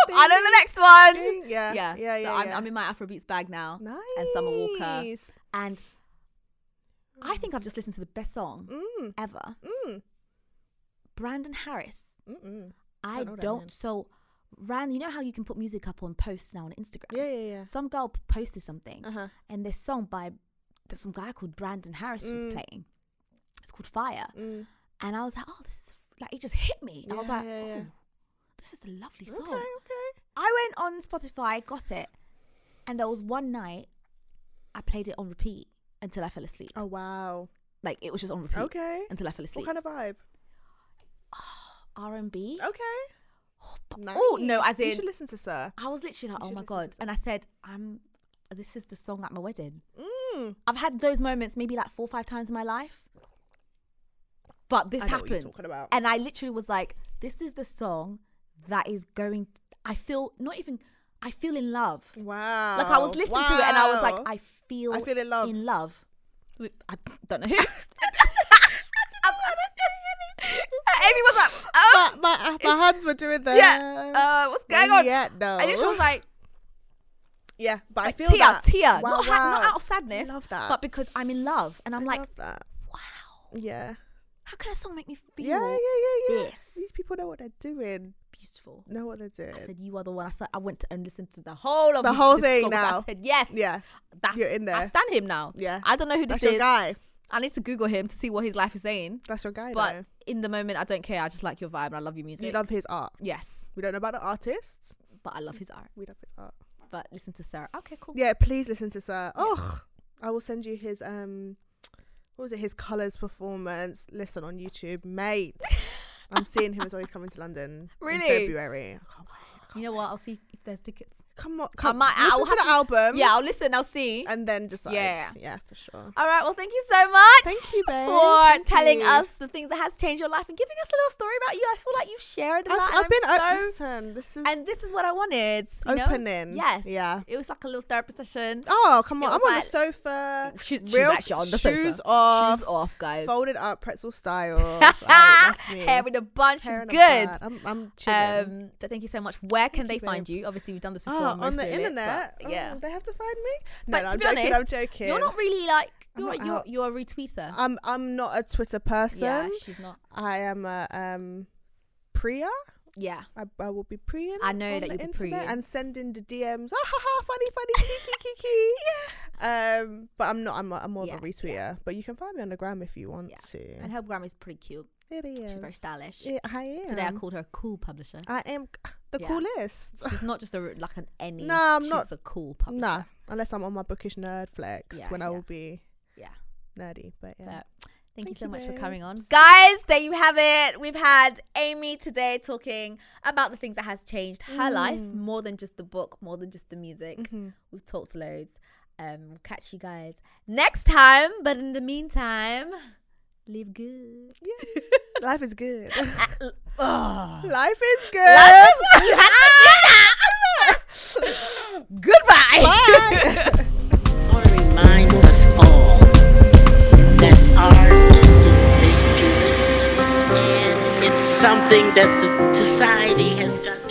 Speaker 3: boop, I know the next one.
Speaker 2: Ding, Yeah. Yeah. Yeah.
Speaker 3: So I'm,
Speaker 2: yeah.
Speaker 3: I'm in my Afrobeats bag now.
Speaker 2: nice.
Speaker 3: and Summer Walker. And I think I've just listened to the best song
Speaker 2: Mm.
Speaker 3: ever.
Speaker 2: Mm.
Speaker 3: Brandon Harris.
Speaker 2: Mm. Mm.
Speaker 3: I
Speaker 2: know what that
Speaker 3: don't.
Speaker 2: means.
Speaker 3: So, Ran, you know how you can put music up on posts now on Instagram?
Speaker 2: Yeah. Yeah. Yeah.
Speaker 3: Some girl p- posted something,
Speaker 2: Uh huh.
Speaker 3: and this song by that some guy called Brandon Harris was
Speaker 2: Mm.
Speaker 3: playing. It's called Fire.
Speaker 2: Mm.
Speaker 3: And I was like, oh, this is like, it just hit me. I was
Speaker 2: Yeah,
Speaker 3: like,
Speaker 2: yeah, yeah.
Speaker 3: oh, this is a lovely
Speaker 2: Okay.
Speaker 3: song.
Speaker 2: Okay.
Speaker 3: I went on Spotify, got it, and there was one night I played it on repeat until I fell asleep.
Speaker 2: Oh wow.
Speaker 3: Like, it was just on repeat
Speaker 2: Okay.
Speaker 3: until I fell asleep.
Speaker 2: What kind of vibe?
Speaker 3: R&B?
Speaker 2: Okay.
Speaker 3: Oh, but- Oh, no,
Speaker 2: Nice.
Speaker 3: as in.
Speaker 2: you should listen to Sir.
Speaker 3: I was literally like,
Speaker 2: You
Speaker 3: oh
Speaker 2: should
Speaker 3: my
Speaker 2: listen
Speaker 3: god.
Speaker 2: to
Speaker 3: And I said, I'm this is the song at my wedding.
Speaker 2: Mm.
Speaker 3: I've had those moments maybe like four or five times in my life. But this
Speaker 2: I know what you're
Speaker 3: happened.
Speaker 2: talking about.
Speaker 3: And I literally was like, this is the song that is going I feel not even I feel in love.
Speaker 2: Wow.
Speaker 3: Like I was listening to it and I was like,
Speaker 2: Oh, Wow.
Speaker 3: I feel
Speaker 2: I feel in love.
Speaker 3: In love. With- I don't know who Amy was like, oh,
Speaker 2: my, uh, my, my hands were doing that.
Speaker 3: yeah, uh, what's going on?
Speaker 2: um, Yeah, no.
Speaker 3: I literally was like,
Speaker 2: yeah, but
Speaker 3: like,
Speaker 2: I feel
Speaker 3: tear,
Speaker 2: that.
Speaker 3: tear,
Speaker 2: Wow,
Speaker 3: not, ha- not
Speaker 2: wow.
Speaker 3: out of sadness,
Speaker 2: Love that.
Speaker 3: but because I'm in love, and I'm
Speaker 2: I
Speaker 3: like,
Speaker 2: love that.
Speaker 3: wow,
Speaker 2: Yeah.
Speaker 3: how can a song make me feel
Speaker 2: Yeah, yeah, yeah, yeah.
Speaker 3: this.
Speaker 2: These people know what they're doing.
Speaker 3: beautiful?
Speaker 2: Know what they're doing.
Speaker 3: I said, you are the one. I said, I went and listened to the whole of
Speaker 2: The
Speaker 3: this
Speaker 2: whole
Speaker 3: discography.
Speaker 2: thing
Speaker 3: I
Speaker 2: now.
Speaker 3: said, yes,
Speaker 2: yeah,
Speaker 3: that's
Speaker 2: you're in
Speaker 3: I
Speaker 2: there.
Speaker 3: stand him now.
Speaker 2: Yeah.
Speaker 3: I don't know who this
Speaker 2: that's your
Speaker 3: is.
Speaker 2: guy.
Speaker 3: I need to Google him to see what his life is saying.
Speaker 2: That's your guy.
Speaker 3: But
Speaker 2: though.
Speaker 3: in the moment, I don't care. I just like your vibe and I love your music.
Speaker 2: you love his art.
Speaker 3: yes,
Speaker 2: We don't know about the artists.
Speaker 3: but I love his art.
Speaker 2: We love his art.
Speaker 3: But listen to Sarah. Okay, cool.
Speaker 2: Yeah, please listen to Sir. Oh, I will send you his um, what was it? His colors performance. Listen on YouTube, mate. I'm seeing him as well. He's coming to London
Speaker 3: Really?
Speaker 2: in February. I can't wait.
Speaker 3: You know what? I'll see if there's tickets.
Speaker 2: Come on,
Speaker 3: I
Speaker 2: come
Speaker 3: might- I
Speaker 2: listen
Speaker 3: will
Speaker 2: to the album.
Speaker 3: yeah, I'll listen. I'll see.
Speaker 2: and then decide.
Speaker 3: Yeah.
Speaker 2: Yeah, for sure.
Speaker 3: All right. Well, thank you so much.
Speaker 2: Thank you, babe.
Speaker 3: for
Speaker 2: Thank
Speaker 3: telling
Speaker 2: you.
Speaker 3: us the things that has changed your life and giving us a little story about you. I feel like you shared a lot.
Speaker 2: I've,
Speaker 3: and
Speaker 2: I've been
Speaker 3: I'm
Speaker 2: open.
Speaker 3: so-
Speaker 2: listen. This is
Speaker 3: and this is what I wanted. You know?
Speaker 2: Opening.
Speaker 3: Yes.
Speaker 2: Yeah.
Speaker 3: It was like a little therapy session.
Speaker 2: oh come
Speaker 3: it
Speaker 2: on. I'm
Speaker 3: was
Speaker 2: on
Speaker 3: like-
Speaker 2: the sofa.
Speaker 3: She- she's
Speaker 2: real
Speaker 3: actually on the
Speaker 2: shoes
Speaker 3: sofa.
Speaker 2: off,
Speaker 3: Shoes off, guys.
Speaker 2: folded up, pretzel style. Right, that's me.
Speaker 3: Hair in a bunch. She's
Speaker 2: Hair in a
Speaker 3: good.
Speaker 2: bun. I'm, I'm chilling.
Speaker 3: Um, but thank you so much. Where can they
Speaker 2: you,
Speaker 3: find
Speaker 2: babes.
Speaker 3: you? Obviously, we've done this before.
Speaker 2: Oh, on
Speaker 3: most of
Speaker 2: the
Speaker 3: it, but
Speaker 2: internet.
Speaker 3: yeah.
Speaker 2: Oh, they have to find me. No,
Speaker 3: But
Speaker 2: no,
Speaker 3: to
Speaker 2: I'm
Speaker 3: be
Speaker 2: joking. I'm
Speaker 3: honest,
Speaker 2: joking.
Speaker 3: You're not really like
Speaker 2: I'm
Speaker 3: you're
Speaker 2: not
Speaker 3: you're,
Speaker 2: out. Ah,
Speaker 3: you're a retweeter.
Speaker 2: I'm. I'm not a Twitter person.
Speaker 3: yeah, she's not.
Speaker 2: I am a um, Priya.
Speaker 3: Yeah.
Speaker 2: I, I will be preying.
Speaker 3: I know
Speaker 2: on
Speaker 3: that
Speaker 2: the
Speaker 3: you'll be
Speaker 2: internet
Speaker 3: preying.
Speaker 2: and sending the DMs. Ah ha ha! Funny, funny, kiki, kiki. yeah. Um, but I'm not. I'm. A, I'm more
Speaker 3: Yeah,
Speaker 2: of a retweeter. But you can find me on the gram if you want
Speaker 3: Yeah.
Speaker 2: to.
Speaker 3: And her gram is pretty cute.
Speaker 2: it is.
Speaker 3: She's very stylish.
Speaker 2: Yeah, I am.
Speaker 3: Today I called her a cool publisher.
Speaker 2: I am c- the
Speaker 3: Yeah.
Speaker 2: coolest.
Speaker 3: She's not just a r- like an any.
Speaker 2: No, I'm
Speaker 3: she's
Speaker 2: not-
Speaker 3: a cool publisher.
Speaker 2: nah, unless I'm on my bookish nerd flex
Speaker 3: Yeah,
Speaker 2: when I
Speaker 3: yeah.
Speaker 2: will be
Speaker 3: Yeah.
Speaker 2: nerdy. But yeah.
Speaker 3: But thank, you
Speaker 2: Thank
Speaker 3: so
Speaker 2: you,
Speaker 3: much for coming on.
Speaker 2: babes.
Speaker 3: Guys, there you have it. We've had Amy today talking about the things that has changed her life, more than just the book, more than just the music. We've talked loads. Um, we'll catch you guys next time. But in the meantime, live good.
Speaker 2: Life is good.
Speaker 3: Ugh.
Speaker 2: Ah. Life is good.
Speaker 3: You had to do that. Goodbye.
Speaker 1: or remind us all that art is dangerous and it's something that the society has got